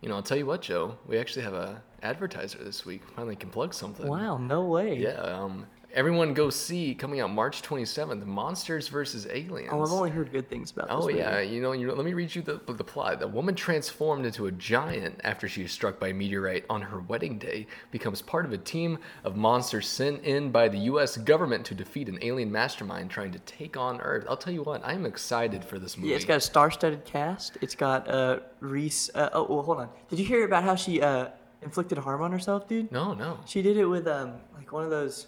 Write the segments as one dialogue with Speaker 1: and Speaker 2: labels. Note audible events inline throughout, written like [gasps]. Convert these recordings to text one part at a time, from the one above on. Speaker 1: You know, I'll tell you what, Joe. We actually have a advertiser this week. Finally, can plug something.
Speaker 2: Wow, no way.
Speaker 1: Yeah. Um, everyone, go see coming out March 27th, Monsters versus Aliens.
Speaker 2: Oh, I've only heard good things about this.
Speaker 1: Oh
Speaker 2: movie.
Speaker 1: yeah, you know, you know. Let me read you the the plot. The woman transformed into a giant after she was struck by a meteorite on her wedding day becomes part of a team of monsters sent in by the U.S. government to defeat an alien mastermind trying to take on Earth. I'll tell you what, I'm excited for this movie.
Speaker 2: Yeah, it's got a star-studded cast. It's got uh, Reese. Uh, oh, well, hold on. Did you hear about how she uh, inflicted harm on herself, dude?
Speaker 1: no, no.
Speaker 2: She did it with um, like one of those,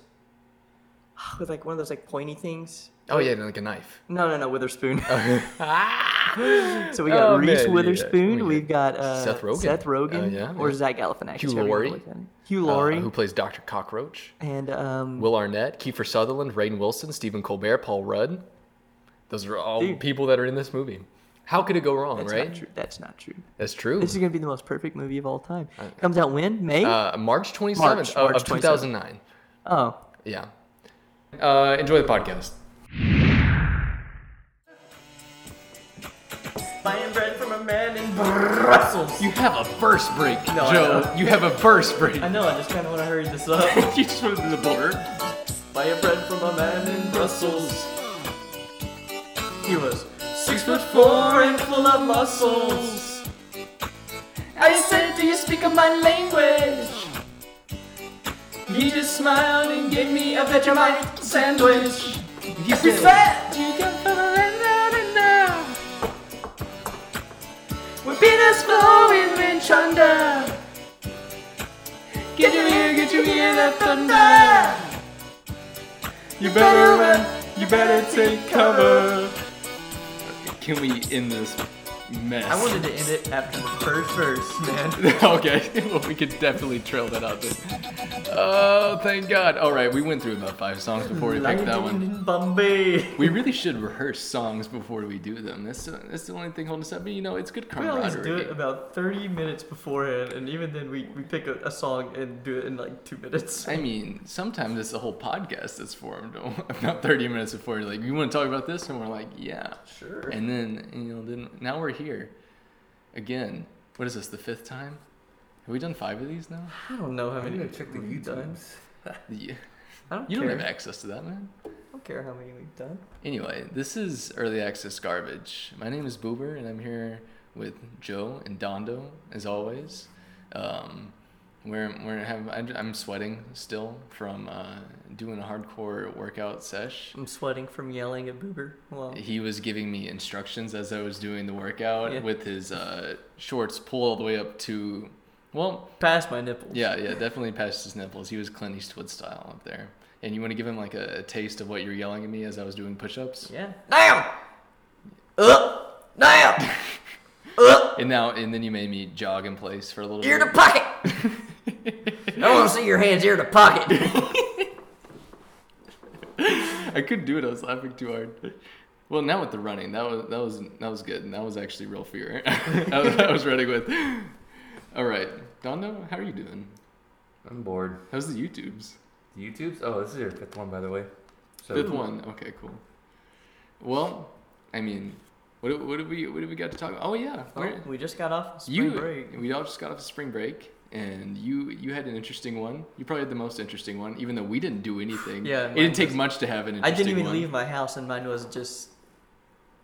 Speaker 2: [sighs] with like one of those like pointy things.
Speaker 1: Oh yeah, like a knife.
Speaker 2: No, no, no, with
Speaker 1: [laughs]
Speaker 2: her spoon.
Speaker 1: Ah!
Speaker 2: [laughs] so we got
Speaker 1: Oh,
Speaker 2: Reese
Speaker 1: man, yeah,
Speaker 2: Witherspoon.
Speaker 1: we
Speaker 2: We've
Speaker 1: did.
Speaker 2: got uh,
Speaker 1: Seth Rogen.
Speaker 2: Seth Rogen,
Speaker 1: Oh, yeah,
Speaker 2: or
Speaker 1: yeah.
Speaker 2: Zach Galifianakis.
Speaker 1: Hugh
Speaker 2: however you
Speaker 1: Laurie.
Speaker 2: want to look at it. Hugh
Speaker 1: Uh,
Speaker 2: Laurie.
Speaker 1: who plays Dr. Cockroach,
Speaker 2: and um,
Speaker 1: Will Arnett, Kiefer Sutherland, Rainn Wilson, Stephen Colbert, Paul Rudd. Those are all
Speaker 2: Dude.
Speaker 1: people that are in this movie. How could it go wrong,
Speaker 2: that's
Speaker 1: right?
Speaker 2: not true. That's not true.
Speaker 1: That's true.
Speaker 2: This is gonna be the most perfect movie of all time. Comes out when May.
Speaker 1: Uh, March 27th
Speaker 2: March,
Speaker 1: of,
Speaker 2: March
Speaker 1: of 2009.
Speaker 2: oh,
Speaker 1: Yeah. Uh, enjoy the podcast.
Speaker 2: buying bread from a man in Brussels.
Speaker 1: You have a verse break,
Speaker 2: No, I
Speaker 1: Joe.
Speaker 2: know.
Speaker 1: You have a verse break.
Speaker 2: I know. I just kind of want to hurry this up. [laughs]
Speaker 1: you just want to do the blur.
Speaker 2: Buying bread from a man in Brussels. He was
Speaker 1: Six foot
Speaker 2: four and full of muscles. I said, Do you speak of my language? He just smiled and gave me a Vegemite sandwich.
Speaker 1: He
Speaker 2: You
Speaker 1: said,
Speaker 2: fat, you can feel it now. With penis flowing in chunder. Get your ear, get your ear, that thunder.
Speaker 1: you
Speaker 2: better run, you better take cover.
Speaker 1: Can we end this mess?
Speaker 2: I wanted to end it after the first verse, man.
Speaker 1: [laughs] okay, well, we could definitely trail that out there. Oh, thank God. All right, we went through about five songs before we picked that
Speaker 2: Lightning
Speaker 1: one.
Speaker 2: in Bombay.
Speaker 1: We really should rehearse songs before we do them. That's, the- that's the only thing holding us up. But, you know, it's good
Speaker 2: We always
Speaker 1: camaraderie.
Speaker 2: do it about 30 minutes beforehand, and even then we, we pick a, a song and do it in like two minutes.
Speaker 1: I mean, sometimes it's the whole podcast that's formed. [laughs] About 30 minutes before, you're like, you want to talk about this? And we're like, yeah.
Speaker 2: Sure.
Speaker 1: And then, you know, then now we're here again. What is this, the fifth time? Have we done five of these now?
Speaker 2: I don't know how many
Speaker 3: gonna check the
Speaker 2: we've done.
Speaker 3: YouTubes.
Speaker 1: Yeah.
Speaker 2: I don't
Speaker 1: You
Speaker 2: care.
Speaker 1: don't have access to that, man.
Speaker 2: I don't care how many we've done.
Speaker 1: Anyway, this is Early Access Garbage. My name is Boober, and I'm here with Joe and Dondo, as always. Um, we're, we're have, I'm I'm sweating still from uh, doing a hardcore workout sesh.
Speaker 2: I'm sweating from yelling at Boober. Well,
Speaker 1: He was giving me instructions as I was doing the workout
Speaker 2: Yeah.
Speaker 1: with his uh, shorts pulled all the way up to, well,
Speaker 2: past my nipples.
Speaker 1: yeah, yeah, definitely past his nipples. He was Clint Eastwood style up there. And you want to give him like a, a taste of what you're yelling at me as I was doing push-ups?
Speaker 2: Yeah. Now! Up! Now! Up!
Speaker 1: And now, and then you made me jog in place for a little
Speaker 2: Uh, Ear to
Speaker 1: bit. [laughs]
Speaker 2: pocket! I want to see your hands ear to pocket.
Speaker 1: I couldn't do it. I was laughing too hard. Well, now with the running, that was that was that was good. And that was actually real fear. [laughs] I, was, I was running with. All right, Dondo, how are you doing?
Speaker 3: I'm bored.
Speaker 1: How's the YouTubes?
Speaker 3: YouTube's? Oh, this is your fifth one, by the way. So,
Speaker 1: Fifth one. Okay, cool. Well, I mean, what do- what did we what did we got to talk about? Oh yeah,
Speaker 2: Well,
Speaker 1: we're-
Speaker 2: we just got off spring
Speaker 1: you
Speaker 2: break.
Speaker 1: we all just got off of spring break. And you you had an interesting one. You probably had the most interesting one, even though we didn't do anything.
Speaker 2: Yeah,
Speaker 1: it
Speaker 2: mine
Speaker 1: didn't take much to have an
Speaker 2: I
Speaker 1: interesting
Speaker 2: didn't even
Speaker 1: one.
Speaker 2: leave my house, and mine was just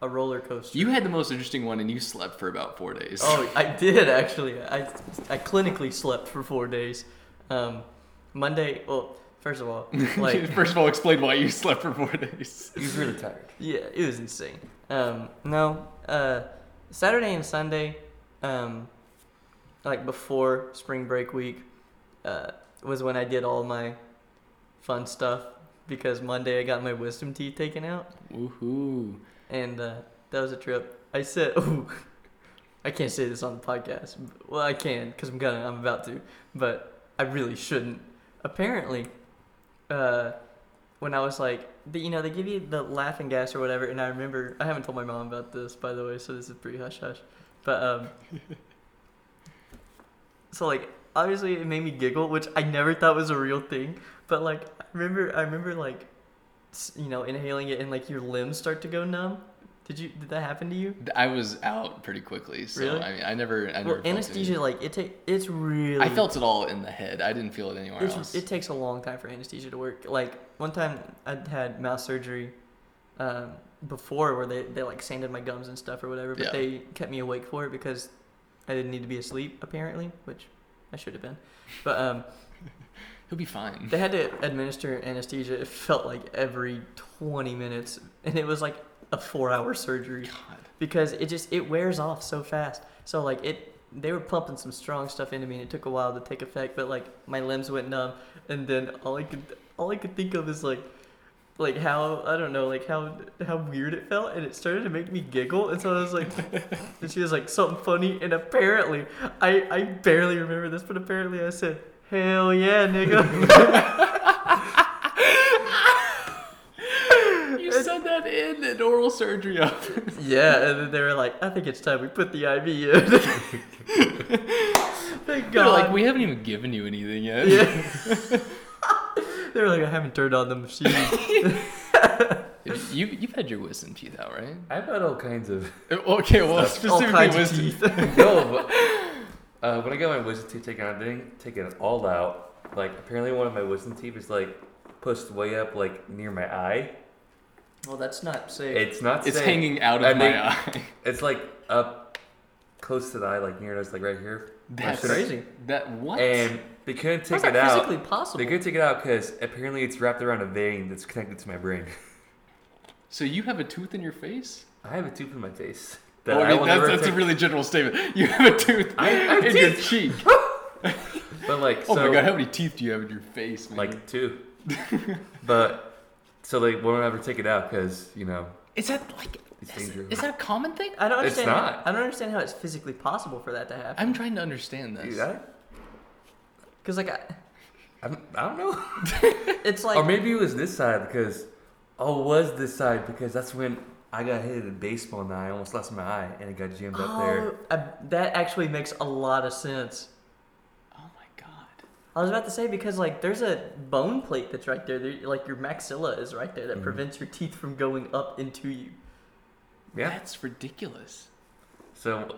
Speaker 2: a roller coaster.
Speaker 1: You had the most interesting one, and you slept for about four days.
Speaker 2: [laughs] Oh, I did actually. I I clinically slept for four days. Um, Monday. Well, first
Speaker 1: [laughs]
Speaker 2: of all, like
Speaker 1: first of all, explain why you slept for four days.
Speaker 3: He's really tired.
Speaker 2: yeah, it was insane. Um, no, uh, Saturday and Sunday, um, like before spring break week, uh, was when I did all my fun stuff because Monday I got my wisdom teeth taken out.
Speaker 1: Woohoo!
Speaker 2: and uh, that was a trip. I said, [laughs] "Ooh, I can't say this on the podcast." Well, I can because I'm gonna, I'm about to, but I really shouldn't. Apparently, uh, when I was like, the, you know, they give you the laughing gas or whatever, and I remember I haven't told my mom about this, by the way, so this is pretty hush hush. But um, so like obviously it made me giggle, which I never thought was a real thing. But like I remember, I remember like s- you know inhaling it and like your limbs start to go numb Did you? Did that happen to you?
Speaker 1: I was out pretty quickly, so
Speaker 2: Really?
Speaker 1: I mean, I never. I never
Speaker 2: Well,
Speaker 1: felt
Speaker 2: anesthesia, like it take, it's really.
Speaker 1: Any, I felt it all in the head. I didn't feel it anywhere
Speaker 2: It's,
Speaker 1: else.
Speaker 2: it takes a long time for anesthesia to work. Like one time I had mouth surgery um, before where they, they like sanded my gums and stuff or whatever, but
Speaker 1: Yeah.
Speaker 2: they kept me awake for it because I didn't need to be asleep apparently, which I should have been. But
Speaker 1: [laughs]
Speaker 2: um,
Speaker 1: He'll be fine.
Speaker 2: they had to administer anesthesia. It felt like every 20 minutes, and it was like a four-hour surgery
Speaker 1: God.
Speaker 2: because it just it wears off so fast. So like it they were pumping some strong stuff into me and it took a while to take effect, but like my limbs went numb and then all I could all I could think of is like like how I don't know, like how how weird it felt and it started to make me giggle and so I
Speaker 1: [laughs]
Speaker 2: was like and she was like something funny and apparently I I barely remember this, but apparently I said, Hell
Speaker 1: [laughs]
Speaker 2: yeah, nigga.
Speaker 1: You said that in an oral surgery [laughs] office.
Speaker 2: yeah, and then they were like, I think it's time we put the IV
Speaker 1: [laughs]
Speaker 2: in. [laughs] Thank
Speaker 1: They're
Speaker 2: God.
Speaker 1: like, we haven't even given you anything yet.
Speaker 2: Yeah. they were like, I haven't turned on the machine.
Speaker 1: [laughs]
Speaker 3: [laughs]
Speaker 1: You, you've had your wisdom teeth out, right?
Speaker 3: I've had all
Speaker 1: [laughs]
Speaker 3: kinds of.
Speaker 1: Uh, Okay, well,
Speaker 2: All
Speaker 1: specifically
Speaker 2: kinds of
Speaker 1: wisdom.
Speaker 2: teeth.
Speaker 3: [laughs] no, but uh, when I got my wisdom teeth taken out, I didn't take it all out. Like apparently one of my wisdom teeth is like pushed way up, like near my eye.
Speaker 2: Well, that's not safe.
Speaker 3: It's not.
Speaker 1: It's
Speaker 3: safe.
Speaker 1: hanging out of
Speaker 3: I
Speaker 1: my
Speaker 3: mean,
Speaker 1: eye. [laughs]
Speaker 3: It's like up close to the eye, like near us, like right here.
Speaker 1: That's
Speaker 2: crazy.
Speaker 1: That what?
Speaker 3: And they couldn't
Speaker 2: How's
Speaker 3: take
Speaker 2: that
Speaker 3: it out.
Speaker 2: physically possible?
Speaker 3: They couldn't take it out because apparently it's wrapped around a vein that's connected to my brain. [laughs]
Speaker 1: so you have a tooth in your face?
Speaker 3: I have a tooth in my face.
Speaker 1: Oh, I mean, that's,
Speaker 3: will never
Speaker 1: that's a
Speaker 3: take-
Speaker 1: really general statement. [laughs] You have a tooth
Speaker 3: I have
Speaker 1: in your
Speaker 3: [laughs]
Speaker 1: cheek.
Speaker 3: But like,
Speaker 1: oh
Speaker 3: so
Speaker 1: my god, how many teeth do you have in your face, man?
Speaker 3: like two. but so they won't ever take it out because you know
Speaker 1: is that like,
Speaker 3: It's
Speaker 1: is,
Speaker 3: dangerous.
Speaker 1: is that a common thing?
Speaker 2: I don't
Speaker 3: It's
Speaker 2: understand.
Speaker 3: not.
Speaker 2: How, I don't understand how it's physically possible for that to happen.
Speaker 1: I'm trying to understand this.
Speaker 3: dude, I,
Speaker 2: Because like, I, [laughs]
Speaker 3: I, don't, I don't know.
Speaker 2: it's like
Speaker 3: or maybe it was this side because oh, it was this side because that's when I got hit in baseball and I almost lost my eye and it got jammed up there.
Speaker 2: oh, I- that actually makes a lot of sense.
Speaker 1: Oh my god.
Speaker 2: I was about to say because like there's a bone plate that's right there, there like your maxilla is right there that
Speaker 3: Mm-hmm.
Speaker 2: prevents your teeth from going up into you.
Speaker 3: Yeah.
Speaker 1: That's ridiculous.
Speaker 3: So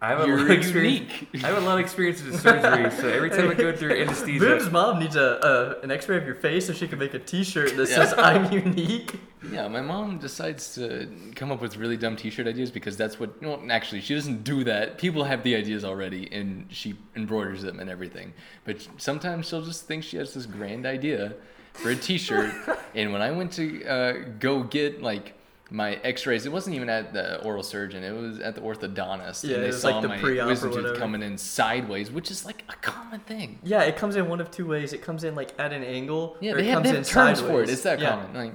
Speaker 3: I have a lot
Speaker 1: You're
Speaker 3: of experience.
Speaker 1: [laughs] unique.
Speaker 3: I have a lot of experience with surgery, so every time I go
Speaker 2: [laughs]
Speaker 3: through
Speaker 2: Boob's
Speaker 3: anesthesia,
Speaker 2: mom needs a, a an X-ray of your face so she can make a T-shirt that says
Speaker 3: [laughs]
Speaker 2: "I'm unique."
Speaker 1: Yeah, my mom decides to come up with really dumb T-shirt ideas because that's what. No, actually, she doesn't do that. People have the ideas already, and she embroiders them and everything. But sometimes she'll just think she has this grand idea for a
Speaker 2: [laughs]
Speaker 1: T-shirt. and when I went to uh, go get like my X-rays, it wasn't even at the oral surgeon; it was at the orthodontist,
Speaker 2: Yeah,
Speaker 1: and
Speaker 2: it
Speaker 1: they
Speaker 2: was,
Speaker 1: saw
Speaker 2: like, the
Speaker 1: my
Speaker 2: pre-op or
Speaker 1: wisdom tooth
Speaker 2: whatever.
Speaker 1: coming in sideways, which is like a common thing.
Speaker 2: Yeah, it comes in one of two ways. It comes in like at an angle.
Speaker 1: Yeah,
Speaker 2: or
Speaker 1: they
Speaker 2: it
Speaker 1: have,
Speaker 2: comes
Speaker 1: they
Speaker 2: in
Speaker 1: have terms for it.
Speaker 2: sideways.
Speaker 1: It's that
Speaker 2: yeah.
Speaker 1: common. Like,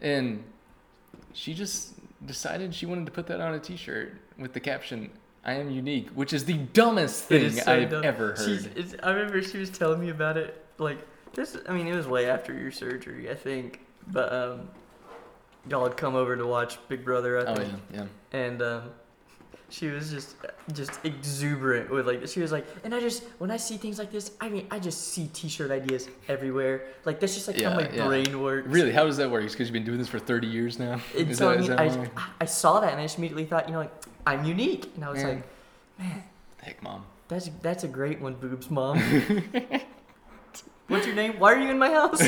Speaker 1: and she just decided she wanted to put that on a T-shirt with the caption "I am unique," which is the dumbest
Speaker 2: It
Speaker 1: thing
Speaker 2: is so
Speaker 1: I've
Speaker 2: dumb.
Speaker 1: ever
Speaker 2: She's,
Speaker 1: heard.
Speaker 2: it's, I remember she was telling me about it. Like this, I mean, it was way after your surgery, I think. But um, y'all had come over to watch Big Brother. I
Speaker 1: Oh
Speaker 2: think.
Speaker 1: yeah, yeah.
Speaker 2: and um, she was just just exuberant with like she was like and i just when i see things like this i mean i just see t-shirt ideas everywhere like that's just like how
Speaker 1: Yeah,
Speaker 2: my
Speaker 1: yeah.
Speaker 2: brain works
Speaker 1: Really, how does that work? Because you've been doing this for thirty years now.
Speaker 2: and
Speaker 1: Is
Speaker 2: so
Speaker 1: that-
Speaker 2: I,
Speaker 1: is
Speaker 2: mean,
Speaker 1: that why?
Speaker 2: I, I saw that and i just immediately thought you know like i'm unique and i was
Speaker 1: Yeah.
Speaker 2: like
Speaker 1: Heck, mom.
Speaker 2: that's that's a great one boobs mom what's your name why are you in my house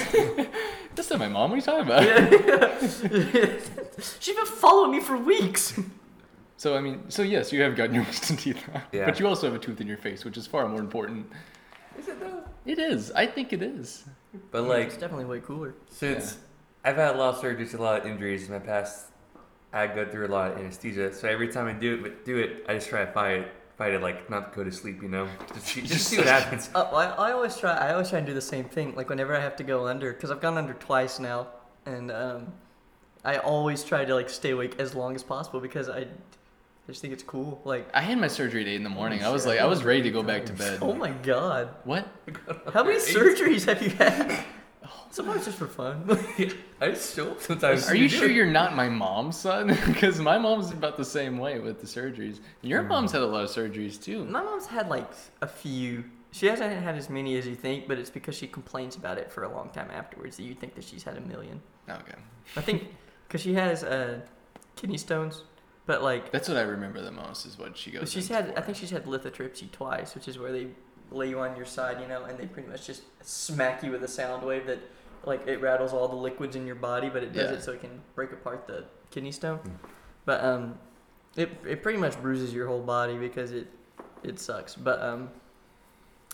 Speaker 1: That's not my mom. What are you talking about?
Speaker 2: she's been following me for weeks
Speaker 1: [laughs] So I mean, so yes, you have gotten your [laughs] wisdom teeth out,
Speaker 3: Yeah.
Speaker 1: but you also have a tooth in your face, which is far more important.
Speaker 3: is it though?
Speaker 1: It is. I think it is.
Speaker 3: But like,
Speaker 2: it's definitely way cooler
Speaker 3: Since I've had a lot of surgeries, a lot of injuries in my past, I go through a lot of anesthesia. So every time I do it, but do it, I just try to fight it, fight it, like not go to sleep, you know, just, see- just see what happens.
Speaker 2: Uh, well, I, I always try. I always try and do the same thing. Like whenever I have to go under, because I've gone under twice now, and um, I always try to like stay awake as long as possible because I, I just think it's cool. Like,
Speaker 1: I had my surgery at eight in the morning. I was
Speaker 3: shit.
Speaker 1: like, I was ready to go back
Speaker 2: [laughs]
Speaker 1: to bed.
Speaker 2: oh my god,
Speaker 1: What?
Speaker 2: [laughs] how many surgeries have you had? Sometimes just for fun.
Speaker 3: I just show up sometimes.
Speaker 1: Are you sure you're not my mom's son? [laughs] Because my mom's about the same way with the surgeries. Your
Speaker 2: Hmm.
Speaker 1: mom's had a lot of surgeries too.
Speaker 2: My mom's had like a few. She hasn't had as many as you think, but it's because she complains about it for a long time afterwards that you think that she's had a million.
Speaker 1: Okay.
Speaker 2: I think because she has uh, kidney stones, but like
Speaker 1: That's what I remember the most is what she goes.
Speaker 2: she's
Speaker 1: in
Speaker 2: had.
Speaker 1: for.
Speaker 2: I think she's had lithotripsy twice, which is where they lay you on your side, you know, and they pretty much just smack you with a sound wave that like it rattles all the liquids in your body, but it does
Speaker 1: Yeah.
Speaker 2: it so it can break apart the kidney stone. But um, it it pretty much bruises your whole body because it it sucks. But um,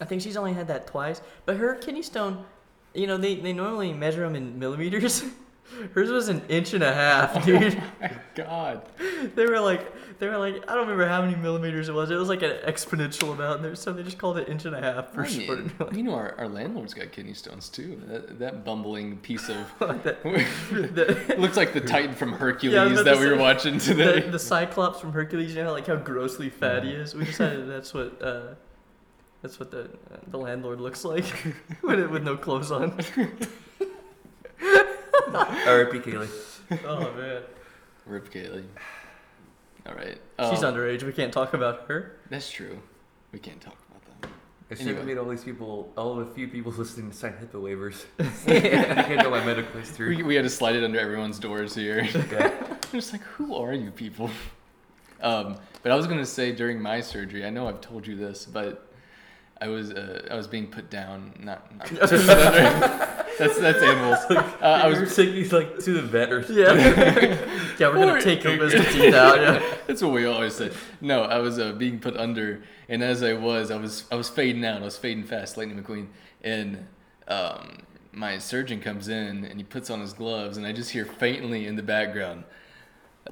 Speaker 2: I think she's only had that twice. But her kidney stone, you know, they they normally measure them in millimeters. [laughs] Hers was an inch and a half, dude. [laughs]
Speaker 1: God.
Speaker 2: They were like, they were like, I don't remember how many millimeters it was. It was like an exponential amount, and there, so they just called it inch and a half for
Speaker 1: I mean,
Speaker 2: short. [laughs]
Speaker 1: you know, our, our landlord's got kidney stones too. That, that bumbling piece of. [laughs]
Speaker 2: Like that, that-
Speaker 1: looks like the
Speaker 2: [laughs]
Speaker 1: Titan from
Speaker 2: Yeah, I was
Speaker 1: Hercules
Speaker 2: about
Speaker 1: that
Speaker 2: to
Speaker 1: we were
Speaker 2: say-
Speaker 1: watching today. [laughs]
Speaker 2: [laughs] the, the Cyclops from Hercules, you know, like how grossly fat he is.
Speaker 1: [laughs]
Speaker 2: We decided that's what uh, that's what the the landlord looks like [laughs] with it- with no
Speaker 1: [laughs]
Speaker 2: clothes on.
Speaker 3: R.I.P. Kaylee.
Speaker 2: Oh man,
Speaker 1: Rip Kaylee. All right.
Speaker 2: she's
Speaker 1: Um,
Speaker 2: underage. We can't talk about
Speaker 1: [laughs]
Speaker 2: her.
Speaker 1: That's true. We can't talk about that.
Speaker 3: If
Speaker 1: Anyway.
Speaker 3: she made all these people, all the few people listening to sign HIPAA
Speaker 2: [laughs]
Speaker 3: waivers, [laughs] I can't know my medical history.
Speaker 1: We, we had to slide it under everyone's doors here.
Speaker 2: [laughs]
Speaker 3: Okay.
Speaker 1: Just like, who are you people? [laughs] Um, but I was gonna say during my surgery, I know I've told you this, but I was uh, I was being put down. Not, not [laughs] that's that's animals. Uh, I
Speaker 3: I
Speaker 1: was
Speaker 3: was taking like to the vet or
Speaker 2: Yeah, yeah, we're gonna
Speaker 1: Or-
Speaker 2: take your wisdom teeth
Speaker 1: [laughs]
Speaker 2: out. Yeah.
Speaker 1: That's what we always said. No, I was uh, being put under, and as I was, I was I was fading out. I was fading fast, Lightning McQueen, and um, my surgeon comes in and he puts on his gloves, and I just hear faintly in the background,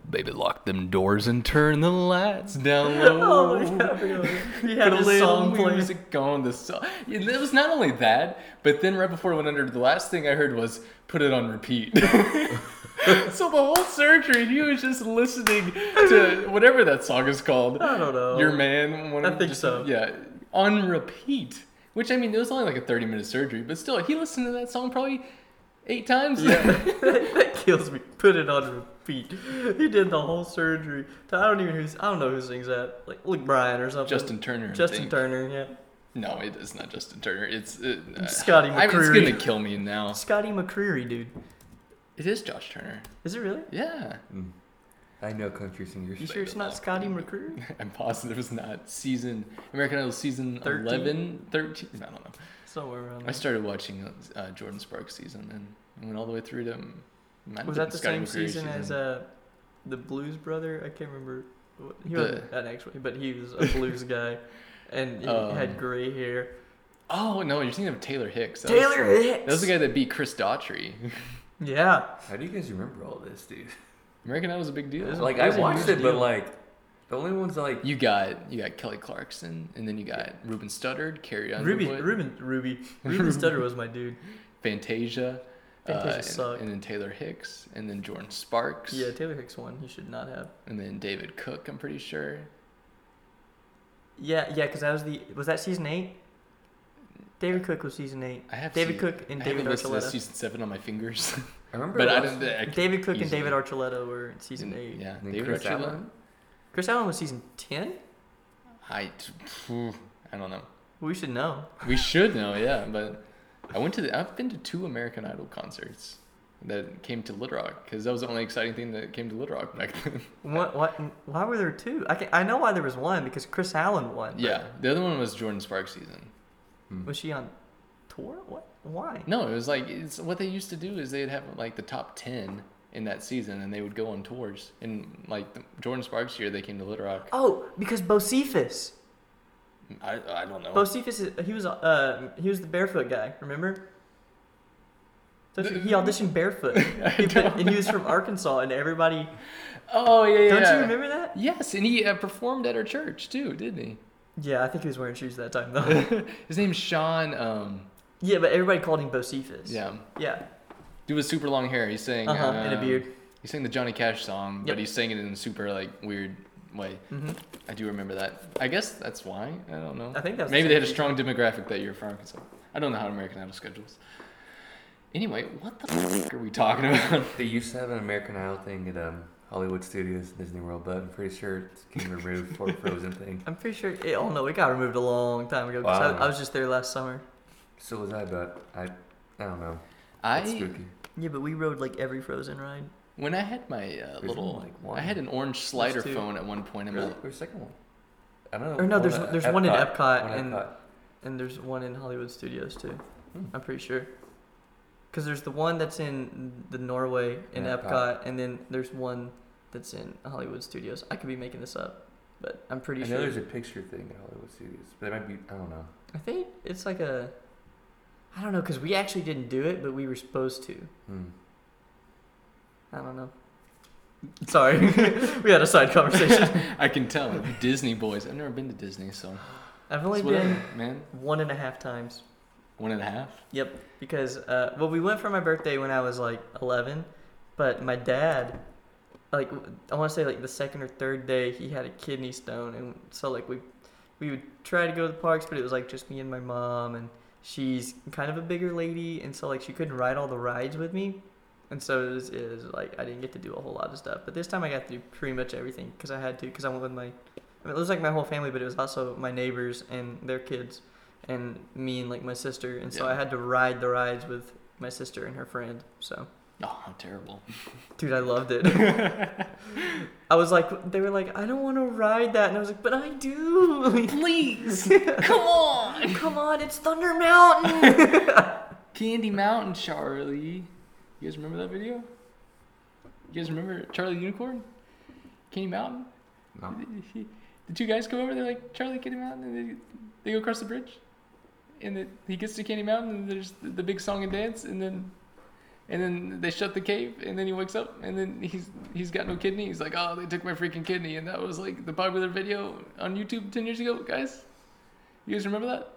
Speaker 1: "Baby, lock them doors and turn the lights down low."
Speaker 2: [laughs] Oh my god, we
Speaker 1: Put
Speaker 2: had
Speaker 1: a
Speaker 2: a
Speaker 1: little
Speaker 2: song playing.
Speaker 1: music on the song. Yeah, it was not only that, but then right before it went under, the last thing I heard was "Put it on
Speaker 2: [laughs]
Speaker 1: repeat." so the whole surgery, he was just listening to whatever that song is called.
Speaker 2: I don't know.
Speaker 1: Your man. One
Speaker 2: Oh. I
Speaker 1: of-
Speaker 2: think so.
Speaker 1: Yeah, on repeat. Which I mean, it was only like a thirty-minute surgery, but still, he listened to that song probably eight times.
Speaker 2: [laughs] that kills me. Put it on repeat. He did the whole surgery. I don't even who's. I don't know who sings that. Like Luke Bryan or
Speaker 1: [laughs]
Speaker 2: something.
Speaker 1: Justin Turner. I
Speaker 2: Justin
Speaker 1: think.
Speaker 2: Turner. Yeah.
Speaker 1: No, it is not Justin Turner. It's uh,
Speaker 2: Scotty
Speaker 1: I- It's
Speaker 2: McCreery.
Speaker 1: gonna kill me now.
Speaker 2: Scotty McCreery, dude.
Speaker 1: It is Josh Turner.
Speaker 2: Is it really?
Speaker 1: Yeah.
Speaker 3: Mm. I know country singers.
Speaker 2: You sure it's not
Speaker 1: [laughs]
Speaker 2: Scotty McCreery?
Speaker 1: I'm positive it's not season American Idol season
Speaker 2: 13?
Speaker 1: 11, 13. I don't know.
Speaker 2: Somewhere around.
Speaker 1: I
Speaker 2: There.
Speaker 1: started watching uh, Jordan Sparks season and I went all the way through to. um, might have
Speaker 2: Was
Speaker 1: been
Speaker 2: that the
Speaker 1: Scotty
Speaker 2: same
Speaker 1: McCreery
Speaker 2: season, as uh, the Blues Brother? I can't remember. What, he
Speaker 1: The-
Speaker 2: wasn't that actually, but he was
Speaker 1: [laughs]
Speaker 2: a blues guy, and he
Speaker 1: Um,
Speaker 2: had gray hair.
Speaker 1: Oh no, you're thinking of Taylor Hicks. That was-
Speaker 2: Taylor Hicks.
Speaker 1: that was the guy that beat Chris Daughtry. [laughs]
Speaker 2: Yeah.
Speaker 3: How do you guys remember all this, dude?
Speaker 1: American Idol's a big deal.
Speaker 2: It was a-
Speaker 3: Like
Speaker 2: it
Speaker 3: I
Speaker 2: was a
Speaker 3: watched
Speaker 2: huge
Speaker 3: it, but
Speaker 2: deal.
Speaker 3: like the only ones that, like
Speaker 1: You got you got Kelly Clarkson, and then you got Ruben Studdard, Carrie
Speaker 2: Ruby,
Speaker 1: Underwood,
Speaker 2: Ruben, Ruby, Ruben
Speaker 1: [laughs]
Speaker 2: Studdard was my dude.
Speaker 1: Fantasia, uh,
Speaker 2: Fantasia
Speaker 1: and-
Speaker 2: sucked.
Speaker 1: and then Taylor Hicks, and then Jordan Sparks,
Speaker 2: Yeah, Taylor Hicks won. He should not have.
Speaker 1: and then David Cook. I'm pretty sure.
Speaker 2: Yeah, yeah, because that was the was that season eight. David Cook was season eight.
Speaker 1: I have seen-
Speaker 2: David Cook and
Speaker 1: I
Speaker 2: David
Speaker 1: haven't listened to
Speaker 2: Archuleta.
Speaker 1: season seven on my fingers, [laughs]
Speaker 3: I remember.
Speaker 1: but I
Speaker 3: watching-
Speaker 1: didn't. I can't-
Speaker 2: David Cook and
Speaker 1: easily.
Speaker 2: David Archuleta were in season
Speaker 1: and-
Speaker 2: eight.
Speaker 1: Mm, Yeah,
Speaker 3: And
Speaker 1: David
Speaker 3: Chris
Speaker 1: Archuleta.
Speaker 3: Allen?
Speaker 2: Chris Allen was season ten.
Speaker 1: I, phew, I don't know.
Speaker 2: We should know.
Speaker 1: We should know, yeah. But I went to. The, I've been to two American Idol concerts that came to Little Rock because that was the only exciting thing that came to Little Rock back [laughs] then.
Speaker 2: What? What? Why were there two? I can, I know why there was one because Chris Allen won. but
Speaker 1: yeah, the other one was Jordan Sparks season.
Speaker 2: Was she on tour? What? Why?
Speaker 1: No, it was like it's what they used to do is they'd have like the top ten in that season, and they would go on tours. And like the, Jordan Sparks year, they came to Little Rock.
Speaker 2: Oh, because Bocephus. Oh.
Speaker 1: I, I don't know.
Speaker 2: Bocephus is he was uh he was the barefoot guy. Remember? Don't
Speaker 1: [laughs]
Speaker 2: you- He auditioned barefoot, [laughs] He- but- and he was from Arkansas, and everybody.
Speaker 1: Oh yeah, yeah.
Speaker 2: Don't
Speaker 1: yeah.
Speaker 2: you remember that?
Speaker 1: Yes, and he uh, performed at our church too, didn't he?
Speaker 2: Yeah, I think he was wearing shoes that time
Speaker 3: [laughs]
Speaker 2: though. [laughs]
Speaker 1: His name's Sean. Um,
Speaker 2: yeah, but everybody called him Bocephus.
Speaker 1: yeah,
Speaker 2: Yeah.
Speaker 1: dude with super long hair. He sang
Speaker 2: Uh huh. And a
Speaker 1: um,
Speaker 2: beard.
Speaker 1: He sang the Johnny Cash song, but
Speaker 2: Yep.
Speaker 1: he sang it in a super like weird way.
Speaker 2: hmm
Speaker 1: I do remember that. I guess that's why. I don't know.
Speaker 2: I think that's
Speaker 1: Maybe they had a strong demographic that year for Arkansas. I don't know how American Idol schedules. Anyway, what the fuck are we talking about?
Speaker 3: They used to have an American Idol thing at um, Hollywood Studios, Disney World, but I'm pretty sure it's getting removed [laughs] for a Frozen thing.
Speaker 2: I'm pretty sure. It, oh no, it got removed a long time ago. 'cause
Speaker 3: Wow.
Speaker 2: I, I was just there last summer.
Speaker 3: So was I, but I, I don't know. It's
Speaker 1: I
Speaker 3: spooky.
Speaker 2: Yeah, but we rode like every Frozen ride.
Speaker 1: When I had my uh,
Speaker 3: There's
Speaker 1: little,
Speaker 3: only, like, one.
Speaker 1: I had an orange slider
Speaker 2: two.
Speaker 1: phone at one point in
Speaker 3: Really?
Speaker 1: my.
Speaker 3: Where's the second one? I don't know.
Speaker 2: Or no, there's-
Speaker 3: Oh, at
Speaker 2: there's one in Epcot
Speaker 3: One
Speaker 2: and-
Speaker 3: Epcot.
Speaker 2: And there's one in Hollywood Studios too.
Speaker 3: Hmm.
Speaker 2: I'm pretty sure. Because there's the one that's in the Norway in
Speaker 3: In
Speaker 2: Epcot.
Speaker 3: Epcot.
Speaker 2: and then there's one that's in Hollywood Studios. I could be making this up, but I'm
Speaker 3: I
Speaker 2: pretty
Speaker 3: know
Speaker 2: sure.
Speaker 3: there's a picture thing at Hollywood Studios, but it might be. I don't know.
Speaker 2: I think it's like a. I don't know, because we actually didn't do it, but we were supposed to.
Speaker 3: Hmm.
Speaker 2: I don't know. Sorry, [laughs] we had a side
Speaker 1: [laughs]
Speaker 2: conversation.
Speaker 1: I can tell Disney boys. I've never been to Disney, so
Speaker 2: I've only
Speaker 1: It's whatever,
Speaker 2: been
Speaker 1: man.
Speaker 2: one and a half times.
Speaker 1: One and a half.
Speaker 2: Yep, because uh, well, we went for my birthday when I was like 11, but my dad, like I want to say like the second or third day, he had a kidney stone, and so like we we would try to go to the parks, but it was like just me and my mom, and she's kind of a bigger lady, and so like she couldn't ride all the rides with me, and so it was, it was like I didn't get to do a whole lot of stuff. But this time I got to do pretty much everything because I had to because I went with my, I mean, it was like my whole family, but it was also my neighbors and their kids, and me and like my sister, and so
Speaker 1: Yeah.
Speaker 2: I had to ride the rides with my sister and her friend. So
Speaker 1: Oh, how terrible.
Speaker 2: dude, I
Speaker 1: [laughs]
Speaker 2: loved it. I was like, they were like, I don't want to ride that, and I was like, but I do. [laughs]
Speaker 1: Please, come on.
Speaker 2: [laughs] Come on, it's Thunder Mountain.
Speaker 1: [laughs] Candy Mountain, Charlie. You guys remember that video? You guys remember Charlie the Unicorn? Candy Mountain?
Speaker 3: No.
Speaker 1: The two guys come over, they're like, Charlie, Candy Mountain, and they, they go across the bridge. And then he gets to Candy Mountain, and there's the, the big song and dance, and then and then they shut the cave, and then he wakes up, and then he's he's got no kidney. He's like, oh, they took my freaking kidney, and that was like the popular video on YouTube ten years ago, guys. You guys remember that?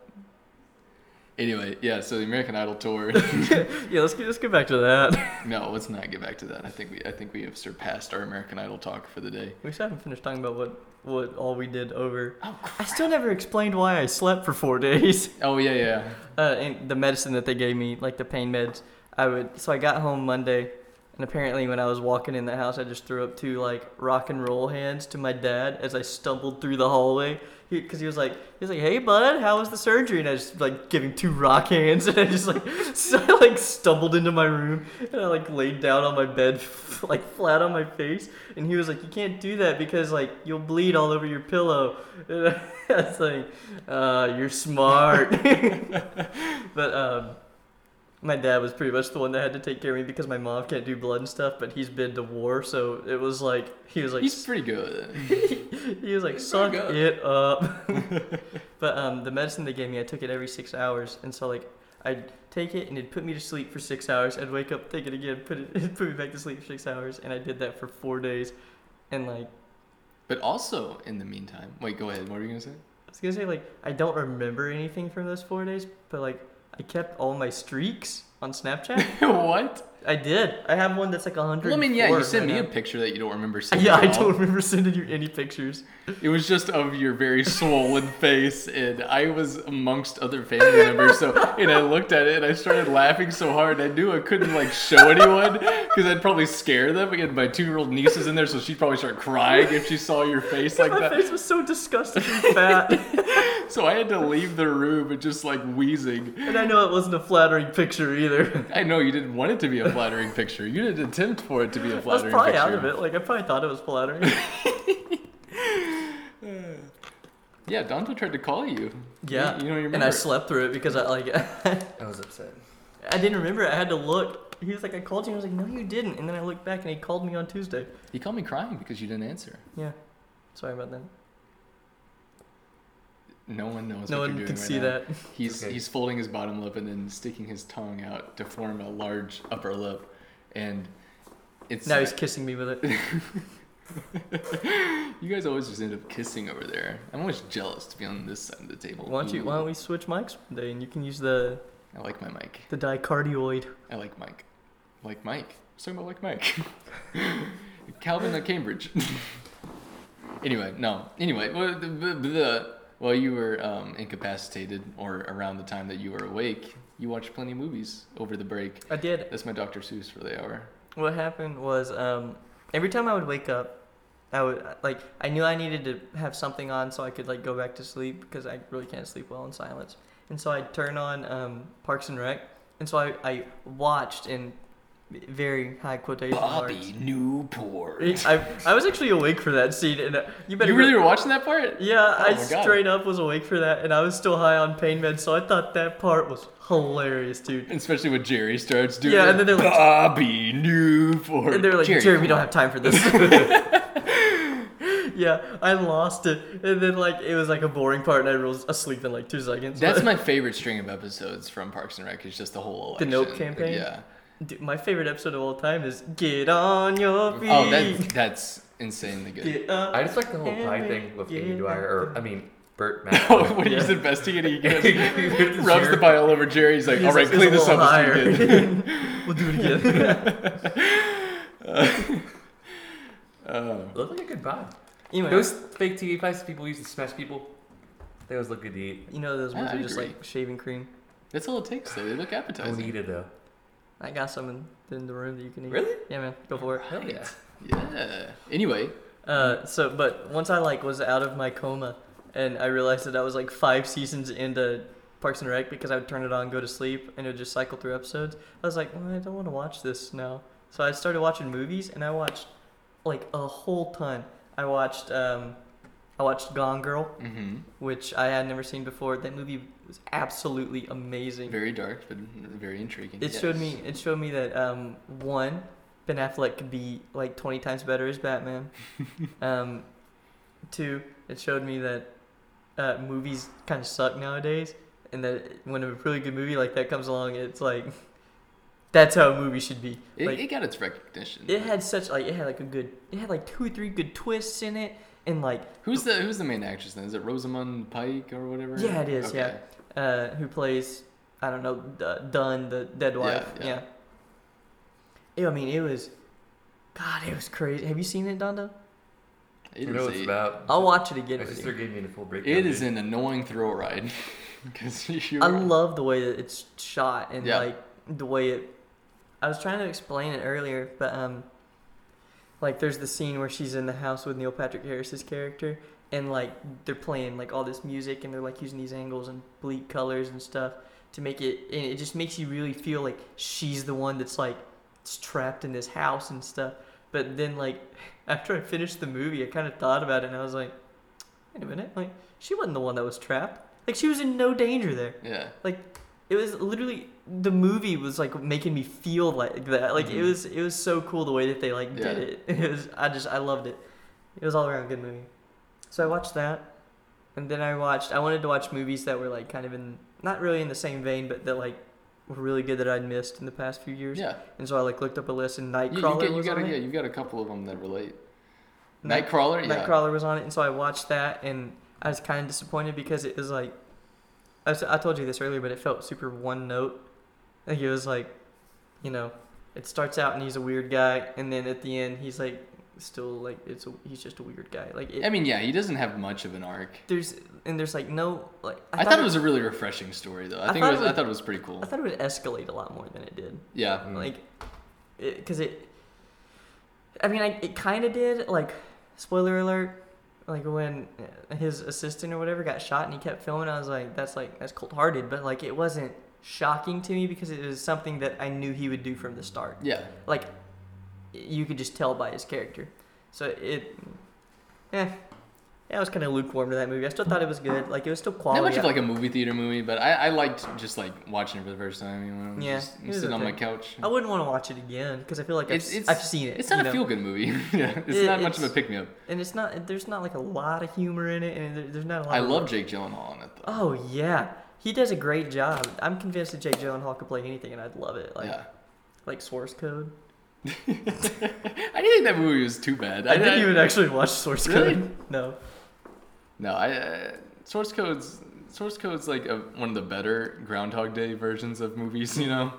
Speaker 1: Anyway, yeah. So the American Idol tour. [laughs]
Speaker 2: yeah, let's get let's get back to that.
Speaker 1: No, let's not get back to that. I think we I think we have surpassed our American Idol talk for the day.
Speaker 2: We still haven't finished talking about what what all we did over.
Speaker 1: Oh,
Speaker 2: I still never explained why I slept for four [laughs] days.
Speaker 1: oh yeah, yeah.
Speaker 2: Uh, and the medicine that they gave me, like the pain meds, I would. So I got home Monday, and apparently when I was walking in the house, I just threw up two like rock and roll hands to my dad as I stumbled through the hallway. Because he, was like, he was like, "Hey bud, how was the surgery?" And I just like giving two rock hands, [laughs] and I just like, so I like stumbled into my room, and I like laid down on my bed, [laughs] like flat on my face, and he was like, "You can't do that because like you'll bleed all over your pillow." [laughs] And I was like, uh, "You're smart." [laughs] But um, my dad was pretty much the one that had to take care of me because my mom can't do blood and stuff. But he's been to war, so it was like he was like
Speaker 1: He's pretty good.
Speaker 2: [laughs] he was like
Speaker 1: he's
Speaker 2: suck
Speaker 1: pretty good."
Speaker 2: it up. [laughs] but um, the medicine they gave me, I took it every six hours, and so like I'd take it and it'd put me to sleep for six hours. I'd wake up, take it again, put it [laughs] it'd put me back to sleep for six hours, and I did that for four days. And like
Speaker 1: But also in the meantime, wait, go ahead. What were you gonna say?
Speaker 2: I was gonna say like I don't remember anything from those four days, but like I kept all my streaks on Snapchat.
Speaker 1: [laughs] what?
Speaker 2: I did. I have one that's like a hundred.
Speaker 1: Well, I mean, yeah, you sent me a picture that you don't remember sending.
Speaker 2: Yeah, I
Speaker 1: at all.
Speaker 2: don't [laughs] remember sending you any pictures.
Speaker 1: It was just of your very swollen [laughs] face, and I was amongst other family members. So, and I looked at it and I started laughing so hard. I knew I couldn't like show anyone because I'd probably scare them. Again, my two-year-old niece is in there, so she'd probably start crying if she saw your face like
Speaker 2: My
Speaker 1: that.
Speaker 2: [laughs] face was
Speaker 1: [laughs]
Speaker 2: so disgustingly fat,
Speaker 1: So I had to leave the room and just like wheezing.
Speaker 2: and I know it wasn't a flattering picture
Speaker 1: [laughs]
Speaker 2: either.
Speaker 1: I know you didn't want it to be a flattering picture. You didn't attempt for it to be a
Speaker 2: I was
Speaker 1: flattering
Speaker 2: probably
Speaker 1: picture.
Speaker 2: out of it. Like I probably thought it
Speaker 1: [laughs]
Speaker 2: was flattering. [laughs]
Speaker 1: Yeah, Donto tried to call you.
Speaker 2: yeah,
Speaker 1: You, you don't remember.
Speaker 2: and I
Speaker 1: it.
Speaker 2: slept through it because I like [laughs] I
Speaker 3: I was upset.
Speaker 2: didn't remember. it. I had to look. He was like, I called you. and I was like, no, you didn't. And then I looked back, and he called me on Tuesday.
Speaker 1: You called me crying because you didn't answer.
Speaker 2: Yeah. Sorry about that.
Speaker 1: No one knows.
Speaker 2: no
Speaker 1: what
Speaker 2: one
Speaker 1: you're doing
Speaker 2: can
Speaker 1: right
Speaker 2: see
Speaker 1: now.
Speaker 2: that.
Speaker 1: He's
Speaker 3: Okay.
Speaker 1: he's folding his bottom lip and then sticking his tongue out to form a large upper lip, and [laughs] it's
Speaker 2: Now he's kissing me with it.
Speaker 1: [laughs] you guys always just end up kissing over there. I'm always jealous to be on this side of the table.
Speaker 2: Why don't you? Why don't we switch mics one day, and you can use the
Speaker 1: I like my mic.
Speaker 2: the dicardioid.
Speaker 1: I like Mike. Like Mike. I was talking about like Mike. [laughs] Calvin at Cambridge. [laughs] anyway, no. Anyway, well, the, the, the, while you were um, incapacitated or around the time that you were awake, you watched plenty of movies over the break.
Speaker 2: I did.
Speaker 1: That's my Dr. Seuss for the hour.
Speaker 2: What happened was um, every time I would wake up, I would like I knew I needed to have something on so I could like go back to sleep because I really can't sleep well in silence. And so I'd turn on um, Parks and Rec, and so I, I watched and very high quotation
Speaker 1: Bobby Newport.
Speaker 2: marks. I, I was actually awake for that scene, and uh, you better.
Speaker 1: You really were watching that part?
Speaker 2: Yeah, I
Speaker 1: my God.
Speaker 2: straight up was awake for that, and I was still high on pain meds, so I thought that part was hilarious, dude.
Speaker 1: Especially when Jerry starts doing
Speaker 2: Yeah, and then they're like-
Speaker 1: Bobby Newport.
Speaker 2: And they were like, Jerry, we
Speaker 1: come
Speaker 2: don't
Speaker 1: on."
Speaker 2: have time
Speaker 1: [laughs]
Speaker 2: for this. yeah, I lost it, and then like it was like a boring part, and I was asleep in like two seconds.
Speaker 1: That's my favorite string of episodes from Parks and Rec. Is just the whole
Speaker 2: The
Speaker 1: election.
Speaker 2: Nope campaign?
Speaker 1: Yeah.
Speaker 2: Dude, my favorite episode of all time is Get on Your Feet.
Speaker 1: Oh, that that's insanely good. [laughs]
Speaker 2: Get up.
Speaker 3: I just like the whole
Speaker 2: And
Speaker 3: pie
Speaker 2: we
Speaker 3: thing with
Speaker 2: get
Speaker 3: Amy Dwyer, or I mean, [laughs] Burt
Speaker 1: Oh,
Speaker 3: Mack.
Speaker 1: when he's
Speaker 2: Yeah. [laughs]
Speaker 1: investigating, he goes, rubs
Speaker 3: Rubs [laughs]
Speaker 1: the pile over Jerry. He's like,
Speaker 2: He's
Speaker 1: "All right,
Speaker 2: like, "It's
Speaker 1: clean
Speaker 2: a
Speaker 1: this up." Let's
Speaker 2: little
Speaker 1: do it again."
Speaker 2: [laughs] we'll do it
Speaker 1: [laughs]
Speaker 2: again.
Speaker 1: Oh.
Speaker 3: Look like a good pie.
Speaker 2: anyway,
Speaker 3: Those fake TV pies people used to smash people. They always look good to eat.
Speaker 2: you know those ones
Speaker 1: I
Speaker 2: are just
Speaker 1: agree.
Speaker 2: like shaving cream.
Speaker 1: [laughs] That's all it takes, though. They look
Speaker 3: Don't
Speaker 1: appetizing.
Speaker 3: eat it though.
Speaker 2: I got some in, in the room that you can eat.
Speaker 3: Really?
Speaker 2: Yeah, man, go for it.
Speaker 3: Hell yeah.
Speaker 1: Yeah. Anyway,
Speaker 2: Uh, so, but once I like was out of my coma, and I realized that I was like five seasons into Parks and Rec because I would turn it on, go to sleep, and it would just cycle through episodes. I was like, well, I don't want to watch this now. So I started watching movies, and I watched like a whole ton. I watched um, I watched Gone Girl,
Speaker 1: hmm
Speaker 2: which I had never seen before. That movie was absolutely amazing.
Speaker 1: very dark, but very intriguing.
Speaker 2: It
Speaker 1: yes.
Speaker 2: showed me. It showed me that um, one, Ben Affleck could be like twenty times better as
Speaker 1: [laughs]
Speaker 2: Batman. um, two, it showed me that uh, movies kind of suck nowadays, and that when a really good movie like that comes along, it's like [laughs] that's how a movie should be.
Speaker 1: It,
Speaker 2: like
Speaker 1: it got its recognition.
Speaker 2: it had such like it had like a good. It had like two or three good twists in it, and like
Speaker 1: Who's the Who's the main actress? Then is it Rosamund Pike or whatever?
Speaker 2: Yeah, it is, yeah. uh, who plays I don't know D- Dunn, the dead
Speaker 1: Yeah,
Speaker 2: wife. Yeah.
Speaker 1: yeah.
Speaker 2: Ew, I mean, it was, God, it was crazy. Have you seen it, Dondo?
Speaker 3: You
Speaker 1: It
Speaker 3: know
Speaker 1: is.
Speaker 3: what it's
Speaker 1: a-
Speaker 3: about.
Speaker 2: I'll watch it again.
Speaker 3: My
Speaker 2: With
Speaker 3: sister
Speaker 2: you.
Speaker 3: gave me the full breakdown.
Speaker 1: It is
Speaker 3: dude.
Speaker 1: an annoying thrill ride. [laughs] Because you.
Speaker 2: I
Speaker 1: are-
Speaker 2: love the way that it's shot and
Speaker 1: Yeah.
Speaker 2: like the way it. I was trying to explain it earlier, but um, like there's the scene where she's in the house with Neil Patrick Harris's character, and like they're playing like all this music, and they're like using these angles and bleak colors and stuff to make it, and it just makes you really feel like she's the one that's like s- trapped in this house and stuff. But then like [laughs] after I finished the movie, I kind of thought about it, and I was like, wait a minute, like she wasn't the one that was trapped. Like she was in no danger there.
Speaker 1: Yeah.
Speaker 2: Like it was literally the movie was like making me feel like that. Like it
Speaker 1: Mhm.
Speaker 2: was it was so cool the way that they like did
Speaker 1: Yeah.
Speaker 2: it. [laughs] It was I just I loved it. It was all around a good movie. So I watched that, and then I watched. I wanted to watch movies that were like kind of in not really in the same vein, but that like were really good that I'd missed in the past few years.
Speaker 1: Yeah.
Speaker 2: And so I like looked up a list, and
Speaker 1: You, you,
Speaker 2: Nightcrawler
Speaker 1: get, you
Speaker 2: was
Speaker 1: got,
Speaker 2: on
Speaker 1: yeah,
Speaker 2: it.
Speaker 1: you've got a couple of them that relate.
Speaker 2: Night-
Speaker 1: Nightcrawler, yeah.
Speaker 2: Nightcrawler was on it, and so I watched that, and I was kind of disappointed because it was like, I, s- I told you this earlier, but it felt super one note. Like it was like, you know, it starts out and he's a weird guy, and then at the end he's like, still like it's a, he's just a weird guy. Like it,
Speaker 1: I mean, yeah, he doesn't have much of an arc.
Speaker 2: there's and there's like no like
Speaker 1: I, thought, it was a really refreshing story, though. I,
Speaker 2: I
Speaker 1: think it
Speaker 2: thought
Speaker 1: was,
Speaker 2: it would-
Speaker 1: I thought it was pretty cool.
Speaker 2: I thought it would escalate a lot more than it did.
Speaker 1: yeah.
Speaker 3: Mm.
Speaker 2: like because it, i mean I, it kind of did like spoiler alert like when uh, his assistant or whatever got shot and he kept filming i was like that's like that's cold-hearted but like it wasn't shocking to me because it was something that i knew he would do from the start
Speaker 1: Yeah.
Speaker 2: like you could just tell by his character so it eh, yeah, i was kind of lukewarm to that movie i still thought it was good like it was still quality
Speaker 1: Not much of like a movie theater movie, but I, I liked just like watching it for the first time. You know,
Speaker 2: Yeah,
Speaker 1: just
Speaker 2: it was
Speaker 1: sitting on
Speaker 2: okay.
Speaker 1: my couch.
Speaker 2: i wouldn't want to watch it again because i feel like I've,
Speaker 1: It's- it's-
Speaker 2: I've seen it
Speaker 1: It's not
Speaker 2: you
Speaker 1: a
Speaker 2: know?
Speaker 1: feel good movie. [laughs] yeah, it's
Speaker 2: It-
Speaker 1: not much of a
Speaker 2: it's-
Speaker 1: pick me up.
Speaker 2: and it's not there's not like a lot of humor in it and there, there's not a lot
Speaker 1: I
Speaker 2: of
Speaker 1: love Jake Gyllenhaal on it though.
Speaker 2: oh yeah he does a great job i'm convinced that jake gyllenhaal could play anything and i'd love it like
Speaker 1: yeah. [laughs]
Speaker 2: like source code
Speaker 1: I didn't think that movie was too bad.
Speaker 2: i didn't even actually watch source
Speaker 1: Really?
Speaker 2: code [laughs] no
Speaker 1: No, I uh, source codes. Source code's like a, one of the better Groundhog Day versions of movies. [laughs] You know.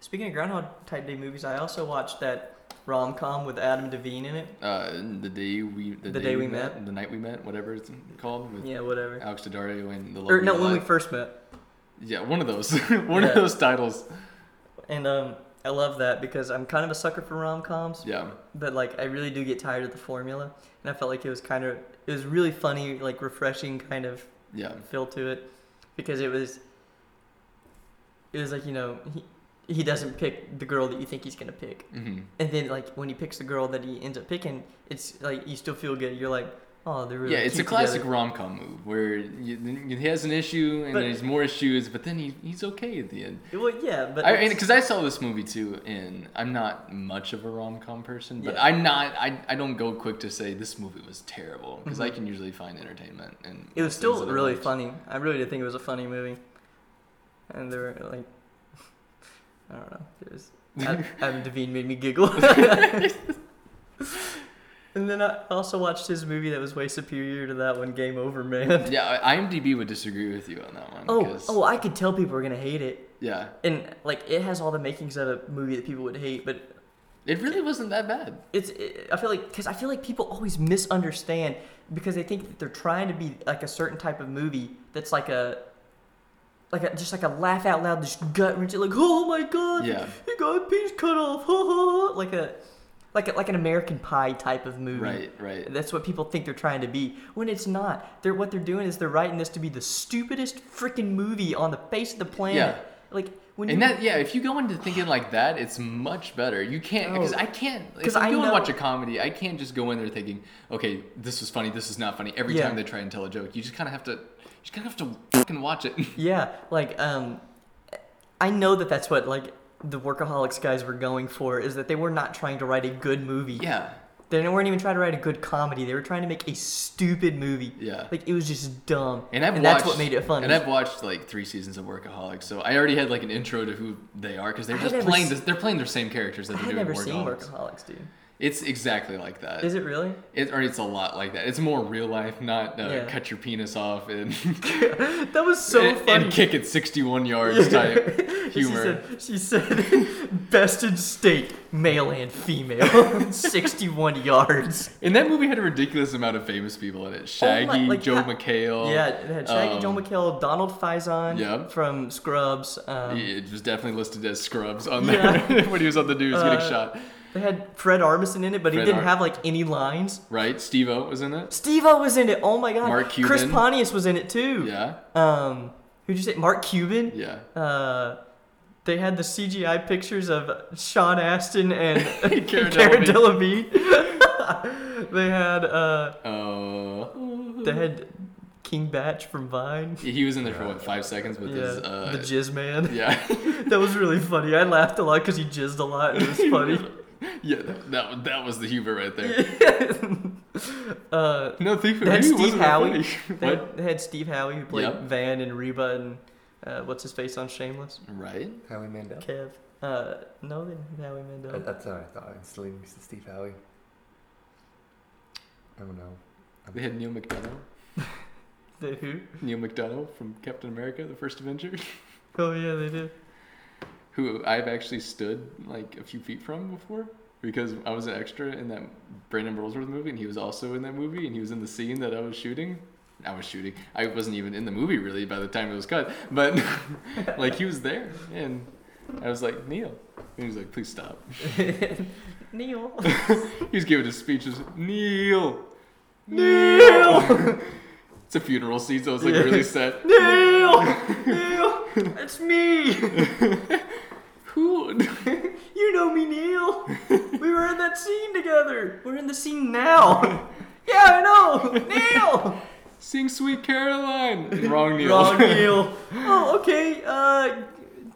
Speaker 2: speaking of groundhog type day movies i also watched that rom-com with adam devine in it
Speaker 1: Uh, the day we the,
Speaker 2: The Day We Met?
Speaker 1: the night we met whatever it's called with
Speaker 2: yeah whatever
Speaker 1: Alex Daddario and the
Speaker 2: or
Speaker 1: Love
Speaker 2: no
Speaker 1: of
Speaker 2: when we
Speaker 1: Life.
Speaker 2: first met
Speaker 1: yeah one of those [laughs] one
Speaker 2: Yeah.
Speaker 1: of those titles
Speaker 2: and um i love that because i'm kind of a sucker for rom-coms
Speaker 1: yeah
Speaker 2: but like I really do get tired of the formula, and I felt like it was kind of it was really funny, like refreshing kind of
Speaker 1: yeah
Speaker 2: feel to it, because it was it was like you know he, he doesn't pick the girl that you think he's gonna pick.
Speaker 1: hmm
Speaker 2: And then like when he picks the girl that he ends up picking, it's like you still feel good. You're like, oh, they're really
Speaker 1: yeah, it's a
Speaker 2: cute
Speaker 1: classic
Speaker 2: together."
Speaker 1: rom com move where you, then he has an issue and
Speaker 2: But-
Speaker 1: there's more issues, but then he, he's okay at the end.
Speaker 2: Well, yeah, but
Speaker 1: I
Speaker 2: it's-
Speaker 1: because I saw this movie too, and I'm not much of a rom com person, but
Speaker 2: Yeah.
Speaker 1: I'm not. I, I don't go quick to say this movie was terrible because I can usually find entertainment and
Speaker 2: Mm-hmm. it was
Speaker 1: things
Speaker 2: still
Speaker 1: that I
Speaker 2: really
Speaker 1: liked.
Speaker 2: funny. I really did think it was a funny movie. And there were like, [laughs] I don't know, it was
Speaker 1: [laughs]
Speaker 2: Ad- Adam Devine made me giggle. and then I also watched his movie that was way superior to that one, Game Over Man.
Speaker 1: Yeah, I- IMDb would disagree with you on that one.
Speaker 2: Oh,
Speaker 1: 'cause-
Speaker 2: oh, I could tell people were gonna hate it,
Speaker 1: yeah,
Speaker 2: and like it has all the makings of a movie that people would hate, but
Speaker 1: it really wasn't that bad.
Speaker 2: it's it, I feel like because I feel like people always misunderstand because they think that they're trying to be like a certain type of movie that's like a like a, just like a laugh out loud, just gut wrenching, like oh my god,
Speaker 1: Yeah.
Speaker 2: he got a piece cut off, [laughs] ha, ha, ha," like a like a, like an American Pie type of movie.
Speaker 1: Right, right.
Speaker 2: That's what people think they're trying to be when it's not. They're what they're doing is they're writing this to be the stupidest freaking movie on the face of the planet.
Speaker 1: Yeah.
Speaker 2: Like when
Speaker 1: And
Speaker 2: you
Speaker 1: that, yeah, if you go into thinking like that, it's much better. You can't, because
Speaker 2: Oh.
Speaker 1: I can't.
Speaker 2: 'Cause
Speaker 1: Because I
Speaker 2: I
Speaker 1: go and
Speaker 2: know-
Speaker 1: watch a comedy, I can't just go in there thinking, okay, this was funny, this is not funny. Every
Speaker 2: Yeah.
Speaker 1: time they try and tell a joke, you just kind of have to, you just kind of have to fucking watch it. [laughs]
Speaker 2: Yeah, like um, I know that that's what like the workaholics guys were going for is that they were not trying to write a good movie.
Speaker 1: yeah,
Speaker 2: They weren't even trying to write a good comedy. They were trying to make a stupid movie.
Speaker 1: yeah.
Speaker 2: Like it was just dumb.
Speaker 1: And I've watched,
Speaker 2: that's what made it fun.
Speaker 1: And I've watched like three seasons of Workaholics, so I already had like an intro to who they are because they're
Speaker 2: I
Speaker 1: just
Speaker 2: had never
Speaker 1: playing.
Speaker 2: se-
Speaker 1: this, they're playing their same characters that
Speaker 2: I
Speaker 1: they're
Speaker 2: had
Speaker 1: doing.
Speaker 2: never
Speaker 1: in
Speaker 2: seen
Speaker 1: Workaholics.
Speaker 2: workaholics, dude.
Speaker 1: It's exactly like that.
Speaker 2: Is it really?
Speaker 1: It, or it's a lot like that. It's more real life, not uh,
Speaker 2: Yeah.
Speaker 1: cut your penis off and [laughs]
Speaker 2: That was so
Speaker 1: Uh, and,
Speaker 2: funny.
Speaker 1: and kick it 61
Speaker 2: [laughs]
Speaker 1: yards type humor.
Speaker 2: She said, she said, [laughs] best in state, male and female, [laughs] 61 yards.
Speaker 1: And that movie had a ridiculous amount of famous people in it. Shaggy,
Speaker 2: Oh like,
Speaker 1: Joe
Speaker 2: ha-
Speaker 1: McHale.
Speaker 2: Yeah, it had Shaggy, Joe
Speaker 1: um,
Speaker 2: McHale, Donald Faison
Speaker 1: yeah.
Speaker 2: from Scrubs. Um,
Speaker 1: It was definitely listed as Scrubs on
Speaker 2: Yeah.
Speaker 1: there [laughs] when he was on the news
Speaker 2: Uh,
Speaker 1: getting shot.
Speaker 2: They had Fred Armisen in it, but he
Speaker 1: Fred
Speaker 2: didn't
Speaker 1: Ar-
Speaker 2: have like any lines.
Speaker 1: Right? Steve O was in it.
Speaker 2: Steve O was in it. Oh my god.
Speaker 1: Mark
Speaker 2: Chris
Speaker 1: Cuban.
Speaker 2: Pontius was in it too.
Speaker 1: Yeah.
Speaker 2: Um, who'd you say? Mark Cuban.
Speaker 1: Yeah.
Speaker 2: Uh, they had the CGI pictures of Sean Astin and
Speaker 1: [laughs] Cara
Speaker 2: [laughs] Cara
Speaker 1: Delevingne.
Speaker 2: Delevingne. [laughs] they had uh,
Speaker 1: Uh,
Speaker 2: they had King Batch from Vine.
Speaker 1: he was in there for what five seconds with
Speaker 2: Yeah,
Speaker 1: his uh,
Speaker 2: the Jizz Man. [laughs]
Speaker 1: yeah [laughs]
Speaker 2: That was really funny. I laughed a lot because he jizzed a lot. and It
Speaker 1: [laughs]
Speaker 2: was funny.
Speaker 1: yeah that, that that was the humor right there.
Speaker 2: [laughs] uh,
Speaker 1: No, think for
Speaker 2: That's
Speaker 1: maybe it
Speaker 2: Steve
Speaker 1: wasn't that
Speaker 2: Howe.
Speaker 1: funny.
Speaker 2: They
Speaker 1: What?
Speaker 2: had, they had Steve Howie who played
Speaker 1: Yep.
Speaker 2: Van and Reba and uh, what's his face on Shameless?
Speaker 1: Right.
Speaker 3: Howie Mandel.
Speaker 2: Kev. Uh, no, they didn't have Howie
Speaker 3: That-
Speaker 2: Mandel.
Speaker 3: That's what I thought. Instantly, Mr. Steve Howie. I don't know.
Speaker 1: They had Neil McDonough.
Speaker 2: The who?
Speaker 1: Neil McDonough from Captain America: The First Avenger, [laughs]
Speaker 2: Oh yeah, they did.
Speaker 1: who I've actually stood like a few feet from before because I was an extra in that Brandon Burlesworth movie, and he was also in that movie, and he was in the scene that I was shooting. I was shooting. I wasn't even in the movie really by the time it was cut, but [laughs] like he was there, and I was like Neil, and he was like, "Please stop."
Speaker 2: Neil.
Speaker 1: He was giving his speeches, Neil,
Speaker 2: Neil!
Speaker 1: [laughs] it's a funeral scene, so I was like
Speaker 2: Yeah.
Speaker 1: really sad. [laughs]
Speaker 2: [laughs] Neil. Neil. It's me.
Speaker 1: Who? [laughs]
Speaker 2: You know me, Neil. We were in that scene together. We're in the scene
Speaker 1: [laughs]
Speaker 2: now. Yeah, I know. Neil.
Speaker 1: Sing Sweet Caroline. Wrong [laughs] Neil.
Speaker 2: Wrong Neil. Oh, okay. Uh,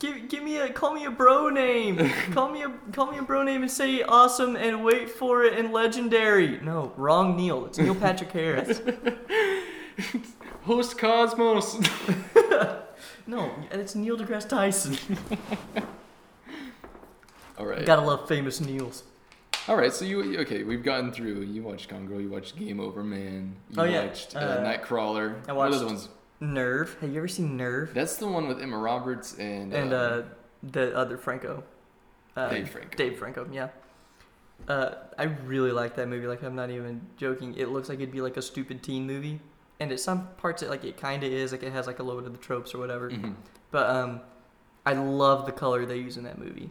Speaker 2: give, give me a call me a
Speaker 1: [laughs]
Speaker 2: bro name. Call me a call me a bro name and say awesome and wait for it and legendary. No, wrong Neil.
Speaker 1: [laughs]
Speaker 2: It's Neil Patrick Harris.
Speaker 1: [laughs] Host Cosmos.
Speaker 2: [laughs] No, it's Neil deGrasse Tyson.
Speaker 1: All [laughs] right.
Speaker 2: Gotta love famous Neils.
Speaker 1: All right. So you okay? We've gotten through. You watched Gone Girl. You watched Game Over Man. You
Speaker 2: Oh, yeah,
Speaker 1: watched uh,
Speaker 2: uh,
Speaker 1: Nightcrawler.
Speaker 2: I
Speaker 1: What other
Speaker 2: watched-
Speaker 1: ones?
Speaker 2: Nerve. Have you ever seen Nerve?
Speaker 1: That's the one with Emma Roberts and
Speaker 2: And
Speaker 1: um,
Speaker 2: uh, the other Franco. Uh,
Speaker 1: Dave Franco.
Speaker 2: Dave Franco, yeah. Uh, I really like that movie. Like, I'm not even joking. It looks like it'd be like a stupid teen movie, and at some parts, it like it kind of is. Like, it has like a little bit of the tropes or whatever.
Speaker 1: Mhm.
Speaker 2: But um, I love the color they use in that movie.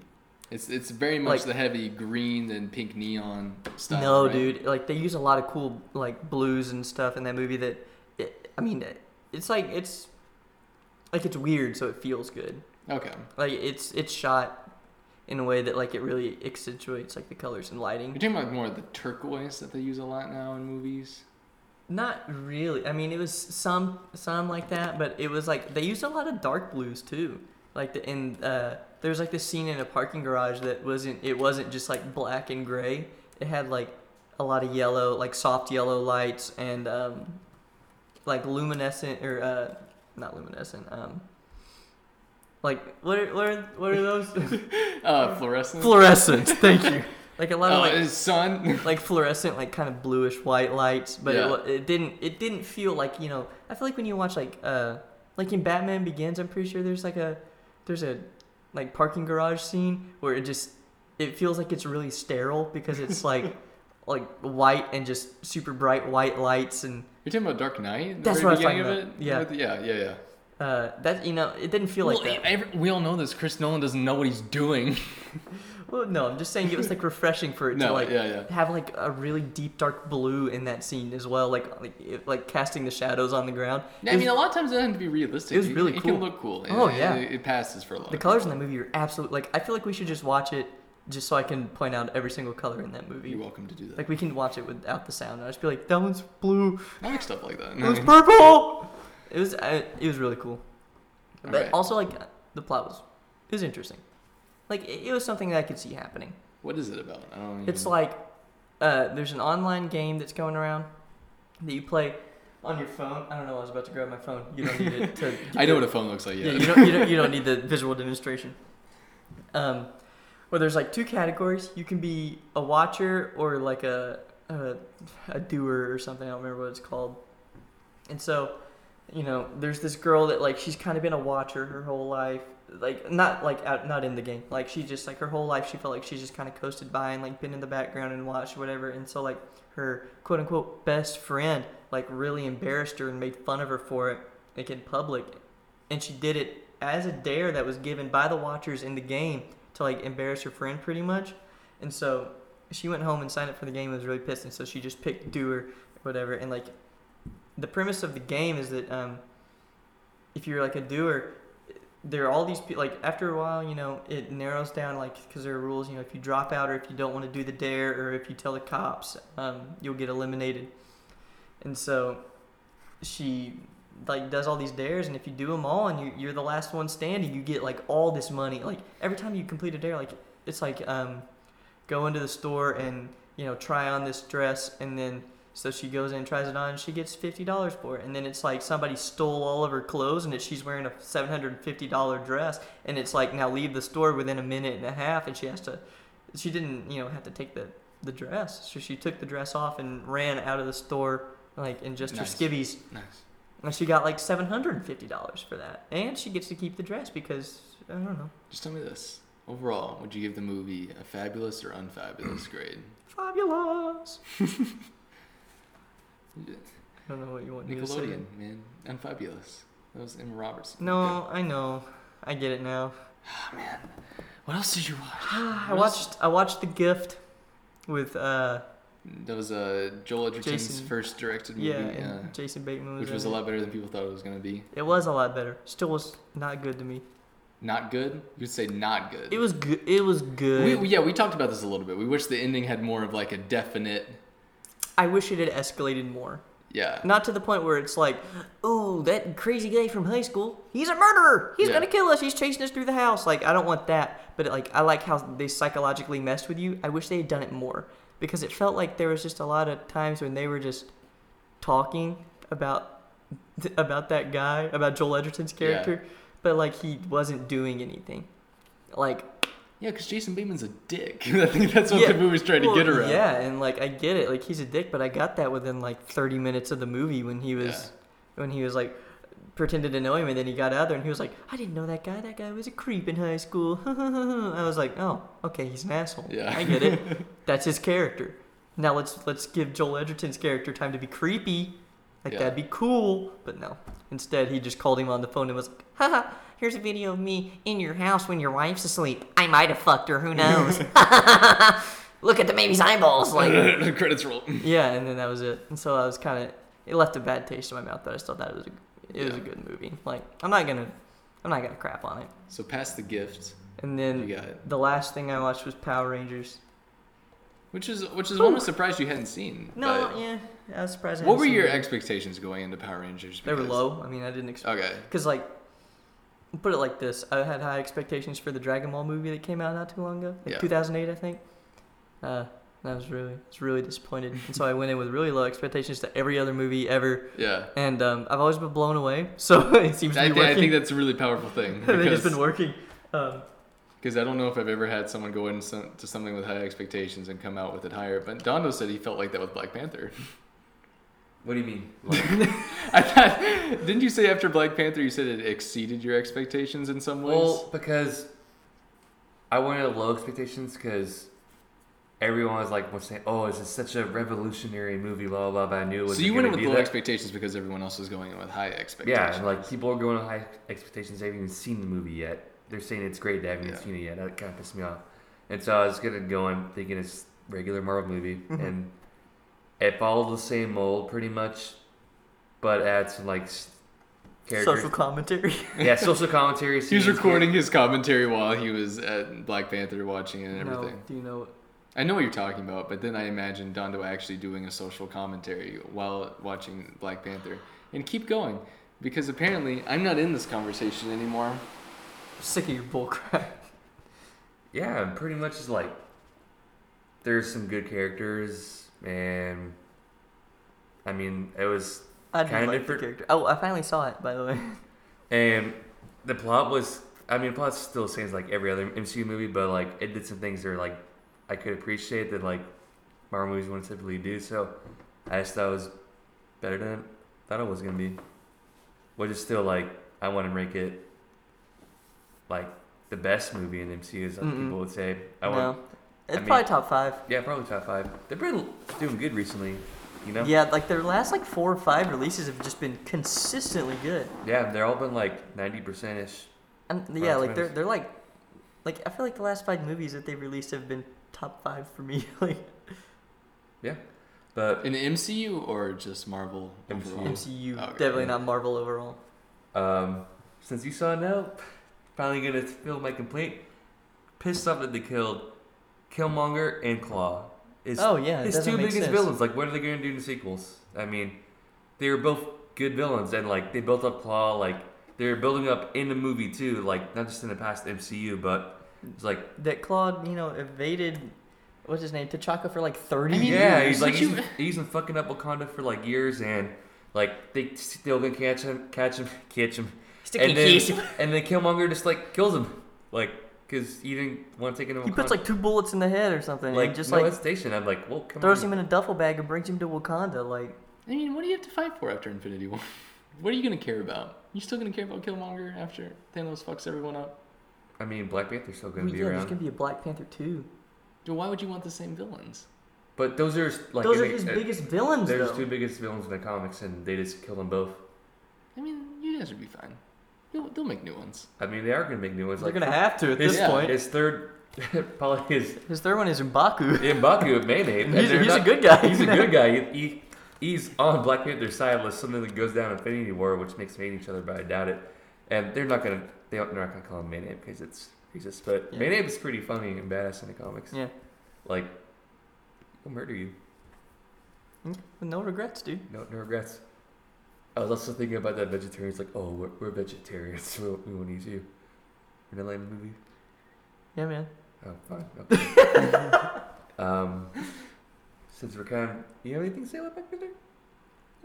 Speaker 1: It's it's very much
Speaker 2: Like-
Speaker 1: the heavy green and pink neon style.
Speaker 2: no,
Speaker 1: right?
Speaker 2: dude. Like, they use a lot of cool like blues and stuff in that movie. That, it, I mean, it's like it's, like it's weird, so it feels good.
Speaker 1: Okay.
Speaker 2: Like, it's it's shot in a way that like it really accentuates like the colors and lighting.
Speaker 1: You're talking about more of the turquoise that they use a lot now in movies.
Speaker 2: Not really. I mean, it was some some like that, but it was like they used a lot of dark blues too. Like the in uh, there was like this scene in a parking garage that wasn't it wasn't just like black and gray. It had like a lot of yellow, like soft yellow lights and um, like luminescent or uh, not luminescent. Um, like what are what are, what are those?
Speaker 1: Uh, fluorescent.
Speaker 2: [laughs] fluorescent. Thank you. [laughs] Like a lot of
Speaker 1: Oh,
Speaker 2: like
Speaker 1: it's [laughs] sun.
Speaker 2: like fluorescent, like kind of bluish white lights, but
Speaker 1: Yeah.
Speaker 2: it it, it didn't it didn't feel like you know. I feel like when you watch like uh like in Batman Begins, I'm pretty sure there's like a there's a like parking garage scene where it just it feels like it's really sterile
Speaker 1: [laughs]
Speaker 2: because it's like like white and just super bright white lights and
Speaker 1: You're talking about Dark Knight. the
Speaker 2: That's
Speaker 1: very
Speaker 2: what I was
Speaker 1: beginning
Speaker 2: talking
Speaker 1: of
Speaker 2: about.
Speaker 1: it?
Speaker 2: Yeah.
Speaker 1: With- yeah, yeah, yeah.
Speaker 2: uh that you know it didn't feel like
Speaker 1: well,
Speaker 2: that.
Speaker 1: every- we all know this. Chris Nolan doesn't know what he's doing.
Speaker 2: Well, no, I'm just saying it was like refreshing [laughs] for it to
Speaker 1: No,
Speaker 2: like [laughs]
Speaker 1: yeah, yeah.
Speaker 2: have like a really deep dark blue in that scene as well, like like it, like casting the shadows on the ground.
Speaker 1: Yeah,
Speaker 2: It
Speaker 1: I
Speaker 2: was-
Speaker 1: mean, a lot of times it doesn't have to be realistic.
Speaker 2: It was
Speaker 1: You-
Speaker 2: really
Speaker 1: it
Speaker 2: cool.
Speaker 1: can look cool.
Speaker 2: Oh,
Speaker 1: It-
Speaker 2: yeah.
Speaker 1: it, it passes for a lot.
Speaker 2: The
Speaker 1: of
Speaker 2: colors in that movie are absolute. Like I feel like we should just watch it just so I can point out every single color in that
Speaker 1: people. You're
Speaker 2: movie.
Speaker 1: welcome to do that.
Speaker 2: Like we can watch it without the sound. and I'll just be like, that one's blue,
Speaker 1: I like stuff like
Speaker 2: [laughs]
Speaker 1: that.
Speaker 2: that
Speaker 1: [laughs]
Speaker 2: one's purple. It was I, it was really cool, but
Speaker 1: Alright.
Speaker 2: also like the plot was it was interesting. Like it, it was something that I could see happening.
Speaker 1: What is it about? I don't
Speaker 2: It's
Speaker 1: even-
Speaker 2: like uh, there's an online game that's going around that you play on your phone. I don't know. I was about to grab my phone. You don't need it
Speaker 1: [laughs]
Speaker 2: to.
Speaker 1: I know what a phone looks like.
Speaker 2: Yeah,
Speaker 1: Yeah.
Speaker 2: you don't, you don't, you don't need the visual demonstration. Um, well, there's like two categories. You can be a watcher or like a, a a doer or something. I don't remember what it's called. And so, you know, there's this girl that like she's kind of been a watcher her whole life. Like not like out, not in the game. Like she just like her whole life she felt like she's just kind of coasted by and like been in the background and watched whatever. And so like her quote unquote best friend like really embarrassed her and made fun of her for it like in public and she did it as a dare that was given by the watchers in the game to like embarrass her friend pretty much and so she went home and signed up for the game and was really pissed and so she just picked doer or whatever and like the premise of the game is that um if you're like a doer there are all these people like after a while you know it narrows down like because there are rules you know if you drop out or if you don't want to do the dare or if you tell the cops um, you'll get eliminated and so she like does all these dares and if you do them all and you, you're the last one standing you get like all this money like every time you complete a dare like it's like um go into the store and you know try on this dress and then so she goes in and tries it on and she gets $50 for it and then it's like somebody stole all of her clothes and it, she's wearing a $750 dress and it's like now leave the store within a minute and a half and she has to she didn't you know have to take the the dress so she took the dress off and ran out of the store like in just
Speaker 1: Nice.
Speaker 2: her skivvies
Speaker 1: [laughs] Nice.
Speaker 2: and she got like seven hundred and fifty dollars for that, and she gets to keep the dress because I don't know,
Speaker 1: Just tell me this. Overall, would you give the movie a fabulous or unfabulous grade?
Speaker 2: fabulous. I don't know what you want me to say.
Speaker 1: Nickelodeon, man. Unfabulous. That was Emma Roberts.
Speaker 2: No, I know, I get it now. [sighs]
Speaker 1: What else did you watch?
Speaker 2: I
Speaker 1: What else-
Speaker 2: watched I watched The Gift with uh
Speaker 1: That was uh, Joel Edgerton's
Speaker 2: Jason-
Speaker 1: first directed movie,
Speaker 2: yeah,
Speaker 1: yeah,
Speaker 2: and Jason Bateman was
Speaker 1: which
Speaker 2: in
Speaker 1: was
Speaker 2: it.
Speaker 1: a lot better than people thought it was gonna be.
Speaker 2: It was a lot better. Still was not good to me.
Speaker 1: Not good. You'd say not good.
Speaker 2: It was good. It was good.
Speaker 1: We, we- yeah, we talked about this a little bit. We wish the ending had more of like a definite.
Speaker 2: I wish it had escalated more.
Speaker 1: Yeah.
Speaker 2: Not to the point where it's like, oh, that crazy guy from high school, he's a murderer. He's
Speaker 1: Yeah.
Speaker 2: gonna kill us. He's chasing us through the house. Like, I don't want that. But like, I like how they psychologically messed with you. I wish they had done it more because it felt like there was just a lot of times when they were just talking about [laughs] about that guy, about Joel Edgerton's character, but like he wasn't doing anything. Like,
Speaker 1: Yeah, because Jason Bateman's a dick. [laughs] I think that's what
Speaker 2: Yeah,
Speaker 1: the movie's trying
Speaker 2: well,
Speaker 1: to get around. [laughs]
Speaker 2: Yeah, and like I get it, like he's a dick, but I got that within like 30 minutes of the movie when he was, when he was like pretended to know him, and then he got out there and he was like, I didn't know that guy. That guy was a creep in high school. [laughs] I was like, oh, okay, he's an asshole.
Speaker 1: Yeah.
Speaker 2: I
Speaker 1: [laughs]
Speaker 2: get it. That's his character. Now let's let's give Joel Edgerton's character time to be creepy. Like
Speaker 1: Yeah.
Speaker 2: that'd be cool, but no. Instead, he just called him on the phone and was like, "Haha, here's a video of me in your house when your wife's asleep. I might have fucked her.
Speaker 1: [laughs]
Speaker 2: Who knows? [laughs] Look at the baby's eyeballs." Like,
Speaker 1: [laughs] Credits roll.
Speaker 2: yeah, and then that was it. And so I was kind of it left a bad taste in my mouth, but I still thought it was a, it was a
Speaker 1: Yeah.
Speaker 2: good movie. Like, I'm not gonna I'm not gonna crap on it.
Speaker 1: So past the gift.
Speaker 2: And
Speaker 1: You
Speaker 2: then
Speaker 1: got it.
Speaker 2: the last thing I watched was Power Rangers.
Speaker 1: Which is which is one I'm surprised you hadn't seen.
Speaker 2: No,
Speaker 1: but-
Speaker 2: yeah, I was surprised. I
Speaker 1: What
Speaker 2: hadn't
Speaker 1: were
Speaker 2: seen
Speaker 1: your
Speaker 2: it.
Speaker 1: expectations going into Power Rangers?
Speaker 2: They were
Speaker 1: Because-
Speaker 2: low. I mean, I didn't expect
Speaker 1: Okay.
Speaker 2: because like. Put it like this: I had high expectations for the Dragon Ball movie that came out not too long ago, like
Speaker 1: Yeah.
Speaker 2: 2008, I think. Uh, and I was really, I was really disappointed, and so I went in with really low expectations to every other movie ever,
Speaker 1: Yeah.
Speaker 2: and um, I've always been blown away. [laughs] So it seems to
Speaker 1: I,
Speaker 2: be
Speaker 1: thi-
Speaker 2: working.
Speaker 1: I think that's a really powerful thing
Speaker 2: [laughs] I think it's
Speaker 1: because
Speaker 2: been working. Um,
Speaker 1: 'cause I don't know if I've ever had someone go into some, to something with high expectations and come out with it higher. But Dondo said he felt like that with Black Panther. [laughs]
Speaker 3: What do you mean?
Speaker 1: I thought, didn't you say after Black Panther you said it exceeded your expectations in some ways?
Speaker 3: Well, because I wanted low expectations because everyone was like was saying, "Oh, this is such a revolutionary movie." Blah blah. blah. I knew it was.
Speaker 1: so you went in with low
Speaker 3: that.
Speaker 1: expectations because everyone else was going in with high expectations.
Speaker 3: Yeah, and like people are going on high expectations. They haven't even seen the movie yet. They're saying it's great. They haven't even
Speaker 1: Yeah.
Speaker 3: seen it yet. That kind of pissed me off. And so I was gonna go in thinking it's regular Marvel movie,
Speaker 1: Mm-hmm.
Speaker 3: and it followed the same mold pretty much, but adds some like s-
Speaker 1: [laughs]
Speaker 3: characters.
Speaker 2: social commentary.
Speaker 3: yeah, social commentary.
Speaker 1: He was
Speaker 3: scenes.
Speaker 1: recording his commentary while he was at Black Panther watching it and everything.
Speaker 2: [laughs] No, do you know?
Speaker 1: I know what you're talking about, but then I imagine Dondo actually doing a social commentary while watching Black Panther. And keep going, because apparently I'm not in this conversation anymore.
Speaker 2: Sick of your bullcrap.
Speaker 3: Yeah, and pretty much is like there's some good characters, and I mean it was
Speaker 2: I didn't
Speaker 3: Kinda
Speaker 2: like
Speaker 3: different.
Speaker 2: the character. Oh, I finally saw it, by the way.
Speaker 3: And the plot was, I mean, the plot still seems like every other MCU movie, but like it did some things that are like I could appreciate that like Marvel movies wouldn't typically do. So I just thought it was better than I thought it was gonna be. Which is still like I want to make it like the best movie in MCU, as like,
Speaker 2: Mm-mm.
Speaker 3: people would say. I
Speaker 2: no,
Speaker 3: want,
Speaker 2: it's
Speaker 3: mean-
Speaker 2: probably top five.
Speaker 3: yeah, probably top five. They've been doing good recently, you know.
Speaker 2: Yeah, like their last like four or five releases have just been consistently good.
Speaker 3: yeah, they're all been like ninety percent ish.
Speaker 2: And
Speaker 3: Rotten
Speaker 2: yeah, like they're
Speaker 3: Tomatoes.
Speaker 2: they're like, like I feel like the last five movies that they've released have been top five for me. [laughs] like
Speaker 3: But
Speaker 1: In the MCU or just Marvel?
Speaker 3: MCU.
Speaker 1: overall?
Speaker 2: MCU,
Speaker 3: Oh,
Speaker 1: Okay.
Speaker 2: definitely not Marvel overall.
Speaker 3: Um, since you saw Nope, finally gonna feel my complaint. Pissed off that they killed Killmonger and Claw. It's,
Speaker 2: oh yeah, it
Speaker 3: it's
Speaker 2: doesn't
Speaker 3: two
Speaker 2: make
Speaker 3: biggest
Speaker 2: sense.
Speaker 3: villains. Like, what are they gonna do in the sequels? I mean, they were both good villains, and like they built up Claw. Like they were building up in the movie too. Like not just in the past MCU, but it's like
Speaker 2: That Claude, you know, evaded what's his name T'Chaka for like thirty
Speaker 1: I mean,
Speaker 2: years.
Speaker 3: yeah,
Speaker 1: you-
Speaker 3: he's like
Speaker 1: you-
Speaker 3: he's, [laughs] he's been fucking up Wakanda for like years, and like they still gonna catch him, catch him, [laughs] catch him.
Speaker 2: Stick
Speaker 3: and
Speaker 2: in
Speaker 3: then,
Speaker 2: case.
Speaker 3: [laughs] and then Killmonger just like kills him, like because he didn't want to take him.
Speaker 2: He puts like two bullets in the head or something. Like just like
Speaker 3: station. I'm like, well, come
Speaker 2: throws
Speaker 3: on.
Speaker 2: him in a duffel bag and brings him to Wakanda. Like
Speaker 1: I mean, what do you have to fight for after Infinity War? [laughs] What are you gonna care about? You still gonna care about Killmonger after Thanos fucks everyone up?
Speaker 3: I mean, Black Panther's still
Speaker 2: well,
Speaker 3: gonna be
Speaker 2: yeah, there's
Speaker 3: around,
Speaker 2: gonna be a Black Panther too.
Speaker 1: Dude, why would you want the same villains?
Speaker 3: but those are like
Speaker 2: Those
Speaker 3: in
Speaker 2: are
Speaker 3: the-
Speaker 2: his
Speaker 3: uh,
Speaker 2: biggest villains
Speaker 3: They're
Speaker 2: though.
Speaker 3: his two biggest villains in the comics, and they just kill them both.
Speaker 1: I mean, you guys would be fine. They'll, they'll make new
Speaker 2: [laughs]
Speaker 1: ones. [laughs]
Speaker 3: I mean, they are gonna make new ones.
Speaker 2: They're
Speaker 3: like,
Speaker 2: gonna have to at
Speaker 3: his,
Speaker 2: this
Speaker 1: Yeah.
Speaker 2: point.
Speaker 3: His third, [laughs] probably his
Speaker 2: His third one is Mbaku.
Speaker 3: Mbaku, maybe.
Speaker 2: He's, he's a good guy.
Speaker 3: He's
Speaker 2: [laughs]
Speaker 3: a good guy. He, he- he's on Black Panther's side unless something goes down in Infinity War, which makes them hate each other, but I doubt it. And they're not gonna they don't, they're not gonna call him Maynape because it's racist. But
Speaker 2: Yeah.
Speaker 3: Maynape is pretty funny and badass in the comics.
Speaker 2: Yeah.
Speaker 3: Like he'll murder you.
Speaker 2: With no regrets, dude.
Speaker 3: No, no regrets. I was also thinking about that vegetarians like, oh, we're, we're vegetarians, [laughs] so we won't- we won't eat you. In the Lamb movie.
Speaker 2: Yeah, man.
Speaker 3: Oh, fine. Okay.
Speaker 2: [laughs]
Speaker 3: um, since we're kind of, you have anything to say about Black Panther?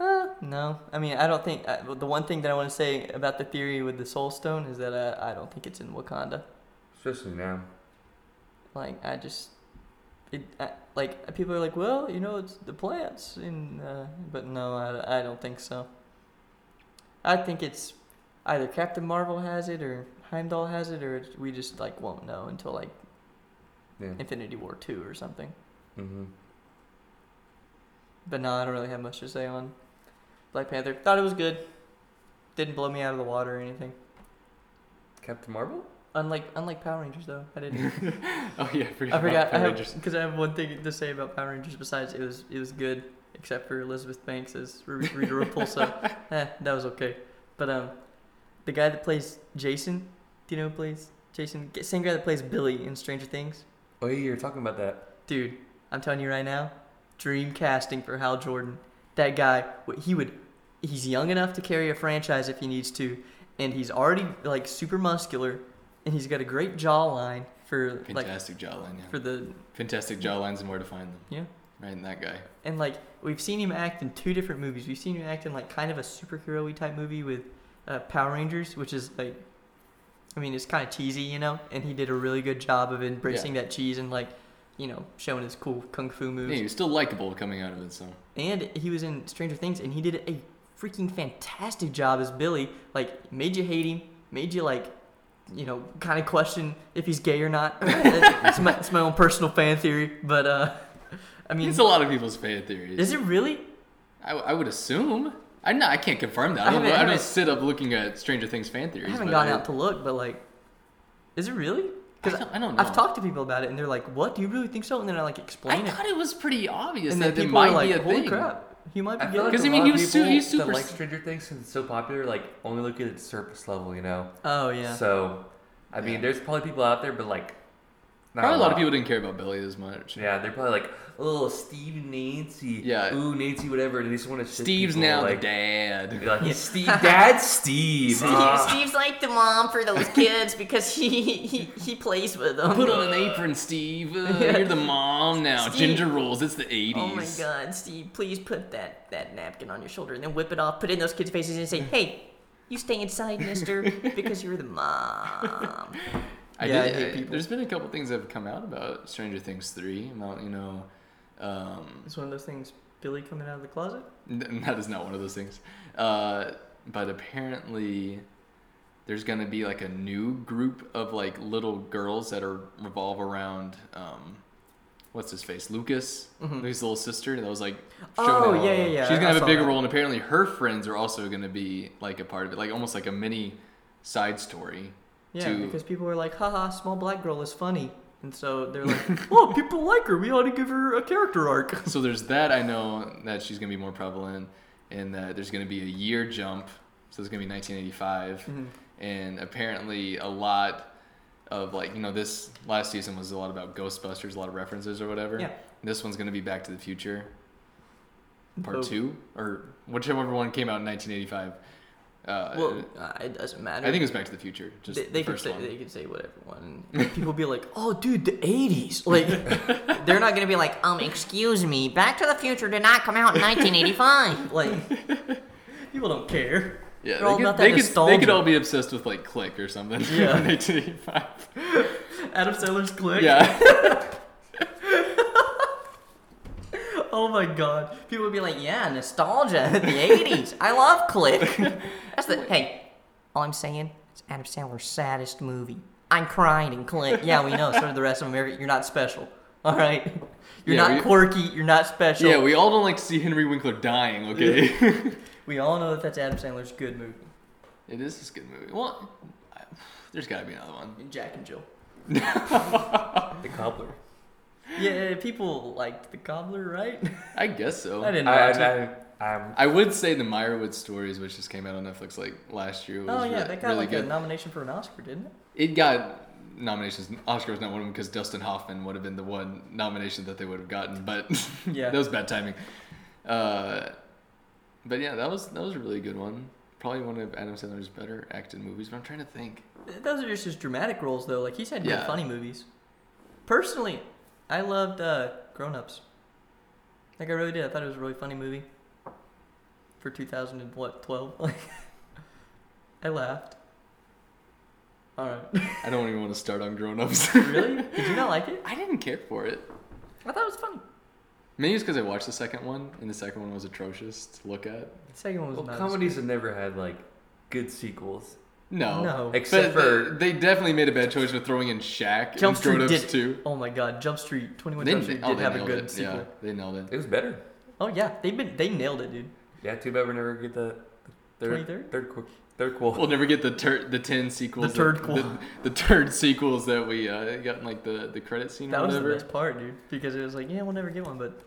Speaker 2: Uh, no, I mean, I don't think I, well, the one thing that I want to say about the theory with the Soul Stone is that uh, I don't think it's in Wakanda.
Speaker 3: Especially now.
Speaker 2: Like, I just, it, I, like people are like, well, you know, it's the plants, and uh, but no, I, I don't think so. I think it's either Captain Marvel has it or Heimdall has it, or it's, we just like won't know until like
Speaker 3: Yeah.
Speaker 2: Infinity War two or something.
Speaker 3: Mm-hmm.
Speaker 2: But no, I don't really have much to say on Black Panther. Thought it was good. Didn't blow me out of the water or anything.
Speaker 3: Captain Marvel?
Speaker 2: Unlike unlike Power Rangers though,
Speaker 1: [laughs]
Speaker 2: I didn't.
Speaker 1: Oh yeah, I forgot.
Speaker 2: I
Speaker 1: about
Speaker 2: forgot.
Speaker 1: Power
Speaker 2: I
Speaker 1: Rangers.
Speaker 2: because I have one thing to say about Power Rangers. Besides, it was it was good, except for Elizabeth Banks as R- Rita
Speaker 1: [laughs]
Speaker 2: Repulsa. eh, that was okay. But um, the guy that plays Jason, do you know who plays Jason, get- same guy that plays Billy in Stranger Things.
Speaker 3: Oh yeah, you were talking about that.
Speaker 2: Dude, I'm telling you right now, dream casting for Hal Jordan. That guy, wh- he would, he's young enough to carry a franchise if he needs to, and he's already like super muscular, and he's got a great jawline for like
Speaker 1: Fantastic jawline. Yeah.
Speaker 2: for the
Speaker 1: Fantastic jawlines and where to find them.
Speaker 2: yeah.
Speaker 1: Right, and that guy.
Speaker 2: And like we've seen him act in two different movies. We've seen him act in like kind of a superhero-y type movie with uh, Power Rangers, which is like, I mean, it's kind of cheesy, you know. And he did a really good job of embracing that cheese and like, you know, showing his cool kung fu moves.
Speaker 1: Yeah, he was still likable coming out of it. So
Speaker 2: And he was in Stranger Things, and he did a freaking fantastic job as Billy. Like, made you hate him, made you like, you know, kind of question if he's gay or not. [laughs] it's, my, it's my own personal fan theory, but uh, I mean,
Speaker 1: it's a lot of people's fan theories.
Speaker 2: is it really?
Speaker 1: I, I would assume. I not. I can't confirm that.
Speaker 2: I
Speaker 1: I don't.
Speaker 2: haven't-
Speaker 1: know.
Speaker 2: I
Speaker 1: I
Speaker 2: haven't-
Speaker 1: don't sit up looking at Stranger Things fan theories.
Speaker 2: I haven't
Speaker 1: but
Speaker 2: gone out to look, but like, is it really?
Speaker 1: I don't- I don't
Speaker 2: I've
Speaker 1: know.
Speaker 2: talked to people about it, and they're like, "What? Do you really think so?" And then I like
Speaker 1: I
Speaker 2: explain it,
Speaker 1: thought it was pretty obvious
Speaker 2: and
Speaker 1: that
Speaker 2: then
Speaker 1: there
Speaker 2: people are
Speaker 1: might be
Speaker 2: like,
Speaker 1: a
Speaker 2: "Holy
Speaker 1: thing.
Speaker 2: crap, he might be
Speaker 3: I
Speaker 2: gay."
Speaker 3: feel like
Speaker 1: 'Cause,
Speaker 3: a
Speaker 1: I mean,
Speaker 3: lot
Speaker 1: he
Speaker 3: of
Speaker 1: was su-
Speaker 3: people
Speaker 1: he's super
Speaker 3: that like
Speaker 1: s-
Speaker 3: Stranger Things since it's so popular. Like only look at its surface level, you know.
Speaker 2: oh yeah,
Speaker 3: So, I mean,
Speaker 1: Yeah.
Speaker 3: there's probably people out there, but like, not
Speaker 1: Probably a lot of people didn't care about Billy as much.
Speaker 3: Yeah, they're probably like, oh, Steve Nancy.
Speaker 1: Yeah.
Speaker 3: Ooh, Nancy, whatever. They just want to.
Speaker 1: Steve's
Speaker 3: people,
Speaker 1: now
Speaker 3: like,
Speaker 1: the dad.
Speaker 2: [laughs]
Speaker 3: Be like, [laughs] Steve, Dad, Steve.
Speaker 2: Steve,
Speaker 1: [laughs]
Speaker 3: Ah.
Speaker 2: Steve's like the mom for those kids because he he, he plays with them.
Speaker 1: Put on an apron,
Speaker 2: [laughs]
Speaker 1: Steve. Uh,
Speaker 2: Yeah.
Speaker 1: You're the mom now.
Speaker 2: Steve.
Speaker 1: Ginger rules. It's the 80s.
Speaker 2: Oh my God, Steve! Please put that that napkin on your shoulder and then whip it off. Put it in those kids' faces and say, "Hey, you stay inside, Mister, because you're the mom."
Speaker 1: I
Speaker 2: Yeah, I
Speaker 1: did.
Speaker 2: hate
Speaker 1: I-
Speaker 2: people.
Speaker 1: there's been a couple things that have come out about Stranger Things three. About you know, um,
Speaker 2: It's one of those things. Billy coming out of the closet.
Speaker 1: n- that is not one of those things. Uh, but apparently, there's gonna be like a new group of like little girls that are revolve around. Um, What's his face? Lucas, his little sister that was like.
Speaker 2: Mm-hmm. Oh,
Speaker 1: showing-
Speaker 2: yeah, yeah, yeah.
Speaker 1: She's
Speaker 2: I
Speaker 1: gonna have
Speaker 2: saw
Speaker 1: a big
Speaker 2: that.
Speaker 1: role, and apparently her friends are also gonna be like a part of it, like almost like a mini side story.
Speaker 2: Yeah,
Speaker 1: to-
Speaker 2: because people were like, haha, small black girl is funny. And so
Speaker 1: [laughs]
Speaker 2: they're like, oh, people like her. We ought to give her a character arc.
Speaker 1: So there's that. I know that she's gonna be more prevalent, and that there's gonna be a year jump. So it's gonna be 1985,
Speaker 2: Mm-hmm.
Speaker 1: and apparently a lot of like you know this last season was a lot about Ghostbusters, a lot of references or whatever.
Speaker 2: Yeah.
Speaker 1: This one's gonna be Back to the Future, part
Speaker 2: Oh.
Speaker 1: two or whichever one came out in 1985. Uh,
Speaker 2: Well, uh, it doesn't matter.
Speaker 1: I think it was Back to the Future. Just
Speaker 2: they, they
Speaker 1: the
Speaker 2: could
Speaker 1: first
Speaker 2: say
Speaker 1: one.
Speaker 2: they could say whatever one. and People be like, "Oh, dude, the '80s!"
Speaker 1: [laughs]
Speaker 2: Like, they're not gonna be like, "Um, excuse me, Back to the Future did not come out in 1985." Like, people don't care.
Speaker 1: yeah,
Speaker 2: they're all
Speaker 1: they could,
Speaker 2: about that
Speaker 1: they, could, they could
Speaker 2: nostalgia.
Speaker 1: all be obsessed with like Click or something. [laughs]
Speaker 2: Yeah. [laughs]
Speaker 1: 1985.
Speaker 2: Adam Sandler's click.
Speaker 1: Yeah.
Speaker 2: Oh my god. People would be like, yeah, nostalgia [laughs] in the 80s. I love Click.
Speaker 1: [laughs]
Speaker 2: That's the hey, all I'm saying is Adam Sandler's saddest movie. I'm crying in Click. Yeah, we know. So did the rest of America. You're not special. All right. You're
Speaker 1: Yeah,
Speaker 2: not
Speaker 1: we-
Speaker 2: quirky. You're not special.
Speaker 1: yeah, we all don't like to see Henry Winkler dying, okay?
Speaker 2: we all know that that's Adam Sandler's good movie.
Speaker 1: [laughs] it is this good movie. Well, I, there's got to be another one.
Speaker 2: Jack and Jill.
Speaker 3: the cobbler.
Speaker 2: Yeah, people liked the Gobbler, right?
Speaker 1: I guess so.
Speaker 2: I
Speaker 1: I,
Speaker 2: didn't
Speaker 3: I,
Speaker 2: know.
Speaker 3: I, I, I'm
Speaker 1: would say the Meyerwood stories, which just came out on Netflix like last year, was
Speaker 2: [laughs] oh yeah,
Speaker 1: re-
Speaker 2: that got
Speaker 1: really
Speaker 2: like
Speaker 1: good.
Speaker 2: a nomination for an Oscar, didn't it?
Speaker 1: it got nominations. Oscar was not one of them because Dustin Hoffman would have been the one nomination that they would have gotten, but [laughs]
Speaker 2: [laughs] Yeah.
Speaker 1: that was bad timing. Uh, but yeah, that was that was a really good one. Probably one of Adam Sandler's better acted movies. But I'm trying to think.
Speaker 2: Those are just his dramatic roles, though. Like he's had good
Speaker 1: Yeah.
Speaker 2: funny movies. Personally, I loved uh, Grown Ups. Like I really did. I thought it was a really funny movie. For two thousand and what twelve? [laughs] Like I laughed. All right.
Speaker 1: I don't even want to start on Grown [laughs] Ups.
Speaker 2: [laughs] really? Did you not like it?
Speaker 1: I didn't care for it.
Speaker 2: I thought it was funny.
Speaker 1: Maybe it's because I watched the second one, and the second one was atrocious to look at.
Speaker 2: The second one was
Speaker 3: Well,
Speaker 2: not as
Speaker 3: comedies have never had like good sequels,
Speaker 1: No.
Speaker 2: No.
Speaker 1: But
Speaker 3: except for
Speaker 1: they, they definitely made a bad choice with throwing in Shaq
Speaker 2: Jump
Speaker 1: and Grown
Speaker 2: Street
Speaker 1: Ups
Speaker 2: did.
Speaker 1: 2.
Speaker 2: good. Oh my God, Jump Street Twenty One
Speaker 1: They,
Speaker 2: Jump Street
Speaker 1: oh,
Speaker 2: did
Speaker 1: they
Speaker 2: have a
Speaker 1: nailed
Speaker 2: good
Speaker 1: it.
Speaker 2: sequel.
Speaker 1: Yeah, they nailed
Speaker 3: it
Speaker 1: it.
Speaker 3: was better.
Speaker 2: Oh yeah, they've been they nailed it, dude.
Speaker 3: Yeah, too bad we never get the third,
Speaker 2: 23rd?
Speaker 3: third, qu- third qual.
Speaker 1: We'll never get the tur- the ten sequels,
Speaker 2: The turd
Speaker 1: that,
Speaker 2: qual-
Speaker 1: the, the turd sequels that we uh, got in like the, the credit scene
Speaker 2: That
Speaker 1: or
Speaker 2: was the
Speaker 1: whatever.
Speaker 2: best part, dude, because it was like, yeah, we'll never get one, but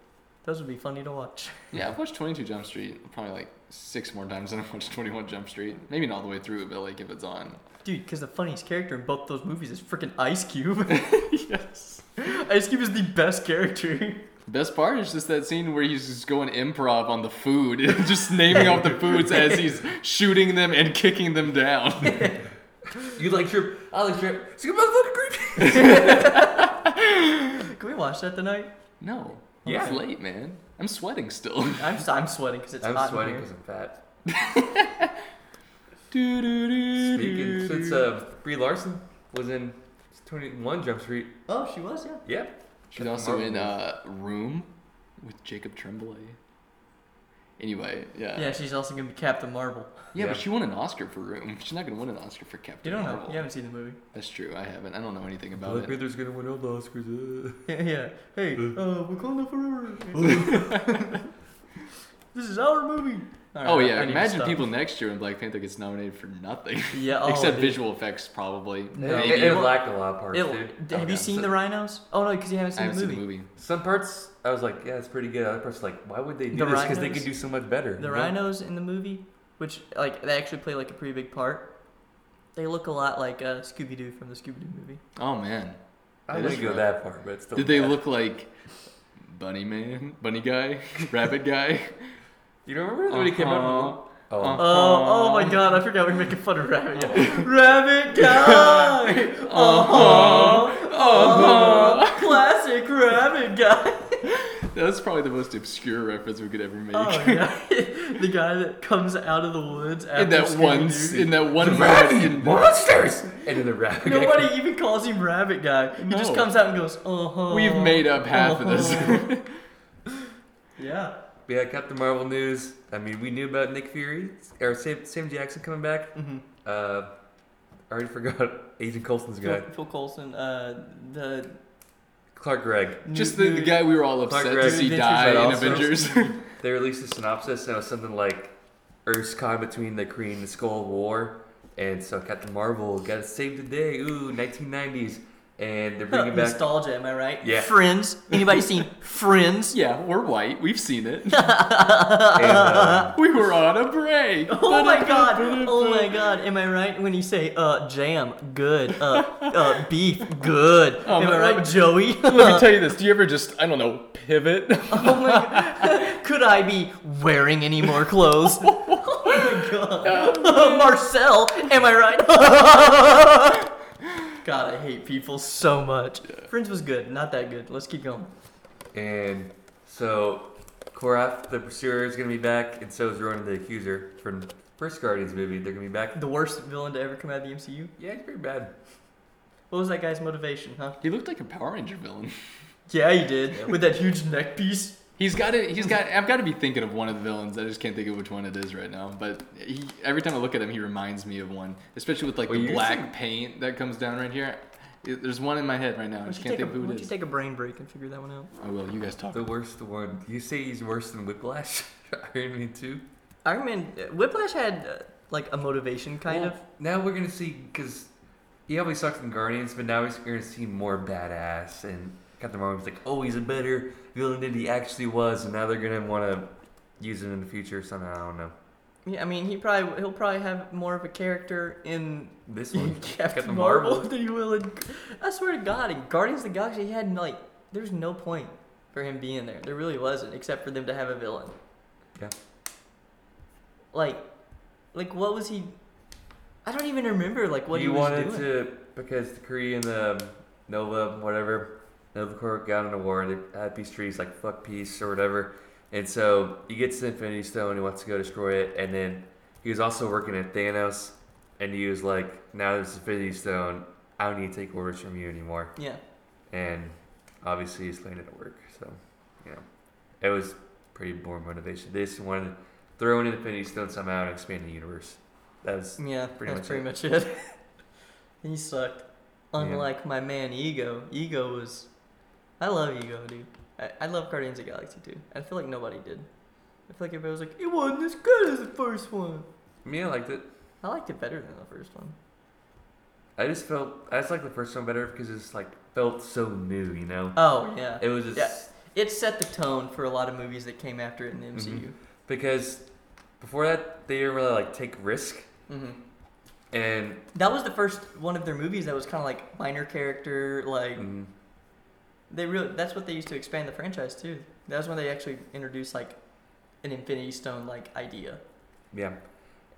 Speaker 2: those would be funny to watch.
Speaker 1: Yeah, I've watched Twenty Two Jump Street probably like six more times than I watched Twenty One Jump Street. Maybe not all the way through, but like if it's on. [laughs]
Speaker 2: Dude, because the funniest character in both those movies is freaking Ice Cube. [laughs]
Speaker 1: yes.
Speaker 2: Ice Cube is the best character. [laughs]
Speaker 1: Best part is just that scene where he's just going improv on the food, [laughs] just naming off the foods as he's shooting them and kicking them
Speaker 2: [laughs]
Speaker 1: down.
Speaker 3: You like shrimp? I like shrimp. It's a motherfucking creepy.
Speaker 2: Can we watch that tonight?
Speaker 1: No.
Speaker 3: Yeah.
Speaker 1: It's late, man. I'm sweating still.
Speaker 2: [laughs] I'm I'm sweating because it's
Speaker 3: I'm
Speaker 2: hot
Speaker 3: sweating
Speaker 2: in
Speaker 3: because
Speaker 2: here.
Speaker 3: I'm fat.
Speaker 1: do, do, do,
Speaker 3: Speaking
Speaker 1: do,
Speaker 3: since
Speaker 1: do.
Speaker 3: uh, Brie Larson was in 21 Jump Street.
Speaker 2: Oh, she was, yeah.
Speaker 3: Yep.
Speaker 1: She's also in
Speaker 3: Marvel.
Speaker 1: uh, Room with Jacob Tremblay. Anyway, yeah.
Speaker 2: Yeah, she's also gonna be Captain Marvel.
Speaker 1: Yeah,
Speaker 3: Yeah.
Speaker 1: but she won an Oscar for Room. She's not going to win an Oscar for
Speaker 2: You
Speaker 1: Captain
Speaker 2: don't know.
Speaker 1: Marvel.
Speaker 2: You haven't seen the movie. [laughs]
Speaker 1: That's true. I haven't. I don't know anything about
Speaker 3: Black
Speaker 1: it.
Speaker 3: Panther's gonna win all the Oscars. uh.
Speaker 2: yeah.
Speaker 1: [laughs]
Speaker 2: Hey,
Speaker 3: Uh.
Speaker 2: uh, Wakanda forever. this is our movie. All right,
Speaker 1: oh
Speaker 2: I-
Speaker 1: yeah,
Speaker 2: I need to
Speaker 1: imagine
Speaker 2: stop.
Speaker 1: people next year when Black Panther gets nominated for nothing
Speaker 2: Yeah. Oh,
Speaker 1: except
Speaker 2: dude.
Speaker 1: visual effects, probably.
Speaker 2: No.
Speaker 1: Maybe.
Speaker 3: It, it lacked a lot of parts.
Speaker 2: It-
Speaker 3: dude.
Speaker 2: d- have
Speaker 1: Okay,
Speaker 2: you seen
Speaker 1: Oh, so-
Speaker 2: the rhinos? Oh no, because you haven't
Speaker 1: I
Speaker 2: seen
Speaker 1: haven't
Speaker 2: the
Speaker 1: seen
Speaker 2: movie.
Speaker 1: the movie.
Speaker 3: Some parts I was like, yeah, it's pretty good. Other parts like, why would they do
Speaker 2: The
Speaker 3: this? Because they
Speaker 2: rhinos?
Speaker 3: could do so much better.
Speaker 2: The
Speaker 3: you know?
Speaker 2: rhinos in the movie, which like they actually play like a pretty big part, they look a lot like uh, Scooby Doo from the Scooby Doo movie.
Speaker 1: Oh man,
Speaker 3: I
Speaker 1: It
Speaker 3: wouldn't
Speaker 1: is
Speaker 3: go
Speaker 1: rhino.
Speaker 3: that far, but it's still.
Speaker 1: did they
Speaker 3: bad.
Speaker 1: look like bunny man, bunny guy, [laughs] rabbit
Speaker 2: [laughs]
Speaker 1: guy?
Speaker 3: You don't remember when he came out?
Speaker 1: Uh-huh.
Speaker 3: with- Oh,
Speaker 1: Uh-huh.
Speaker 2: Oh, oh my God! I forgot we were making fun of
Speaker 1: [laughs]
Speaker 2: Rabbit. Guy. rabbit Guy. Uh
Speaker 1: Uh-huh.
Speaker 2: huh. Uh huh. Classic Rabbit Guy.
Speaker 1: [laughs] That's probably the most obscure reference we could ever make. [laughs]
Speaker 2: Oh yeah, the guy that comes out of the woods after
Speaker 1: in that one,
Speaker 2: Scooby-Doo.
Speaker 1: s- in that one moment, in-
Speaker 3: monsters! And then the rabbit. guy
Speaker 2: Nobody even calls him Rabbit Guy. He just
Speaker 1: No.
Speaker 2: comes out and goes, uh huh.
Speaker 1: [laughs] we've made up half of this.
Speaker 2: Yeah.
Speaker 3: But yeah, Captain Marvel news. I mean, we knew about Nick Fury or Sam, Sam Jackson coming back.
Speaker 2: hmm
Speaker 3: Uh, I already forgot [laughs] Agent Coulson's guy,
Speaker 2: Phil, Phil Coulson, uh, the
Speaker 3: Clark Gregg.
Speaker 1: [laughs] Just the,
Speaker 2: new-
Speaker 1: the guy we were all upset to
Speaker 3: Gregg.
Speaker 1: see
Speaker 2: Adventures
Speaker 1: die
Speaker 3: that
Speaker 1: in
Speaker 3: also-
Speaker 1: Avengers. [laughs]
Speaker 3: [laughs] They released a synopsis, and it was something like Earth's caught between the Kree and the Skull War, and so Captain Marvel got to save the day. Ooh, 1990s, and [laughs] they're bringing back.
Speaker 2: nostalgia. Am I right?
Speaker 3: Yeah.
Speaker 2: Friends. Anybody seen Friends?
Speaker 1: yeah, we're white. We've seen it.
Speaker 2: [laughs]
Speaker 3: And, uh,
Speaker 1: We were on a break. [laughs]
Speaker 2: Oh my god! Oh my god! Am I right when you say uh jam good, uh, uh beef good?
Speaker 1: Oh,
Speaker 2: Am I
Speaker 1: but-
Speaker 2: right, Joey?
Speaker 1: Let me tell you this. Do you ever just I don't know pivot? [laughs]
Speaker 2: Oh my god. Could I be wearing any more clothes? oh my god. [laughs] Marcel, am I right? god, I hate people so much. Friends was good, not that good. Let's keep going.
Speaker 3: and so Korath, the Pursuer, is gonna be back, and so is Ronan the Accuser from first Guardians movie. They're gonna be back.
Speaker 2: The worst villain to ever come out of the MCU.
Speaker 3: Yeah, it's pretty bad.
Speaker 2: What was that guy's motivation, huh?
Speaker 1: he looked like a Power Ranger villain. [laughs]
Speaker 2: Yeah, he did. With that huge neck piece.
Speaker 1: He's got it. He's got. I've got to be thinking of one of the villains. I just can't think of which one it is right now. But he, every time I look at him, he reminds me of one, especially with like
Speaker 3: Well,
Speaker 1: the
Speaker 3: you're
Speaker 1: black
Speaker 3: saying-
Speaker 1: paint that comes down right here. It- there's one in my head right now. I
Speaker 2: Why
Speaker 1: just
Speaker 2: don't, you
Speaker 1: can't
Speaker 2: take a,
Speaker 1: think of who
Speaker 2: why
Speaker 1: it
Speaker 2: don't you
Speaker 1: is.
Speaker 2: take a brain break and figure that one out?
Speaker 1: I will. You guys talk.
Speaker 3: The worst one. You say he's worse than Whiplash? [laughs] Iron Man 2?
Speaker 2: Iron Man, uh, Whiplash had uh, like a motivation kind
Speaker 3: Well,
Speaker 2: of.
Speaker 3: Now we're going to see, because he always sucks in Guardians, but now he's going to see more badass. And Captain Marvel's like, oh, he's a better villain than he actually was. And now they're going to want to use him in the future somehow. I don't [laughs] know.
Speaker 2: Yeah, I mean, he probably he'll probably have more of a character [laughs] in
Speaker 3: This
Speaker 2: in
Speaker 3: one.
Speaker 2: Captain,
Speaker 3: Captain
Speaker 2: Marvel,
Speaker 3: Marvel.
Speaker 2: than he will in. I swear to God, in Guardians of the Galaxy, he had like there's no point for him being there. There really wasn't, except for them to have a villain.
Speaker 3: Yeah.
Speaker 2: Like, like what was he? I don't even remember like what
Speaker 3: he,
Speaker 2: he, was
Speaker 3: wanted
Speaker 2: doing.
Speaker 3: to, because the Kree and the Nova, whatever, Nova Corps got in a war. They had peace treaties, like fuck peace or whatever. And so he gets the Infinity Stone. He wants to go destroy it. And then he was also working at Thanos. And he was like, now there's the Infinity Stone. I don't need to take orders from you anymore.
Speaker 2: Yeah.
Speaker 3: And obviously he's laying it at work. So, you know, it was pretty boring motivation. They just wanted to throw in an Infinity Stone somehow and expand the universe. That was,
Speaker 2: Yeah,
Speaker 3: pretty
Speaker 2: that's
Speaker 3: much
Speaker 2: pretty
Speaker 3: it.
Speaker 2: much it. [laughs] he sucked.
Speaker 3: Yeah.
Speaker 2: Unlike my man Ego. Ego was. I love Ego, dude. I, I love Guardians of the Galaxy too. I feel like nobody did. I feel like everybody was like, it wasn't as good as the first one.
Speaker 3: I mean, I liked it.
Speaker 2: I liked it better than the first one.
Speaker 3: I just felt I just like the first one better because it's like felt so new, you know.
Speaker 2: Oh yeah,
Speaker 3: It was just
Speaker 2: Yeah. it set the tone for a lot of movies that came after it in the MCU.
Speaker 3: because Before that, they didn't really like take risk,
Speaker 2: hmm
Speaker 3: and
Speaker 2: That was the first one of their movies that was kind of like minor character, like
Speaker 3: mm,
Speaker 2: they really. That's what they used to expand the franchise too. That was when they actually introduced like an Infinity Stone like idea.
Speaker 3: yeah,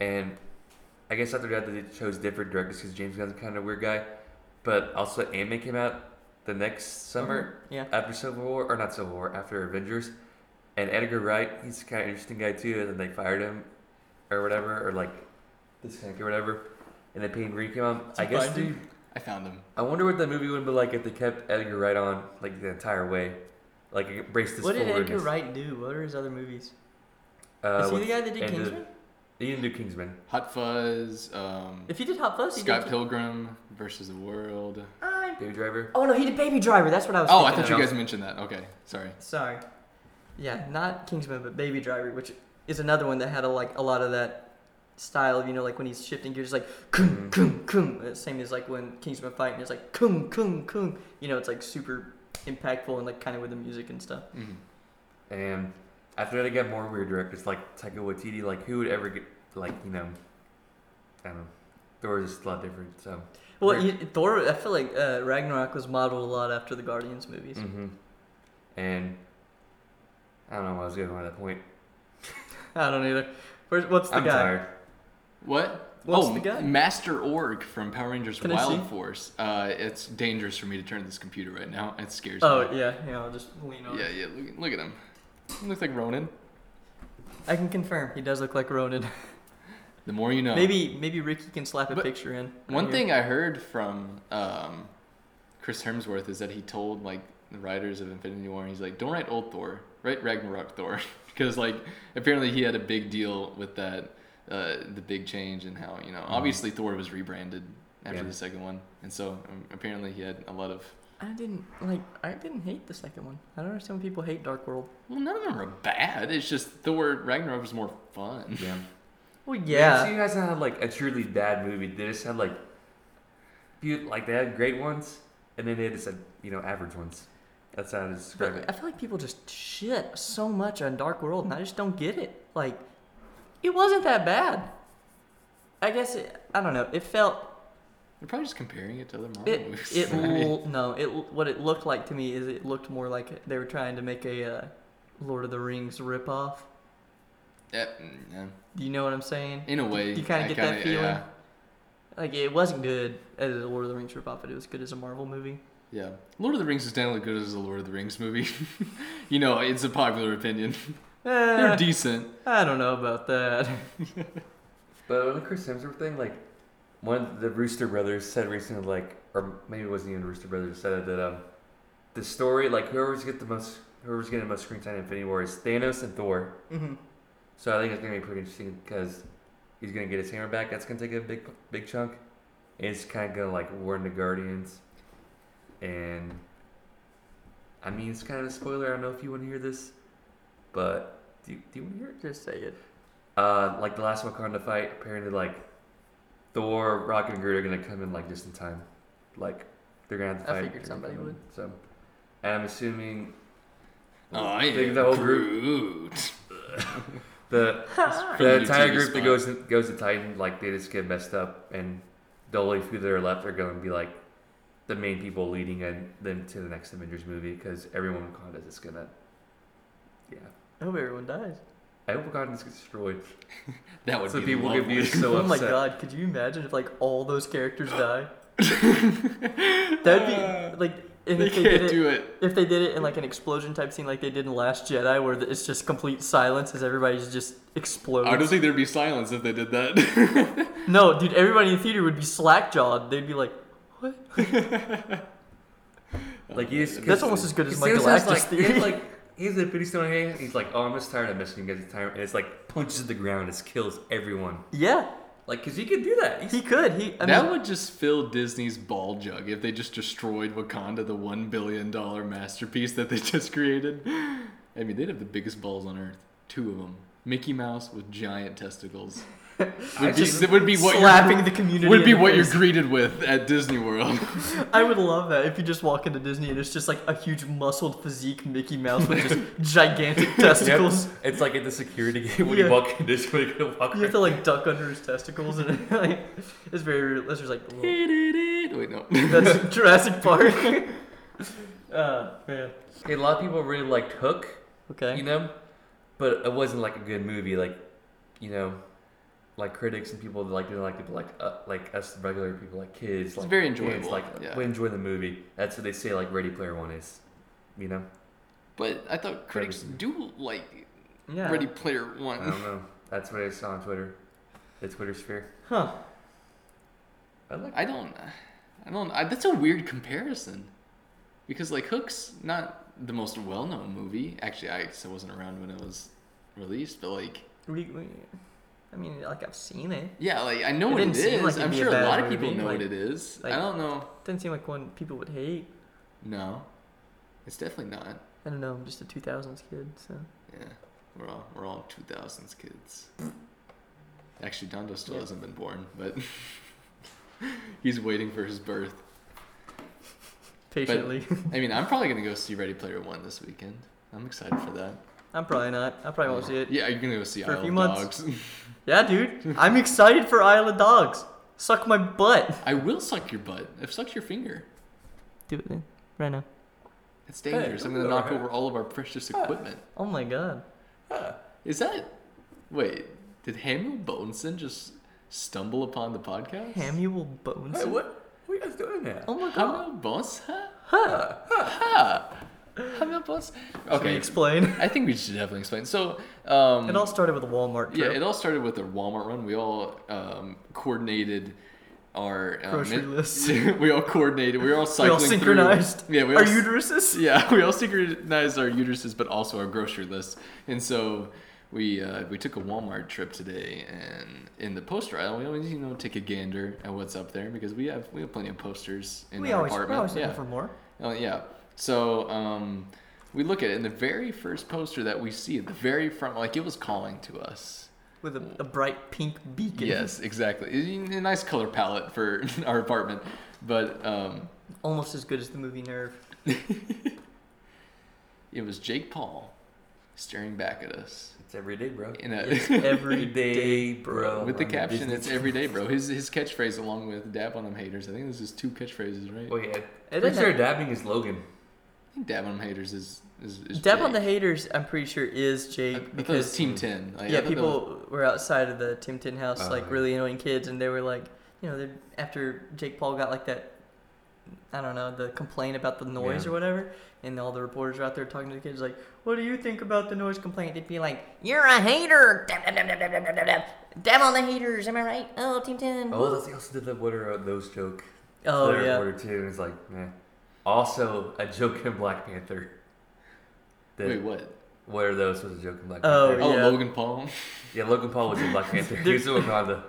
Speaker 3: and I guess after that they chose different directors because James Gunn's kind of a weird guy, but also Anime came out the next summer,
Speaker 2: Yeah.
Speaker 3: after Civil War, or not Civil War, after Avengers, and Edgar Wright, he's kind of interesting guy too, and then they fired him, or whatever, or like this guy or whatever, and then Peyton Reed came on. I guess,
Speaker 1: Surprising.
Speaker 3: dude,
Speaker 1: I found him.
Speaker 3: I wonder what the movie would be like if they kept Edgar Wright on like the entire way, like it braced this
Speaker 2: What did
Speaker 3: forward.
Speaker 2: Edgar Wright do? What are his other movies?
Speaker 3: Uh,
Speaker 2: Is he the
Speaker 3: with-
Speaker 2: guy that did
Speaker 1: uh,
Speaker 3: and the-
Speaker 2: Kingsman?
Speaker 3: he didn't do Kingsman.
Speaker 1: Hot Fuzz, um,
Speaker 2: If he did Hot Fuzz, he
Speaker 1: Scott
Speaker 2: did.
Speaker 1: Pilgrim versus the World.
Speaker 2: I-
Speaker 3: Baby Driver.
Speaker 2: Oh no, he did Baby Driver. That's what I was.
Speaker 1: Oh, I
Speaker 2: thinking
Speaker 1: thought you
Speaker 2: of.
Speaker 1: guys mentioned that. Okay, sorry.
Speaker 2: Sorry. Yeah, not Kingsman, but Baby Driver, which is another one that had a, like a lot of that style. You know, like when he's shifting gears, like
Speaker 1: Mm-hmm.
Speaker 2: kung
Speaker 3: Mhm.
Speaker 2: kung kung. Uh, Same as like when Kingsman fighting, it's like kung kung kung. You know, it's like super impactful and like kind of with the music and stuff.
Speaker 1: Mhm.
Speaker 3: And after that, I got more weird directors like Taika Waititi. Like who would ever get like you know, I don't know. Thor is just a lot different. So.
Speaker 2: Well,
Speaker 3: Right.
Speaker 2: you, Thor. I feel like uh, Ragnarok was modeled a lot after the Guardians movies.
Speaker 3: hmm And I don't know where I was going at that point.
Speaker 2: [laughs] I don't either. Where's, what's the
Speaker 3: I'm
Speaker 2: guy?
Speaker 3: tired.
Speaker 1: What?
Speaker 2: What's
Speaker 1: oh,
Speaker 2: the guy?
Speaker 1: Master Org from Power Rangers
Speaker 2: Can I
Speaker 1: Wild
Speaker 2: see?
Speaker 1: Force. Uh, it's dangerous for me to turn this computer right now. It scares
Speaker 2: Oh
Speaker 1: me.
Speaker 2: yeah, yeah. I'll just lean on.
Speaker 1: yeah, yeah. Look, look at him. He looks like Ronan.
Speaker 2: I can confirm he does look like Ronan.
Speaker 1: The more you know.
Speaker 2: [laughs] Maybe maybe Ricky can slap a
Speaker 1: But
Speaker 2: picture in.
Speaker 1: One
Speaker 2: Here.
Speaker 1: thing I heard from um, Chris Hemsworth is that he told like the writers of Infinity War, he's like, "Don't write old Thor, write Ragnarok Thor," [laughs] because like apparently he had a big deal with that, uh, the big change and how you know
Speaker 2: Mm-hmm.
Speaker 1: obviously Thor was rebranded after
Speaker 3: Yeah.
Speaker 1: the second one, and so um, apparently he had a lot of
Speaker 2: I didn't like. I didn't hate the second one. I don't understand why people hate Dark World.
Speaker 1: well, none of them are bad. It's just Thor Ragnarok was more fun. [laughs]
Speaker 3: Yeah.
Speaker 2: Well,
Speaker 3: So
Speaker 2: yeah.
Speaker 3: you guys had like a truly bad movie. They just had like, few, like they had great ones, and then they just had you know average ones. That's how I describe
Speaker 2: But
Speaker 3: it.
Speaker 2: I feel like people just shit so much on Dark World, and I just don't get it. Like, it wasn't that bad. I guess it, I don't know. It felt
Speaker 1: They're probably just comparing it to other Marvel [laughs]
Speaker 2: it
Speaker 1: movies.
Speaker 2: it
Speaker 1: Sorry.
Speaker 2: l- no it l- what it looked like to me is it looked more like they were trying to make a uh, Lord of the Rings ripoff.
Speaker 1: Yeah, mm, yeah.
Speaker 2: Do you know what I'm saying?
Speaker 1: In a way,
Speaker 2: you kinda
Speaker 1: I
Speaker 2: get that
Speaker 1: kinda-
Speaker 2: feeling?
Speaker 1: yeah.
Speaker 2: Like it wasn't good as a Lord of the Rings ripoff, but it was good as a Marvel movie.
Speaker 1: Yeah. Lord of the Rings is definitely good as a Lord of the Rings movie. [laughs] you know, it's a popular
Speaker 2: [laughs]
Speaker 1: opinion. They're
Speaker 2: Eh,
Speaker 3: [laughs]
Speaker 1: decent.
Speaker 2: I don't know
Speaker 1: [laughs]
Speaker 2: about that.
Speaker 3: But on the Chris Hemsworth thing, like one of the Rooster Brothers said recently, like or maybe it wasn't even Rooster Brothers said that um, the story like whoever's get the most whoever's getting the most screen time in Infinity War is Thanos and Thor.
Speaker 2: Mhm.
Speaker 3: So I think it's gonna be pretty interesting because he's gonna get his hammer back. That's gonna take a big, big chunk. And it's kind of gonna like warn the Guardians, and I mean it's kind of a spoiler. I don't know if you want to hear this, but do you, do you want to hear it?
Speaker 2: Just say it.
Speaker 3: Uh, like the last Wakanda fight, apparently like Thor, Rocket, and Groot are gonna come in like just in time. Like they're gonna have to
Speaker 2: I
Speaker 3: fight.
Speaker 2: figured
Speaker 3: They're gonna
Speaker 2: somebody
Speaker 3: come in.
Speaker 2: would.
Speaker 3: So, and I'm assuming
Speaker 1: I
Speaker 3: Think
Speaker 1: am
Speaker 3: the whole
Speaker 1: Groot.
Speaker 3: the
Speaker 1: From
Speaker 3: the
Speaker 1: your
Speaker 3: entire
Speaker 1: TV
Speaker 3: group
Speaker 1: spot.
Speaker 3: that goes to, goes to Titan, like they just get messed up, and the only few that are left are going to be like the main people leading in, them to the next Avengers movie because everyone in Wakanda is just gonna, yeah,
Speaker 2: I hope everyone dies.
Speaker 3: I hope Wakanda just gets destroyed.
Speaker 1: That would
Speaker 3: so
Speaker 1: be
Speaker 3: people could be
Speaker 1: lovely.
Speaker 3: so
Speaker 2: oh
Speaker 3: upset.
Speaker 2: my god, could you imagine if like all those
Speaker 1: [laughs]
Speaker 2: characters die? That'd be like
Speaker 1: [laughs]
Speaker 2: and
Speaker 1: They
Speaker 2: if they did
Speaker 1: can't
Speaker 2: it
Speaker 1: do it.
Speaker 2: if they did it in like an explosion type scene like they did in Last Jedi where it's just complete silence as everybody's just explodes.
Speaker 1: I don't think there'd be silence if they did that. [laughs]
Speaker 2: No, dude, everybody in the theater would be slack jawed. They'd be like,
Speaker 3: [laughs] Like you just,
Speaker 2: That's almost as good as
Speaker 3: Because
Speaker 2: my
Speaker 3: Thanos has,
Speaker 2: Galactus
Speaker 3: like,
Speaker 2: theory.
Speaker 3: He has, like he's a pretty stone hand. He's like, oh, I'm just tired of missing you guys. Time, and it's like punches the ground. It kills everyone.
Speaker 2: [laughs] Yeah,
Speaker 3: Like, cause he can do that. He's,
Speaker 2: he could. He I
Speaker 1: that
Speaker 2: mean
Speaker 1: would just fill Disney's ball jug if they just destroyed Wakanda, the one billion dollar masterpiece that they [laughs] just created.
Speaker 2: [laughs]
Speaker 1: I mean, they'd have the biggest balls on earth. Two of them. Mickey Mouse with giant testicles. Would be, that would be what you're-
Speaker 2: slapping the community
Speaker 1: would be
Speaker 2: in the
Speaker 1: what you're
Speaker 2: face.
Speaker 1: greeted with at Disney
Speaker 2: [laughs]
Speaker 1: World.
Speaker 2: I would love that if you just walk into Disney and it's just like a huge muscled physique Mickey Mouse with just
Speaker 1: [laughs]
Speaker 2: gigantic testicles.
Speaker 3: Yep. It's like at the security gate when
Speaker 2: Yeah.
Speaker 3: you walk in [laughs] this way, you can walk
Speaker 2: You have to like duck under his testicles and [laughs] like it's very that's just like little-
Speaker 1: Wait, no.
Speaker 2: that's Jurassic Park. [laughs] uh, yeah.
Speaker 3: Hey, a lot of people really liked Hook,
Speaker 2: Okay.
Speaker 3: you know, but it wasn't like a good movie. Like, you know, like critics and people that like didn't like it, but like uh, like us regular people, like
Speaker 1: [laughs]
Speaker 3: kids,
Speaker 1: It's
Speaker 3: like
Speaker 1: very
Speaker 3: kids,
Speaker 1: enjoyable,
Speaker 3: like
Speaker 1: yeah.
Speaker 3: we enjoy the movie. That's what they say. Like Ready Player One is, you know.
Speaker 1: But I thought critics do like
Speaker 2: Yeah. Uh,
Speaker 1: Ready Player
Speaker 3: I
Speaker 1: One.
Speaker 3: don't know. That's what I saw on Twitter, the Twitter sphere.
Speaker 2: Huh.
Speaker 3: I like.
Speaker 1: I don't. I don't. I, that's a weird comparison, because like Hook's not the most well-known movie. Actually, I guess I wasn't around when it was released, but like,
Speaker 2: We, we, I mean, like I've seen it.
Speaker 1: yeah, like I know
Speaker 2: It
Speaker 1: what
Speaker 2: didn't
Speaker 1: it
Speaker 2: seem
Speaker 1: is.
Speaker 2: like it'd
Speaker 1: I'm
Speaker 2: be a
Speaker 1: sure a
Speaker 2: bad
Speaker 1: lot of people
Speaker 2: movie,
Speaker 1: know
Speaker 2: like-
Speaker 1: what it is.
Speaker 2: like-
Speaker 1: I don't know.
Speaker 2: Doesn't seem like one people would hate.
Speaker 1: No, it's definitely not.
Speaker 2: I don't know. I'm just a 2000s kid, so
Speaker 1: Yeah, we're all we're all 2000s kids. Actually, Dondo still
Speaker 2: Yeah.
Speaker 1: hasn't been born, but [laughs] he's waiting for his birth.
Speaker 2: patiently.
Speaker 1: I mean, I'm probably gonna go see Ready Player One this weekend. I'm excited for that.
Speaker 2: [laughs] I'm probably not. I probably won't see it.
Speaker 1: Yeah, you're gonna go see
Speaker 2: For a
Speaker 1: Isle
Speaker 2: few
Speaker 1: of
Speaker 2: months.
Speaker 1: Dogs. [laughs]
Speaker 2: Yeah, dude. I'm excited for Isle of Dogs. Suck my butt.
Speaker 1: I will suck your butt. I've sucked your finger.
Speaker 2: Do it then. Right now.
Speaker 1: It's dangerous.
Speaker 3: Hey,
Speaker 1: I'm gonna
Speaker 3: ooh,
Speaker 1: knock
Speaker 3: alright.
Speaker 1: over all of our precious equipment.
Speaker 2: Oh my god.
Speaker 1: Is that? Wait, did Samuel Bonson just stumble upon the podcast?
Speaker 2: Hamuel Bones.
Speaker 3: Hey, what? What are you guys doing now?
Speaker 2: Oh my god.
Speaker 1: Samuel Bonson? Ha! Samuel Bonson.
Speaker 2: Can you
Speaker 1: Okay,
Speaker 2: explain?
Speaker 1: I think we should definitely explain. So, um,
Speaker 2: It all started with a Walmart
Speaker 1: yeah,
Speaker 2: trip.
Speaker 1: it all started with a Walmart run. We all um, coordinated our um,
Speaker 2: Grocery
Speaker 1: it-
Speaker 2: lists.
Speaker 1: [laughs] we all coordinated. We were all
Speaker 2: we
Speaker 1: cycling.
Speaker 2: all
Speaker 1: through-
Speaker 2: synchronized.
Speaker 1: Yeah, we all
Speaker 2: Our
Speaker 1: s-
Speaker 2: uteruses.
Speaker 1: Yeah, [laughs] we all synchronized our uteruses, but also our grocery lists. And so we uh, we took a Walmart trip today, and in the poster aisle, we always you know take a gander at what's up there because we have we have plenty of posters in
Speaker 2: we
Speaker 1: our
Speaker 2: always, we're
Speaker 1: apartment.
Speaker 2: always
Speaker 1: yeah,
Speaker 2: looking for more.
Speaker 1: Oh, yeah. So um, we look at it, and the very first poster that we see at the very front, like it was calling to us.
Speaker 2: With a, a bright pink beacon.
Speaker 1: Yes, exactly. A nice color palette for [laughs] our apartment, but um,
Speaker 2: [laughs] Almost as good as the movie
Speaker 1: [laughs]
Speaker 2: Nerve.
Speaker 1: it was Jake Paul staring back at us.
Speaker 3: It's every day, bro.
Speaker 1: In a,
Speaker 2: It's every
Speaker 3: Every day, bro.
Speaker 1: with the
Speaker 3: I'm
Speaker 1: caption,
Speaker 3: Disney.
Speaker 1: it's every day, bro. His his catchphrase, along with "dab on them haters," I think this is two catchphrases, right?
Speaker 3: Oh yeah.
Speaker 2: It
Speaker 3: Pretty
Speaker 2: doesn't-
Speaker 3: sure dabbing is Logan.
Speaker 1: I think "dab on them haters" is is, is
Speaker 2: Dab on the
Speaker 1: Jake.
Speaker 2: haters, I'm pretty sure is
Speaker 1: I- I
Speaker 2: Jake
Speaker 1: thought it
Speaker 2: because
Speaker 1: was Team Ten. Like, I
Speaker 2: yeah,
Speaker 1: thought that
Speaker 2: people
Speaker 1: was-
Speaker 2: were outside of the Tim Tin house,
Speaker 3: Oh,
Speaker 2: like
Speaker 3: yeah.
Speaker 2: really annoying kids, and they were like, you know, they're- after Jake Paul got like that, I don't know, the complaint about the noise
Speaker 3: Yeah.
Speaker 2: or whatever, and all the reporters were out there talking to the kids, like, what do you think about the noise complaint? They'd be like, you're a hater, dab, dab, dab, dab, dab, dab, dab, dab. Dab on the haters, am I right? Oh, Team Tin.
Speaker 3: Oh, that's, they also did the what are those joke.
Speaker 2: Oh,
Speaker 3: Twitter
Speaker 2: yeah.
Speaker 3: Order too, and it's like, meh. Also, a joke in Black Panther. The-
Speaker 1: wait, what?
Speaker 3: What are those? Was a joke in Black
Speaker 2: Oh,
Speaker 3: Panther.
Speaker 1: Oh,
Speaker 2: Yeah.
Speaker 1: Logan Paul. [laughs]
Speaker 3: yeah. Logan Paul was in Black [laughs] Panther. he was in Wakanda.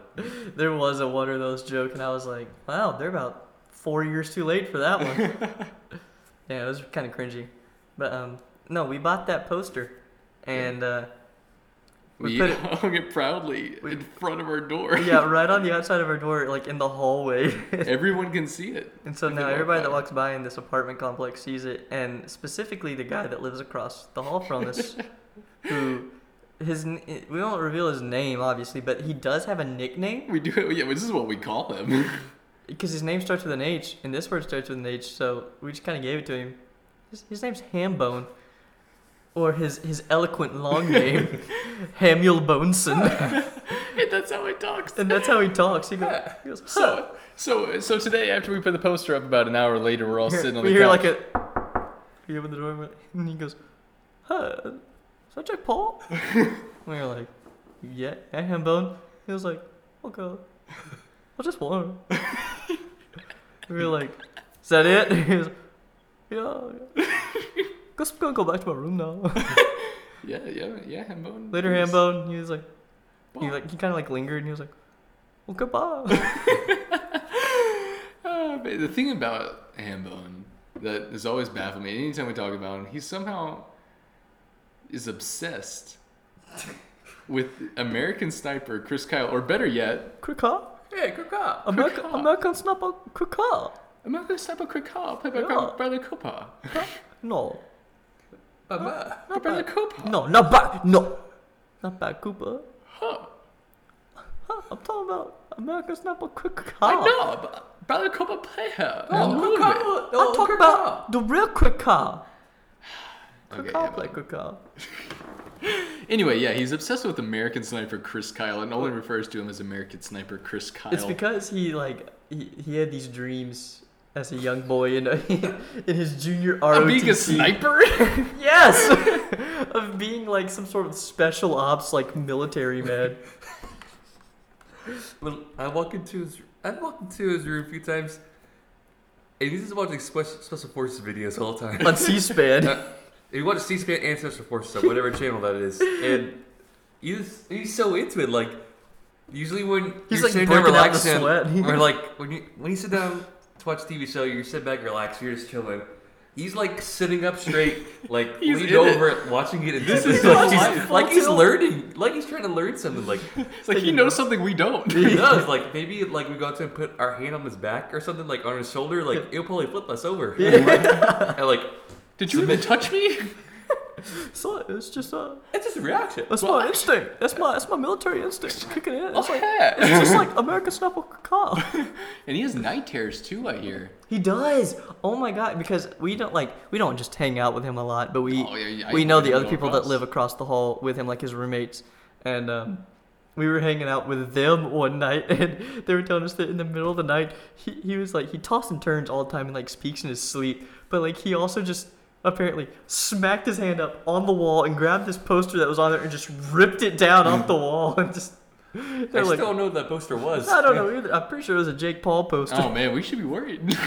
Speaker 2: There was a what are those joke, and I was like, wow, they're about four years too late for
Speaker 1: [laughs]
Speaker 2: that one. yeah, it was kind of cringy, but um, no, we bought that poster, and uh,
Speaker 1: [laughs] We
Speaker 2: We put it-
Speaker 1: hung it proudly
Speaker 2: We-
Speaker 1: in front of our door.
Speaker 2: yeah, right on the outside of our door, like in the hallway.
Speaker 1: [laughs]
Speaker 2: [laughs]
Speaker 1: Everyone can see it.
Speaker 2: and so
Speaker 1: We
Speaker 2: now
Speaker 1: walk
Speaker 2: everybody that
Speaker 1: by.
Speaker 2: walks by in this apartment complex sees it, and specifically the guy that lives across the hall from
Speaker 1: [laughs]
Speaker 2: us, who his n- we won't reveal his name obviously, but he does have a nickname
Speaker 1: We do it. Yeah, this is what we call
Speaker 2: [laughs]
Speaker 1: him.
Speaker 2: because his name starts with an H, and this word starts with an H, so we just kind of gave it to him. His, his name's Hambone, or his his eloquent long name, Hamuel Boneson,
Speaker 1: and [laughs] that's how he talks.
Speaker 2: and that's how he talks. He goes, he goes huh.
Speaker 1: [laughs] So, so, so today after we put the poster up, about an hour later, we're all
Speaker 2: Hear-
Speaker 1: sitting on
Speaker 2: we
Speaker 1: the
Speaker 2: hear
Speaker 1: couch.
Speaker 2: like a we open the door and we're- and he goes, "Huh? Is that Jack
Speaker 1: [laughs]
Speaker 2: Paul?" and we were like, "Yeah, yeah, Hambone." He was like, "Okay, I just one." [laughs] we were like, "Is that it?" [laughs] He was, "Yeah." [laughs] yeah." Guess I'm gonna go back to my room now. [laughs]
Speaker 1: yeah, yeah, yeah, Hambone.
Speaker 2: Later,
Speaker 1: please.
Speaker 2: Hambone. He was like, he
Speaker 1: Bye.
Speaker 2: like he kind of like lingered and he was like,
Speaker 1: [laughs]
Speaker 2: "Well, goodbye."
Speaker 1: Uh, but the thing about Hambone that has always baffled me. Anytime we talk about him, he somehow is obsessed with American Sniper Chris Kyle, or better yet,
Speaker 2: Krakau?
Speaker 3: Hey, good cop.
Speaker 2: American,
Speaker 1: Krakau.
Speaker 2: American Sniper Krakau?
Speaker 1: American Sniper Chris Kyle, played by
Speaker 2: Yeah.
Speaker 1: Bradley Cooper.
Speaker 2: [laughs] No.
Speaker 3: Bye-bye.
Speaker 1: Bradley Cooper.
Speaker 2: No, not bad. No. Not bad, Cooper.
Speaker 1: Huh.
Speaker 2: Huh, I'm talking about American Sniper Krakau.
Speaker 1: I know, but Bradley Cooper play her.
Speaker 2: Oh,
Speaker 1: in the
Speaker 3: Good
Speaker 1: movie.
Speaker 3: cop.
Speaker 2: I'm
Speaker 3: Oh,
Speaker 2: talking
Speaker 3: good
Speaker 2: about
Speaker 3: cop.
Speaker 2: the real Krakau.
Speaker 1: Okay,
Speaker 2: Krakau
Speaker 1: yeah,
Speaker 2: play
Speaker 1: well.
Speaker 2: Krakau.
Speaker 1: Anyway, yeah, he's obsessed with American Sniper Chris Kyle and only refers to him as American Sniper Chris Kyle.
Speaker 2: It's because he like he, he had these dreams as a young boy in [laughs] in his junior
Speaker 1: of being a
Speaker 2: ROTC.
Speaker 1: sniper? [laughs]
Speaker 2: Yes, [laughs] of being like some sort of special ops like
Speaker 1: [laughs]
Speaker 2: military man.
Speaker 3: When I walk into his, I walk into his room a few times, and he's just watching special, special forces videos all the [laughs] time.
Speaker 2: on C-SPAN.
Speaker 3: Uh, if you watch C-SPAN and Special Forces, on
Speaker 2: [laughs]
Speaker 3: whatever channel that is, and he's he's so into it. Like usually when
Speaker 2: He's,
Speaker 3: you're
Speaker 2: like,
Speaker 3: sitting there
Speaker 2: breaking out in
Speaker 3: relaxing,
Speaker 2: sweat. [laughs]
Speaker 3: or like when you when you sit down to watch a TV show, you sit back, relax, you're just chilling. He's like sitting up straight,
Speaker 2: [laughs]
Speaker 3: like
Speaker 1: He's
Speaker 3: leaned
Speaker 1: in
Speaker 3: over, watching it. And
Speaker 1: This is
Speaker 3: [laughs]
Speaker 1: his
Speaker 3: like, he's,
Speaker 2: life.
Speaker 3: like he's
Speaker 2: Full tilt.
Speaker 3: learning, like he's trying to learn something. Like
Speaker 1: it's like he knows something we don't.
Speaker 2: [laughs]
Speaker 3: he does. Like maybe like we go out to and put our hand on his back or something, like on his shoulder, like it'll probably flip us over. [laughs] and like
Speaker 1: Did you even touch me?
Speaker 2: so it's just uh,
Speaker 3: it's just a reaction.
Speaker 2: that's my instinct. That's my that's my military instinct. Kicking in.
Speaker 1: Oh,
Speaker 2: It's like it's [laughs]
Speaker 1: yeah.
Speaker 2: just like American Sniper
Speaker 1: [laughs]
Speaker 2: Call.
Speaker 1: and he has night terrors too, I hear.
Speaker 2: He does. Oh my god! Because we don't like we don't just hang out with him a lot, but we
Speaker 1: Oh, yeah, yeah, I
Speaker 2: we know the
Speaker 1: know
Speaker 2: other people
Speaker 1: across.
Speaker 2: that live across the hall with him, like his roommates, and um, we were hanging out with them [laughs] one night, and they were telling us that in the middle of the night he he was like he tossed and turns all the time and like speaks in his sleep, but like he also just apparently smacked his hand up on the wall and grabbed this poster that was on there and just ripped it down
Speaker 1: [laughs]
Speaker 2: off the wall and just [laughs]
Speaker 3: I
Speaker 2: they're
Speaker 3: still
Speaker 2: like
Speaker 3: don't know what that poster was.
Speaker 1: [laughs]
Speaker 2: I
Speaker 3: [laughs]
Speaker 2: don't know either. I'm pretty sure it was a Jake Paul poster.
Speaker 1: Oh man, we should be
Speaker 2: [laughs]
Speaker 1: worried.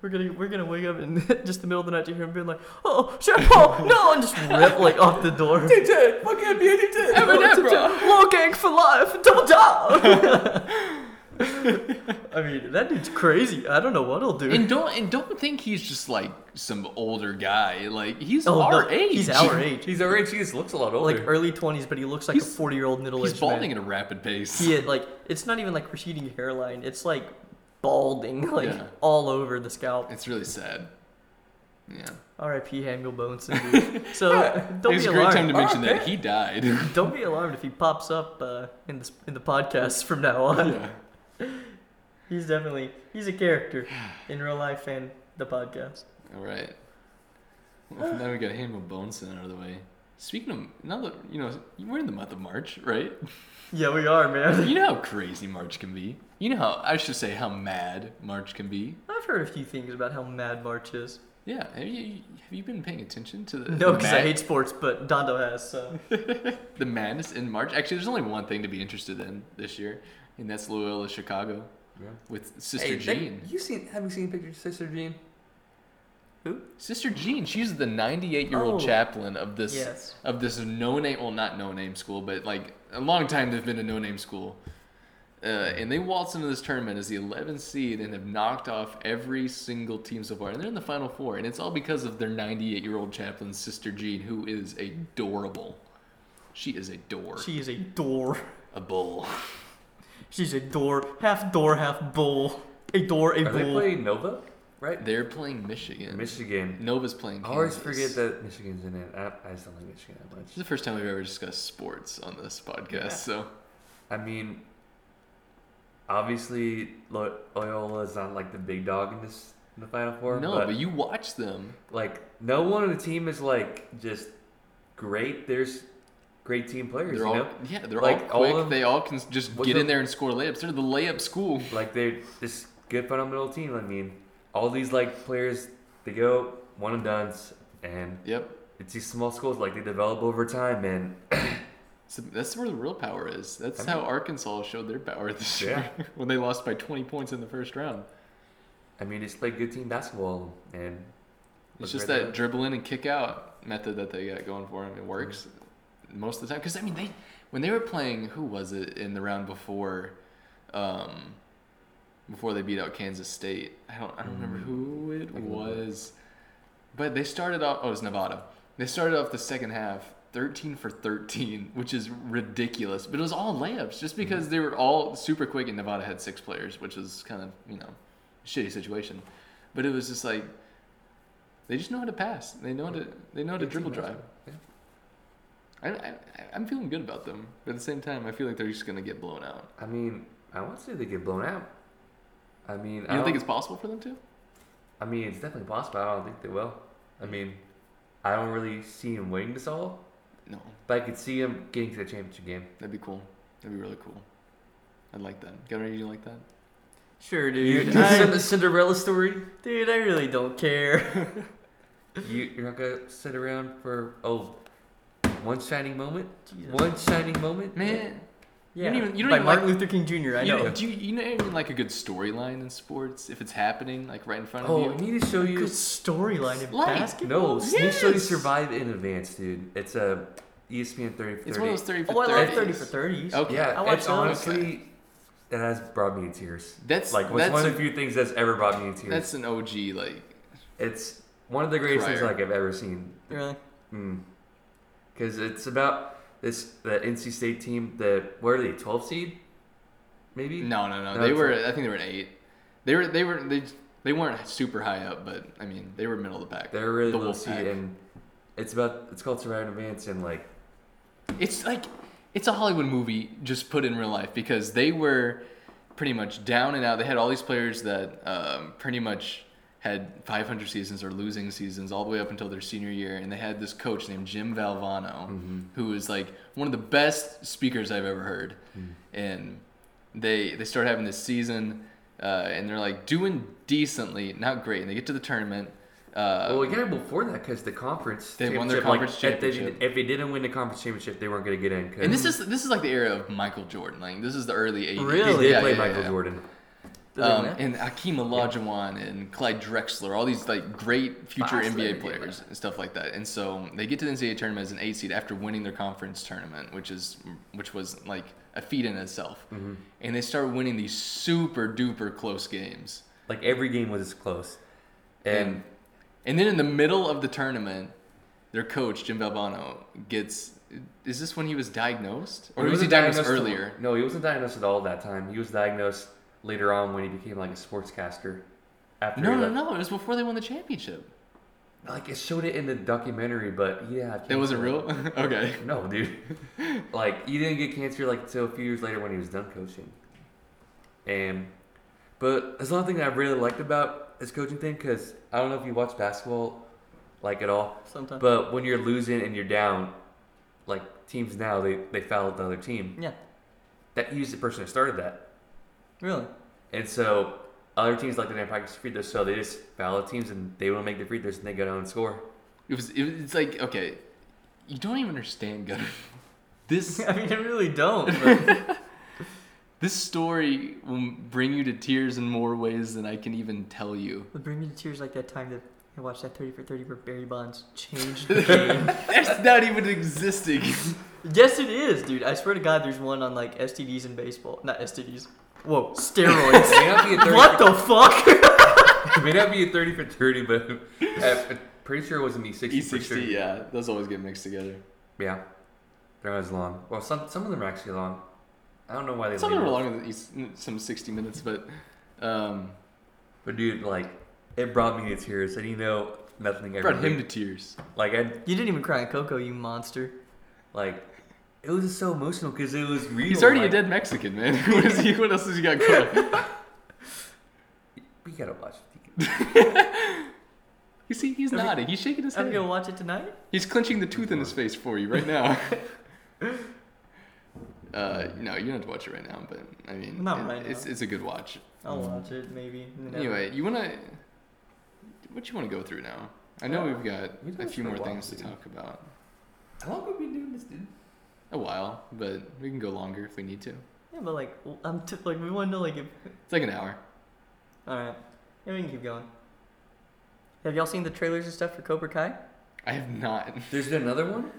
Speaker 2: We're gonna we're gonna wake up in [laughs] just the middle of the night to hear him being like, "Oh, Chef Paul,
Speaker 1: [laughs]
Speaker 2: no!" and just rip like off the door.
Speaker 3: DJ, fucking be a DJ.
Speaker 1: Abracadabra.
Speaker 2: Law gang for life, double down. [laughs] I mean, that dude's crazy. I don't know what he'll do.
Speaker 1: and don't and don't think he's just like some older guy. Like he's
Speaker 2: no,
Speaker 1: our age.
Speaker 2: Oh, he's our age.
Speaker 3: He's already. She just looks a lot older.
Speaker 2: Like early twenties, but he looks like a
Speaker 1: He's-
Speaker 2: forty-year-old
Speaker 1: [laughs] He's
Speaker 2: middle-aged
Speaker 1: balding
Speaker 2: man.
Speaker 1: at a rapid pace.
Speaker 2: He had, like it's not even like receding hairline. It's like balding, like
Speaker 1: Yeah.
Speaker 2: all over the scalp.
Speaker 1: It's really sad. Yeah.
Speaker 2: R.I.P. Hamill
Speaker 1: [laughs]
Speaker 2: Bonson. Dude. So don't
Speaker 1: it was
Speaker 2: be
Speaker 1: a great
Speaker 2: alarmed.
Speaker 1: time to mention that
Speaker 3: Okay.
Speaker 1: he
Speaker 2: [laughs]
Speaker 1: died. [laughs]
Speaker 2: Don't be alarmed if he pops up uh, in the in the podcast from now on.
Speaker 1: Yeah.
Speaker 2: [laughs] He's definitely he's a character in real life and the podcast.
Speaker 1: All right. [laughs] Well, now we got Hamill Bonson out of the way. Speaking of, now that you know, we're in the month of March,
Speaker 2: [laughs]
Speaker 1: right?
Speaker 2: Yeah, we are, man. [laughs]
Speaker 1: You know how crazy March can be. You know how I should say how mad March can be.
Speaker 2: I've heard a few things about how mad March is.
Speaker 1: Yeah. Have you have you been paying attention to the
Speaker 2: No, because I
Speaker 1: mad-
Speaker 2: hate sports, but Dondo has.
Speaker 1: [laughs]
Speaker 2: So
Speaker 1: the madness in March? Actually, there's only one thing to be interested in this year, and that's Loyola Chicago with Sister
Speaker 3: Hey, they-
Speaker 1: Jean.
Speaker 3: you seen? Have you seen pictures of Sister Jean?
Speaker 1: Sister Jean, she's the 98 year old
Speaker 2: Oh.
Speaker 1: chaplain of this
Speaker 2: Yes.
Speaker 1: of this no name, well not no name school, but like a long time they've been a no name school, uh, and they waltz into this tournament as the 11th seed and have knocked off every single team so far, and they're in the final four, and it's all because of their 98 year old chaplain Sister Jean, who is adorable. She is a door,
Speaker 2: she's a door.
Speaker 1: a bull.
Speaker 2: She's a door, half door, half bull. A door, a
Speaker 3: Are they
Speaker 2: bull.
Speaker 3: playing Nova? Right.
Speaker 1: They're playing Michigan.
Speaker 3: Michigan.
Speaker 1: Nova's playing.
Speaker 3: I always
Speaker 1: Kansas.
Speaker 3: forget that Michigan's in it. I, I just don't like Michigan that
Speaker 1: This is
Speaker 3: much.
Speaker 1: the first time we've ever discussed sports on this podcast,
Speaker 3: Yeah.
Speaker 1: so.
Speaker 3: I mean, obviously Lo- Loyola is not like the big dog in this in the Final Four.
Speaker 1: No,
Speaker 3: but,
Speaker 1: but you watch them.
Speaker 3: like no one on the team is like just great. There's great team players.
Speaker 1: They're
Speaker 3: you
Speaker 1: all
Speaker 3: know?
Speaker 1: yeah, they're
Speaker 3: Like, all
Speaker 1: all quick.
Speaker 3: of them-
Speaker 1: they all can s- just
Speaker 3: What's
Speaker 1: get in
Speaker 3: up?
Speaker 1: there and score layups. They're the layup school.
Speaker 3: Like they're this good fundamental team. I mean, all these like players, they go one and duns, and
Speaker 1: Yep,
Speaker 3: it's these small schools like they develop over time. And
Speaker 1: so that's where the real power is. That's
Speaker 3: I mean-
Speaker 1: how Arkansas showed their power [laughs] this
Speaker 3: Yeah.
Speaker 1: year when they lost by 20 points in the first round.
Speaker 3: I mean, they just play good team basketball, and
Speaker 1: It's
Speaker 3: Look
Speaker 1: just
Speaker 3: right
Speaker 1: that
Speaker 3: there.
Speaker 1: dribble in and kick out method that they got going for them. It works most of the time. Because I mean, they when they were playing, who was it in the round before? Um, before they beat out Kansas State, I don't I don't remember
Speaker 3: Mm.
Speaker 1: who it
Speaker 3: I can look it up.
Speaker 1: was, but they started off. Oh, it was Nevada. They started off the second half 13 for 13, which is ridiculous. But it was all layups just because they were all super quick and Nevada had six players, which is kind of, you know, shitty situation. But it was just like they just know how to pass. They know how to they know how to
Speaker 3: Good
Speaker 1: dribble
Speaker 3: team,
Speaker 1: drive. I, I I'm feeling good about them, but at the same time, I feel like they're just gonna get blown out.
Speaker 3: I mean, I want to say they get blown out. I mean,
Speaker 1: You
Speaker 3: I
Speaker 1: don't think it's possible for them to?
Speaker 3: I mean, it's definitely possible. I don't think they will. I mean, I don't really see him winning this all,
Speaker 1: No,
Speaker 3: but I could see him getting to the championship game.
Speaker 1: that'd be cool. That'd be really cool. I'd like that. Gunner, you like that?
Speaker 2: Sure,
Speaker 3: You-
Speaker 2: dude.
Speaker 3: you said
Speaker 2: I,
Speaker 3: the Cinderella story.
Speaker 2: dude, I really don't care.
Speaker 1: [laughs]
Speaker 3: You, you're not gonna sit around for oh, one shining moment,
Speaker 2: Jesus.
Speaker 3: one shining moment,
Speaker 1: Man,
Speaker 2: Yeah.
Speaker 1: don't even- you don't
Speaker 2: By
Speaker 1: even
Speaker 2: Martin
Speaker 1: like-
Speaker 2: Luther King Jr. I
Speaker 1: you,
Speaker 2: know.
Speaker 1: do you, you know even like a good storyline in sports if it's happening like right in front of
Speaker 3: Oh, I
Speaker 1: you?
Speaker 3: need to show you.
Speaker 2: Good storyline in
Speaker 1: Like,
Speaker 2: basketball.
Speaker 3: No, Sneak Show You
Speaker 1: Yes.
Speaker 3: Survive in Advance, dude. It's a E ESPN 30 for 30.
Speaker 1: It's one of those thirty for
Speaker 2: Oh, I love 30
Speaker 1: 30s.
Speaker 2: for 30s.
Speaker 1: Okay.
Speaker 3: Yeah,
Speaker 2: I watch
Speaker 3: it's
Speaker 2: those.
Speaker 3: honestly, that has brought me to tears.
Speaker 1: That's
Speaker 3: Like, it's
Speaker 1: that's
Speaker 3: one
Speaker 1: a-
Speaker 3: of the few things that's ever brought me to tears.
Speaker 1: that's an OG like
Speaker 3: It's one of the greatest things
Speaker 1: Crier.
Speaker 3: like I've ever seen.
Speaker 2: Really?
Speaker 3: Because it's about this the NC State team. The what are they? 12 seed, maybe.
Speaker 1: no no no
Speaker 3: No,
Speaker 1: they
Speaker 3: it's
Speaker 1: were I think they were an eight they were they were they they weren't super high up but I mean they were middle of the pack
Speaker 3: They're a really
Speaker 1: the
Speaker 3: low seed,
Speaker 1: Wolfpack.
Speaker 3: and it's about it's called Surviving Advance, and like
Speaker 1: it's like it's a Hollywood movie just put in real life because they were pretty much down and out. They had all these players that um, pretty much had 500 seasons or losing seasons all the way up until their senior year, and they had this coach named Jim Valvano, who was like one of the best speakers I've ever heard, and they they start having this season. Uh, and they're like doing decently, not great, and they get to the tournament. Uh,
Speaker 3: well, yeah, before that because the conference
Speaker 1: They won their
Speaker 3: championship, like,
Speaker 1: conference
Speaker 3: if they-
Speaker 1: championship.
Speaker 3: If they didn't win the conference championship, they weren't going to get in. 'cause
Speaker 1: and this is this is like the era of Michael Jordan. Like this is the early '80s.
Speaker 3: they
Speaker 2: Really?
Speaker 3: did
Speaker 1: Yeah,
Speaker 3: play
Speaker 1: yeah, yeah,
Speaker 3: Michael
Speaker 1: yeah.
Speaker 3: Jordan.
Speaker 2: Did they
Speaker 1: um,
Speaker 2: win that?
Speaker 1: and Akeem Olajuwon and Clyde Drexler, all these like great future
Speaker 2: Last year they
Speaker 1: NBA
Speaker 2: did
Speaker 1: players and stuff like that. And so they get to the NCAA tournament as an eight seed after winning their conference tournament, which is which was like a feat in itself.
Speaker 3: Mm-hmm.
Speaker 1: And they start winning these super duper close games.
Speaker 3: Like every game was close, and
Speaker 1: And then in the middle of the tournament, their coach Jim Valvano gets. Is this when he was diagnosed, or was he
Speaker 3: wasn't
Speaker 1: diagnosed,
Speaker 3: diagnosed at-
Speaker 1: earlier?
Speaker 3: no, he wasn't diagnosed at all that time. He was diagnosed later on when he became like a sportscaster. After
Speaker 1: No,
Speaker 3: he
Speaker 1: no,
Speaker 3: left.
Speaker 1: no. It was before they won the championship.
Speaker 3: Like it showed it in the documentary, but he didn't have.
Speaker 1: That wasn't
Speaker 3: cancer.
Speaker 1: real. [laughs] okay.
Speaker 3: No, dude. [laughs] like he didn't get cancer like till a few years later when he was done coaching. And but that's another thing that I really liked about his coaching thing because I don't know if you watch basketball like at all,
Speaker 2: Sometimes.
Speaker 3: but when you're losing and you're down, like teams now they they foul the other team.
Speaker 2: yeah.
Speaker 3: That he was the person who started that,
Speaker 2: Really?
Speaker 3: and so other teams like they didn't practice free throws, so they just foul the teams and they will make the free throws and they go down and score. [laughs]
Speaker 1: It was. It, was- it's like okay, you don't even understand [laughs] Gunner. [laughs] This
Speaker 2: [laughs] I mean, I really don't. But
Speaker 1: this story will bring you to tears in more ways than I can even tell [laughs] you.
Speaker 2: [laughs] it bring me to tears like that time that I watched that 30 for 30 where Barry Bonds changed the game.
Speaker 1: That's not even [laughs] existing.
Speaker 2: [laughs] yes, it is, dude. I swear to God, there's one on like STDs in baseball. Not STDs. Whoa, [laughs] steroids.
Speaker 3: May not be a 30
Speaker 2: what the fuck?
Speaker 3: It may not be a 30 for 30, but I'm pretty sure it was an E60.
Speaker 1: E
Speaker 3: For sure.
Speaker 1: sixty, yeah, those always get mixed together.
Speaker 3: Yeah. They're not as long. Well, some some of them are actually long. I don't know why they
Speaker 1: Some
Speaker 3: leave
Speaker 1: of them
Speaker 3: it.
Speaker 1: are longer than these- some sixty minutes, but um,
Speaker 3: But dude, like, it brought me to tears, and you know, nothing ever.
Speaker 1: brought him to tears.
Speaker 3: like I
Speaker 2: [laughs] You didn't even cry in Coco, you monster.
Speaker 3: like. It was just so emotional because it was real.
Speaker 1: He's already
Speaker 3: like,
Speaker 1: a dead Mexican man. [laughs] what is he? What else has he got going?
Speaker 3: We gotta watch.
Speaker 1: [laughs] [laughs] You see, he's nodding. He's shaking his
Speaker 2: I'm
Speaker 1: head.
Speaker 2: gonna watch it tonight.
Speaker 1: He's clenching the tooth in his face for you right now. uh, no, you don't have to watch it right now, but I mean,
Speaker 2: Not
Speaker 1: it-
Speaker 2: right
Speaker 1: it's
Speaker 2: now.
Speaker 1: it's a good watch.
Speaker 2: I'll watch it maybe. Never.
Speaker 1: Anyway, you wanna what you wanna go through now? I know
Speaker 2: Uh,
Speaker 1: we've got
Speaker 3: we've
Speaker 1: a
Speaker 3: done
Speaker 1: few
Speaker 3: this
Speaker 1: more
Speaker 3: for a while,
Speaker 1: things to
Speaker 3: dude.
Speaker 1: talk about.
Speaker 3: How long have we been doing this, dude?
Speaker 1: A while, but we can go longer if we need to.
Speaker 2: Yeah, but like, w- I'm t- like, we want to know like if. [laughs]
Speaker 1: It's like an hour.
Speaker 2: All right, yeah, we can keep going. Have y'all seen the trailers and stuff for Cobra Kai?
Speaker 1: I have not.
Speaker 3: There's been another one.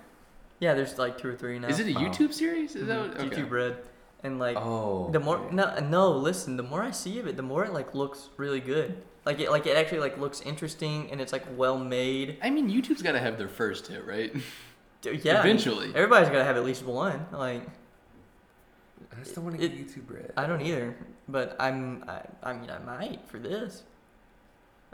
Speaker 2: Yeah, there's like two or three now.
Speaker 1: Is it a
Speaker 3: Oh.
Speaker 1: YouTube series? Is that
Speaker 2: Mhm,
Speaker 1: what- Mm-hmm. okay.
Speaker 2: YouTube Red? And like,
Speaker 3: oh.
Speaker 2: the more no, no, listen, the more I see of it, the more it like looks really good. Like it, like it actually like looks interesting and it's like well made.
Speaker 1: I mean, YouTube's got to have their first hit, right?
Speaker 2: Dude, yeah. I mean,
Speaker 1: Eventually.
Speaker 2: everybody's got to have at least one. Like,
Speaker 3: I still want to
Speaker 2: It-
Speaker 3: get YouTube red.
Speaker 2: I don't either, but I'm. I, I mean, I might for this.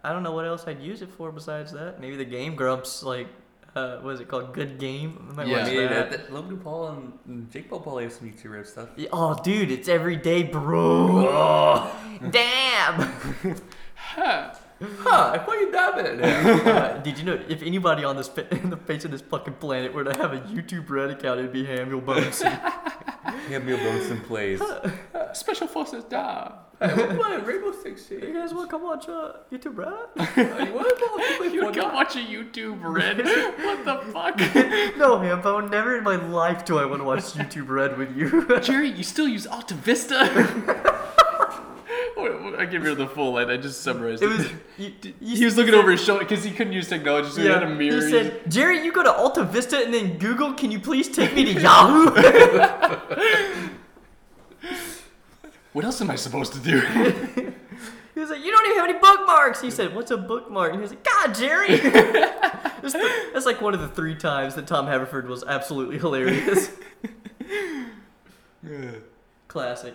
Speaker 2: I don't know what else I'd use it for besides that. Maybe the Game Grumps, like, uh, what is it called? Good Game. I might
Speaker 1: Yeah.
Speaker 3: I
Speaker 2: watch
Speaker 3: mean,
Speaker 2: that.
Speaker 3: that, that Logan Paul and- and Jake Paul probably have some YouTube red stuff.
Speaker 2: Yeah, Oh, dude, it's every day,
Speaker 1: Oh.
Speaker 2: bro. Damn.
Speaker 1: Mm-hmm.
Speaker 3: Huh? I
Speaker 1: [laughs]
Speaker 3: played that
Speaker 2: Uh, did you know if anybody on this [laughs] fa- the face of this fucking planet were to have a YouTube Red account, it'd be Hamill Bones.
Speaker 3: bit. Hand me a lonesome plays.
Speaker 1: Special forces die.
Speaker 3: What? Rainbow Six
Speaker 2: [laughs] you
Speaker 3: Siege.
Speaker 2: guys want to come watch uh, YouTube Red?
Speaker 3: Like, what? Paul, you
Speaker 1: You
Speaker 3: played
Speaker 1: go
Speaker 3: one-
Speaker 1: watch a YouTube red. what the fuck?
Speaker 2: [laughs] no, Hamill. Never in my life do I want to watch [laughs] YouTube Red with [laughs] you.
Speaker 1: Jerry, you still use Alta
Speaker 2: [laughs]
Speaker 1: Vista? Wait, wait, I get rid of the full line. I just summarized it.
Speaker 2: It was you,
Speaker 1: [laughs]
Speaker 2: you
Speaker 1: he was looking
Speaker 2: said-
Speaker 1: over his shoulder because he couldn't use technology, so he had a mirror.
Speaker 2: He said, Jerry, you go to Alta Vista and then Google, can you please take me to [laughs] Yahoo?
Speaker 1: what else am I supposed to do? [laughs]
Speaker 2: he was like, you don't even have any bookmarks. He said, what's a bookmark? And he was like, God, [laughs] Jerry. that's, the- that's like one of the three times that Tom Haverford was absolutely [laughs] hilarious. Classic.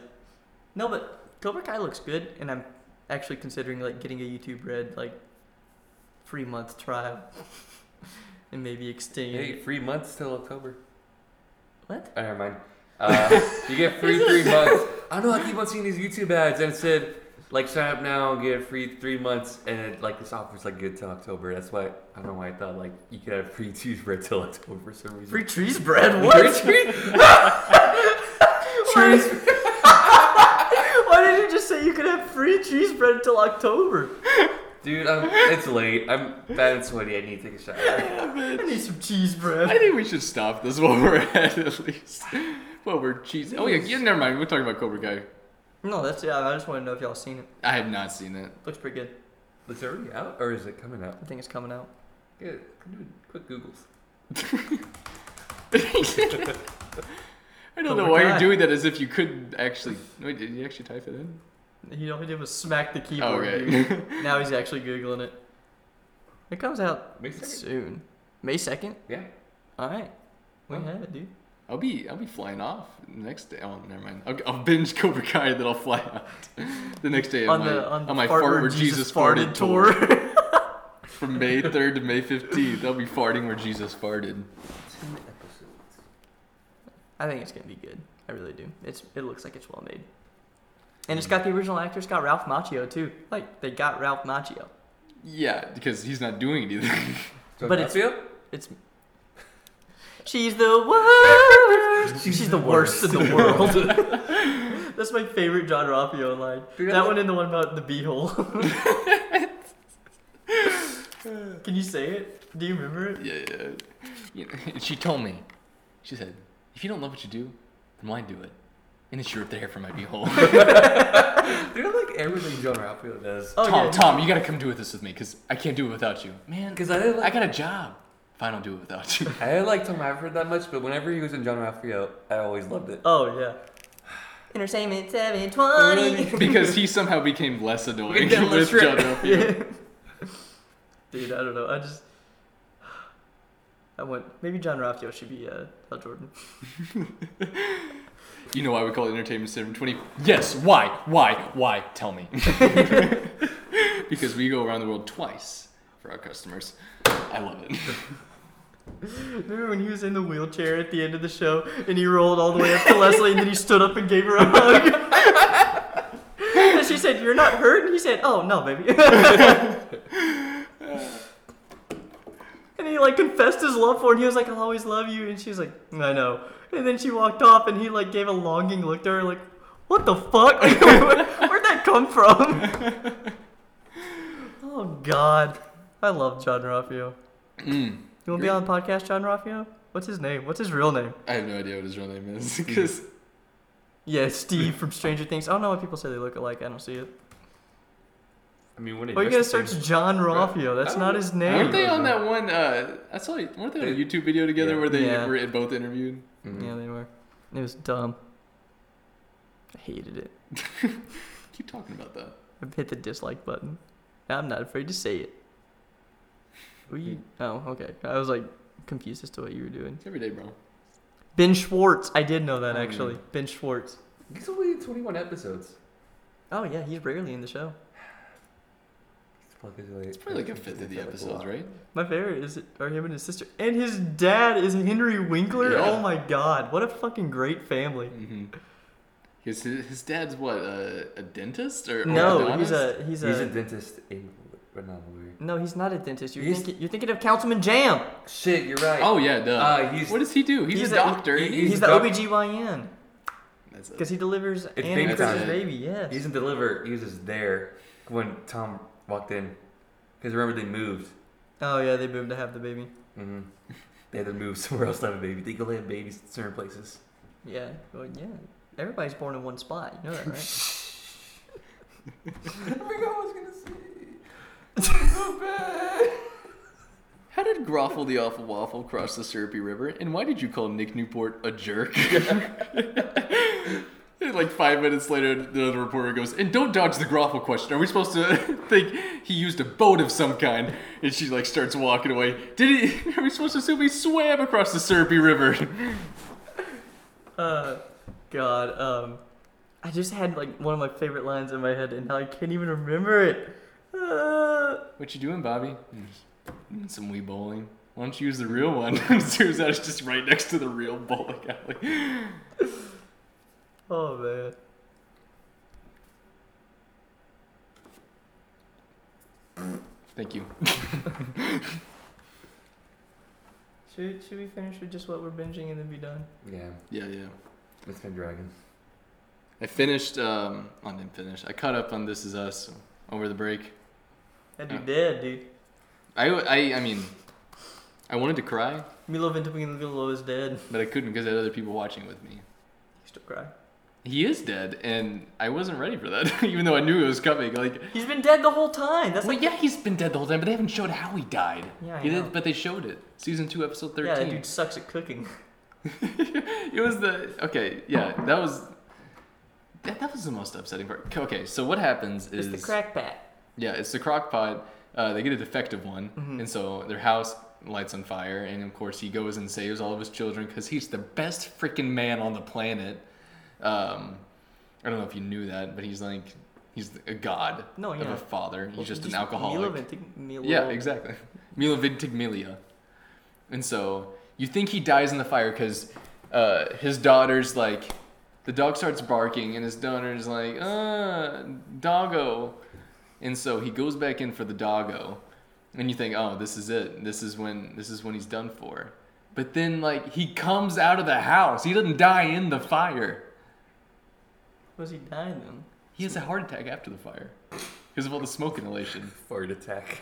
Speaker 2: No, but Cobra Kai looks good, and I'm actually considering like getting a YouTube Red like free month trial, [laughs] and maybe extending.
Speaker 3: Hey, free months till October.
Speaker 2: What?
Speaker 3: Oh, never mind. Uh, you get free three months. I don't know. I keep on seeing these YouTube ads, and it said like sign up now and get free three months, and it, like this offer's like good till October. That's why I don't know why I thought like you could have free [laughs] cheese bread till October for some reason.
Speaker 2: Free trees bread? What? [laughs]
Speaker 3: Free
Speaker 2: Why- Why did you [laughs] just say you could have free cheese bread until October?
Speaker 3: Dude, I'm, it's late. I'm bad and sweaty. I need to take a shower.
Speaker 2: I need some cheese bread.
Speaker 1: I think we should stop this while we're [laughs] at at least. While we're cheesy. Oh yeah, yeah, never mind. We're talking about Cobra Kai.
Speaker 2: No, that's yeah. I just want to know if y'all seen it.
Speaker 1: I have not seen it. [laughs]
Speaker 2: Looks pretty good.
Speaker 3: Is it already out or is it coming out?
Speaker 2: I think it's coming out.
Speaker 3: Good. Dude, quick Googles.
Speaker 1: I don't
Speaker 2: Cobra
Speaker 1: know why
Speaker 2: Kai.
Speaker 1: you're doing that as if you couldn't actually. Wait, did you actually type it in?
Speaker 2: He all he did was smack the
Speaker 1: Oh,
Speaker 2: keyboard.
Speaker 1: okay.
Speaker 2: dude. Now he's actually googling it. It comes out
Speaker 3: May 2nd?
Speaker 2: soon. May second.
Speaker 3: Yeah.
Speaker 2: All right, we
Speaker 3: Well.
Speaker 2: have it, dude.
Speaker 1: I'll be I'll be flying off next day. Oh, never mind. I'll, I'll binge Cobra Kai, then I'll fly out [laughs] the next day
Speaker 2: on
Speaker 1: my,
Speaker 2: the on, the
Speaker 1: my
Speaker 2: fart
Speaker 1: fart
Speaker 2: where Jesus farted [laughs] tour.
Speaker 1: from May third to May fifteenth. I'll be farting where Jesus farted.
Speaker 3: Ten episodes.
Speaker 2: I think it's gonna be good. I really do. It's it looks like it's well made, and it's got the original actor. It's got Ralph Macchio too. Like they got Ralph Macchio.
Speaker 1: Yeah, because he's not doing it either. [laughs]
Speaker 3: So
Speaker 2: But it's-
Speaker 3: Garfield?
Speaker 2: It's she's the worst. She's, the worst, in the world. [laughs] That's my favorite John Ralphio line.
Speaker 3: Dude, I
Speaker 2: that
Speaker 3: love-
Speaker 2: one and the one about the [laughs] beehole. Can you say it? Do you remember it?
Speaker 1: yeah, yeah. You know, and she told me, she said, if you don't love what you do, then why do it? And then she ripped the hair from my beehole.
Speaker 3: Dude, I like everything John Ralphio does.
Speaker 2: [laughs] Oh,
Speaker 1: Tom,
Speaker 2: yeah.
Speaker 1: Tom, you gotta come do this with me, cause I can't do it without you. Man,
Speaker 3: Because I didn't
Speaker 1: I
Speaker 3: like
Speaker 1: got a job. If I don't do it without you.
Speaker 3: I didn't like Tom Haverford that much, but whenever he was in John Ralphio, I always loved it.
Speaker 2: Oh yeah.
Speaker 1: [laughs]
Speaker 2: Entertainment 720.
Speaker 1: because he somehow became less annoying
Speaker 3: Yeah,
Speaker 1: with
Speaker 3: that's right.
Speaker 1: John Ralphio.
Speaker 2: Dude, I don't know. I just. I want. Maybe John Ralphio should be uh, Hal Jordan.
Speaker 1: You know why we call it Entertainment 720? Yes, why? Why? Why? Tell [laughs] me. because we go around the world twice for our customers. I love it.
Speaker 2: Remember when he was in the wheelchair at the end of the show and he rolled all the way up to Leslie and then he stood up and gave her a hug? and she said, You're not hurt? And he said, Oh, no, baby. and he like confessed his love for her and he was like, I'll always love you. And she was like, I know. And then she walked off and he like gave a longing look to her like, What the fuck? [laughs] Where'd that come from? oh, God. I love John Raffio.
Speaker 1: Mm.
Speaker 2: You want to be on the podcast, John Raffio? What's his name? What's his real name?
Speaker 1: I have no idea what his real name is. Because
Speaker 2: Yeah, Steve from Stranger Things. I don't know why people say they look alike. I don't see it.
Speaker 3: I mean, when it
Speaker 2: Or you gotta search John Raffio. That's
Speaker 3: I don't
Speaker 2: not
Speaker 3: know.
Speaker 2: his
Speaker 1: weren't
Speaker 2: name.
Speaker 1: they on that one? Uh, I saw. you- Weren't they on a YouTube video together
Speaker 3: Yeah.
Speaker 1: where they
Speaker 2: Yeah.
Speaker 1: were in both interviewed?
Speaker 3: Mm-hmm.
Speaker 2: Yeah, they were. It Mm-hmm. was dumb. I hated it.
Speaker 1: Keep talking about that.
Speaker 2: I hit the dislike
Speaker 3: Mm-hmm.
Speaker 2: button. I'm not afraid to say it. We. Oh, okay. I was like, confused as to what you were doing.
Speaker 1: It's every day, bro.
Speaker 2: Ben Schwartz. I did know that
Speaker 1: Oh, yeah.
Speaker 2: actually. Ben Schwartz.
Speaker 3: It's only 21 episodes.
Speaker 2: Oh yeah, he's rarely in the show.
Speaker 1: It's probably like a fifth of the episodes, right?
Speaker 2: My favorite is are him and his sister, and his dad is Henry Winkler.
Speaker 1: Yeah.
Speaker 2: Oh my God, what a fucking great family.
Speaker 1: Mm-hmm. His his dad's what a, a dentist or or
Speaker 2: No, he's
Speaker 1: orthodontist?
Speaker 2: a he's
Speaker 3: He's
Speaker 2: a,
Speaker 3: a dentist in but not a movie.
Speaker 2: no, he's not a dentist. You're
Speaker 3: He's-
Speaker 2: thinking you're thinking of Councilman Jam.
Speaker 3: Shit, you're right.
Speaker 1: Oh yeah, duh.
Speaker 3: Uh, he's-
Speaker 1: what does he do? He's, a doctor.
Speaker 3: he-
Speaker 1: ain't
Speaker 2: He's,
Speaker 3: he's
Speaker 2: the
Speaker 3: a doc-
Speaker 2: OBGYN
Speaker 1: That's
Speaker 2: because
Speaker 1: it.
Speaker 2: he delivers
Speaker 3: baby
Speaker 2: and births his
Speaker 1: time.
Speaker 2: baby. Yes.
Speaker 3: He doesn't deliver. He was just there when Tom walked in. Because remember they moved.
Speaker 2: oh yeah, they moved to have the baby.
Speaker 3: Mm-hmm. They had to move somewhere else to have a baby. They go have babies in certain places. [laughs]
Speaker 2: Yeah. Well, yeah. Everybody's born in one spot. You know that, right?
Speaker 3: I forgot what I was gonna say.
Speaker 1: How did Groffle the Awful Waffle cross the Syrupy River, and why did you call Nick Newport a jerk? [laughs] And, like five minutes later, the other reporter goes, "And don't dodge the Groffle question. Are we supposed to [laughs] think he used a boat of some kind?" And she like starts walking away. Did he? [laughs] Are we supposed to assume he swam across the Syrupy River? [laughs]
Speaker 2: Uh, God. Um, I just had like one of my favorite lines in my head, and now I can't even remember it. Uh,
Speaker 1: What you doing, Bobby? Mm, Some wee bowling. Why don't you use the real one? [laughs] Zooms out, it's just right next to the real bowling alley.
Speaker 2: oh man.
Speaker 1: Thank you.
Speaker 2: Should, should we finish with just what we're binging and then be done?
Speaker 3: Yeah,
Speaker 1: Yeah, yeah.
Speaker 3: it's been dragon.
Speaker 1: I finished. Um, I didn't finish. I caught up on This Is Us over the break.
Speaker 2: That dude
Speaker 1: Yeah.
Speaker 2: dead, dude.
Speaker 1: I, I, I mean, I wanted to cry,
Speaker 2: Milo Ventimiglia is dead.
Speaker 1: but I couldn't because I had other people watching with me.
Speaker 2: He still cry.
Speaker 1: He is dead, and I wasn't ready for that, [laughs] even though I knew it was coming. Like,
Speaker 2: He's been dead the whole time. That's
Speaker 1: well,
Speaker 2: like
Speaker 1: yeah, he's been dead the whole time, but they haven't showed how he died.
Speaker 2: Yeah, I
Speaker 1: He did-
Speaker 2: know.
Speaker 1: but they showed it. Season two, episode
Speaker 2: yeah, that
Speaker 1: thirteen.
Speaker 2: dude sucks at cooking.
Speaker 1: [laughs] it was the okay. Yeah, that was. That, that was the most upsetting part. Okay, so what happens is
Speaker 2: It's the crack pat.
Speaker 1: Yeah, it's the crock pot. Uh, they get a defective one,
Speaker 2: Mhm.
Speaker 1: and so their house lights on fire. And of course, he goes and saves all of his children because he's the best freaking man on the planet. Um, I don't know if you knew that, but he's like he's a god
Speaker 2: No,
Speaker 1: of
Speaker 2: yeah.
Speaker 1: a father. He's
Speaker 2: Well,
Speaker 1: just an alcoholic.
Speaker 2: Milo Ventimiglia.
Speaker 1: Yeah, exactly. [laughs] Milo Ventimiglia. And so you think he dies in the fire because uh, his daughter's like, the dog starts barking and his daughter's like, uh, doggo. And so he goes back in for the doggo, and you think, oh, this is it. This is when this is when he's done for. But then like he comes out of the house. He doesn't die in the fire.
Speaker 2: Was he dying then?
Speaker 1: He has a heart attack after the fire because of all the smoke inhalation.
Speaker 3: Fart attack.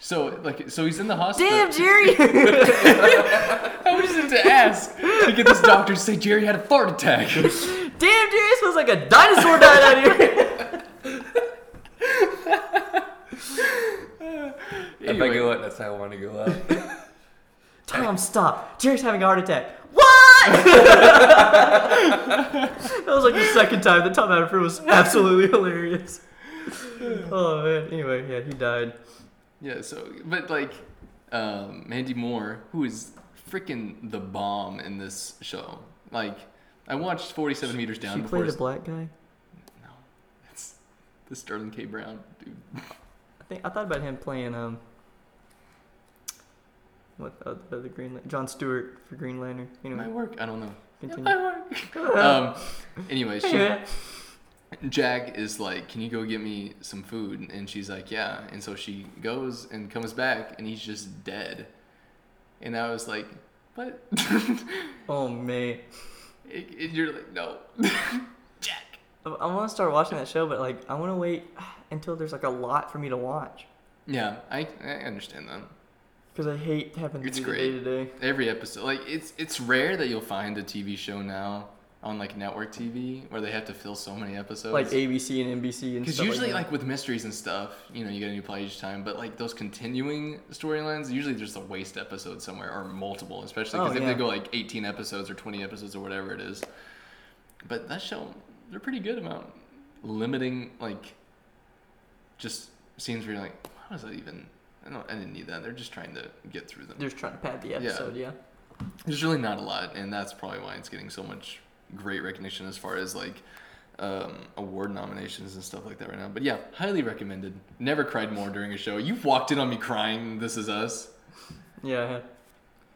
Speaker 1: So like so he's in the hospital.
Speaker 2: Damn, Jerry!
Speaker 1: I was just to ask to get this doctor to say Jerry had a fart
Speaker 2: [laughs]
Speaker 1: attack.
Speaker 2: Damn, Jerry smells like a dinosaur died out of here. [laughs]
Speaker 3: If I
Speaker 1: Anyway.
Speaker 3: go up, that's how I want to go up. [laughs]
Speaker 2: Tom, stop. Jerry's having a heart attack. What? [laughs] that was like the second time that Tom Haverford was absolutely
Speaker 1: [laughs]
Speaker 2: hilarious. Oh man. Anyway, yeah, he died.
Speaker 1: Yeah, so but like um, Mandy Moore, who is freaking the bomb in this show. Like I watched 47 meters down
Speaker 2: she
Speaker 1: before
Speaker 2: played a
Speaker 1: it's-
Speaker 2: black guy.
Speaker 1: No. It's the Sterling K Brown dude.
Speaker 2: I think I thought about him playing um. What uh, the other Green Lan- John Stewart for Green Lantern.
Speaker 1: My
Speaker 2: Anyway,
Speaker 1: work, I don't know. [laughs]
Speaker 2: continue.
Speaker 1: My work.
Speaker 2: [laughs]
Speaker 1: um anyway, she
Speaker 2: Anyway,
Speaker 1: Jack is like, "Can you go get me some food?" And she's like, "Yeah." And so she goes and comes back, and he's just dead. And I was like, "What?" [laughs]
Speaker 2: oh man,
Speaker 1: And- and you're like, "No, [laughs] Jack."
Speaker 2: I, I want to start watching that show, but like I want to wait [sighs] until there's like a lot for me to watch
Speaker 1: Yeah, I, I understand that.
Speaker 2: because I hate having to
Speaker 1: It's
Speaker 2: do the day
Speaker 1: great.
Speaker 2: to day.
Speaker 1: Every episode, like it's it's rare that you'll find a TV show now on like network TV where they have to fill so many episodes.
Speaker 2: like ABC and NBC and
Speaker 1: Because
Speaker 2: stuff
Speaker 1: usually,
Speaker 2: like,
Speaker 1: like,
Speaker 2: that.
Speaker 1: with mysteries and stuff, you know, you get a new plot each time. But like those continuing storylines, usually there's a waste episode somewhere or multiple, especially
Speaker 2: Oh,
Speaker 1: because if
Speaker 2: yeah.
Speaker 1: they go like 18 episodes or 20 episodes or whatever it is. But that show, they're pretty good about limiting like just scenes where you're like, why was that even? I don't. I didn't need that. They're just trying to get through them.
Speaker 2: They're just trying to pad the
Speaker 1: Yeah.
Speaker 2: episode, yeah.
Speaker 1: There's really not a lot, and that's probably why it's getting so much great recognition as far as like um, award nominations and stuff like that right now. But yeah, highly recommended. Never cried more during a show. You walked in on me crying. This is us.
Speaker 2: Yeah. I have.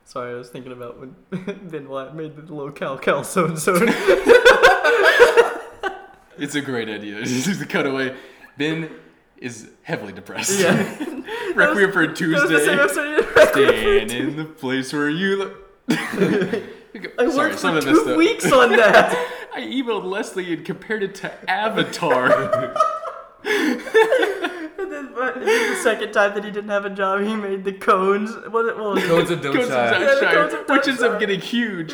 Speaker 2: Sorry, I was thinking about when [laughs] Ben Wyatt made the low cal cal so and [laughs] so.
Speaker 1: It's a great idea. [laughs] Just the cutaway. Ben is heavily depressed.
Speaker 2: Yeah.
Speaker 1: [laughs] Requiem for a
Speaker 2: That was the same
Speaker 1: Tuesday.
Speaker 2: episode. yeah. [laughs]
Speaker 1: Stand in the place where you. Look.
Speaker 2: I
Speaker 1: Sorry,
Speaker 2: worked
Speaker 1: some
Speaker 2: for
Speaker 1: of this
Speaker 2: two weeks
Speaker 1: [laughs]
Speaker 2: on that.
Speaker 1: I emailed Leslie and compared it to
Speaker 2: [laughs]
Speaker 1: Avatar.
Speaker 2: and then, but and then the second time that he didn't have a job, he made the cones. What, it- what
Speaker 1: [laughs]
Speaker 2: was it?
Speaker 3: Cones of
Speaker 1: Goes to
Speaker 3: Domeshire.
Speaker 1: Dunshire,
Speaker 2: Yeah, it goes to
Speaker 1: which ends up
Speaker 2: Dunshire.
Speaker 1: getting huge.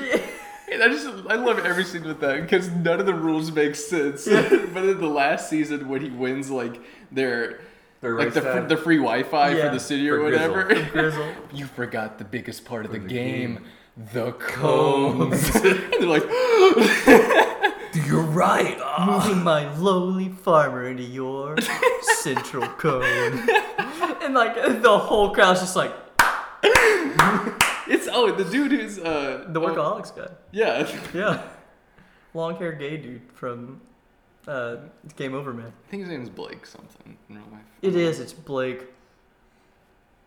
Speaker 1: And I just I love every scene with that because none of the rules make sense. [laughs] but in the last season, when he wins like their
Speaker 3: Their
Speaker 1: like
Speaker 3: race
Speaker 1: the, fr-
Speaker 3: time.
Speaker 1: the free Wi-Fi
Speaker 2: Yeah.
Speaker 1: for the city or
Speaker 3: For Grizzle.
Speaker 1: whatever,
Speaker 2: Grizzle.
Speaker 1: [laughs] you forgot the biggest part of the,
Speaker 3: the
Speaker 1: game. The cones. [laughs] and they're like, [gasps]
Speaker 3: You're right. Ah.
Speaker 2: [laughs] Moving my lowly farmer into [laughs] your central cone. [laughs] and like the whole crowd's just like
Speaker 1: it's oh the dude who's uh
Speaker 2: the
Speaker 1: oh,
Speaker 2: workaholics guy.
Speaker 1: yeah [laughs]
Speaker 2: Yeah. Long hair gay dude from uh, Game Over Man.
Speaker 1: I think his name is Blake something in real life.
Speaker 2: It is, it's Blake.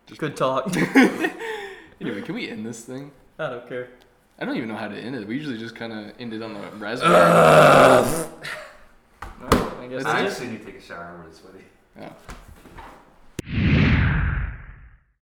Speaker 1: Just
Speaker 2: Good talk. [laughs]
Speaker 1: Anyway, can we end this thing?
Speaker 2: I don't care.
Speaker 1: I don't even know how to end it. We usually just kind of end it on the raspberry.
Speaker 2: Alright, I guess
Speaker 3: I
Speaker 2: that's it.
Speaker 3: actually need to take a shower when it's sweaty.
Speaker 1: yeah.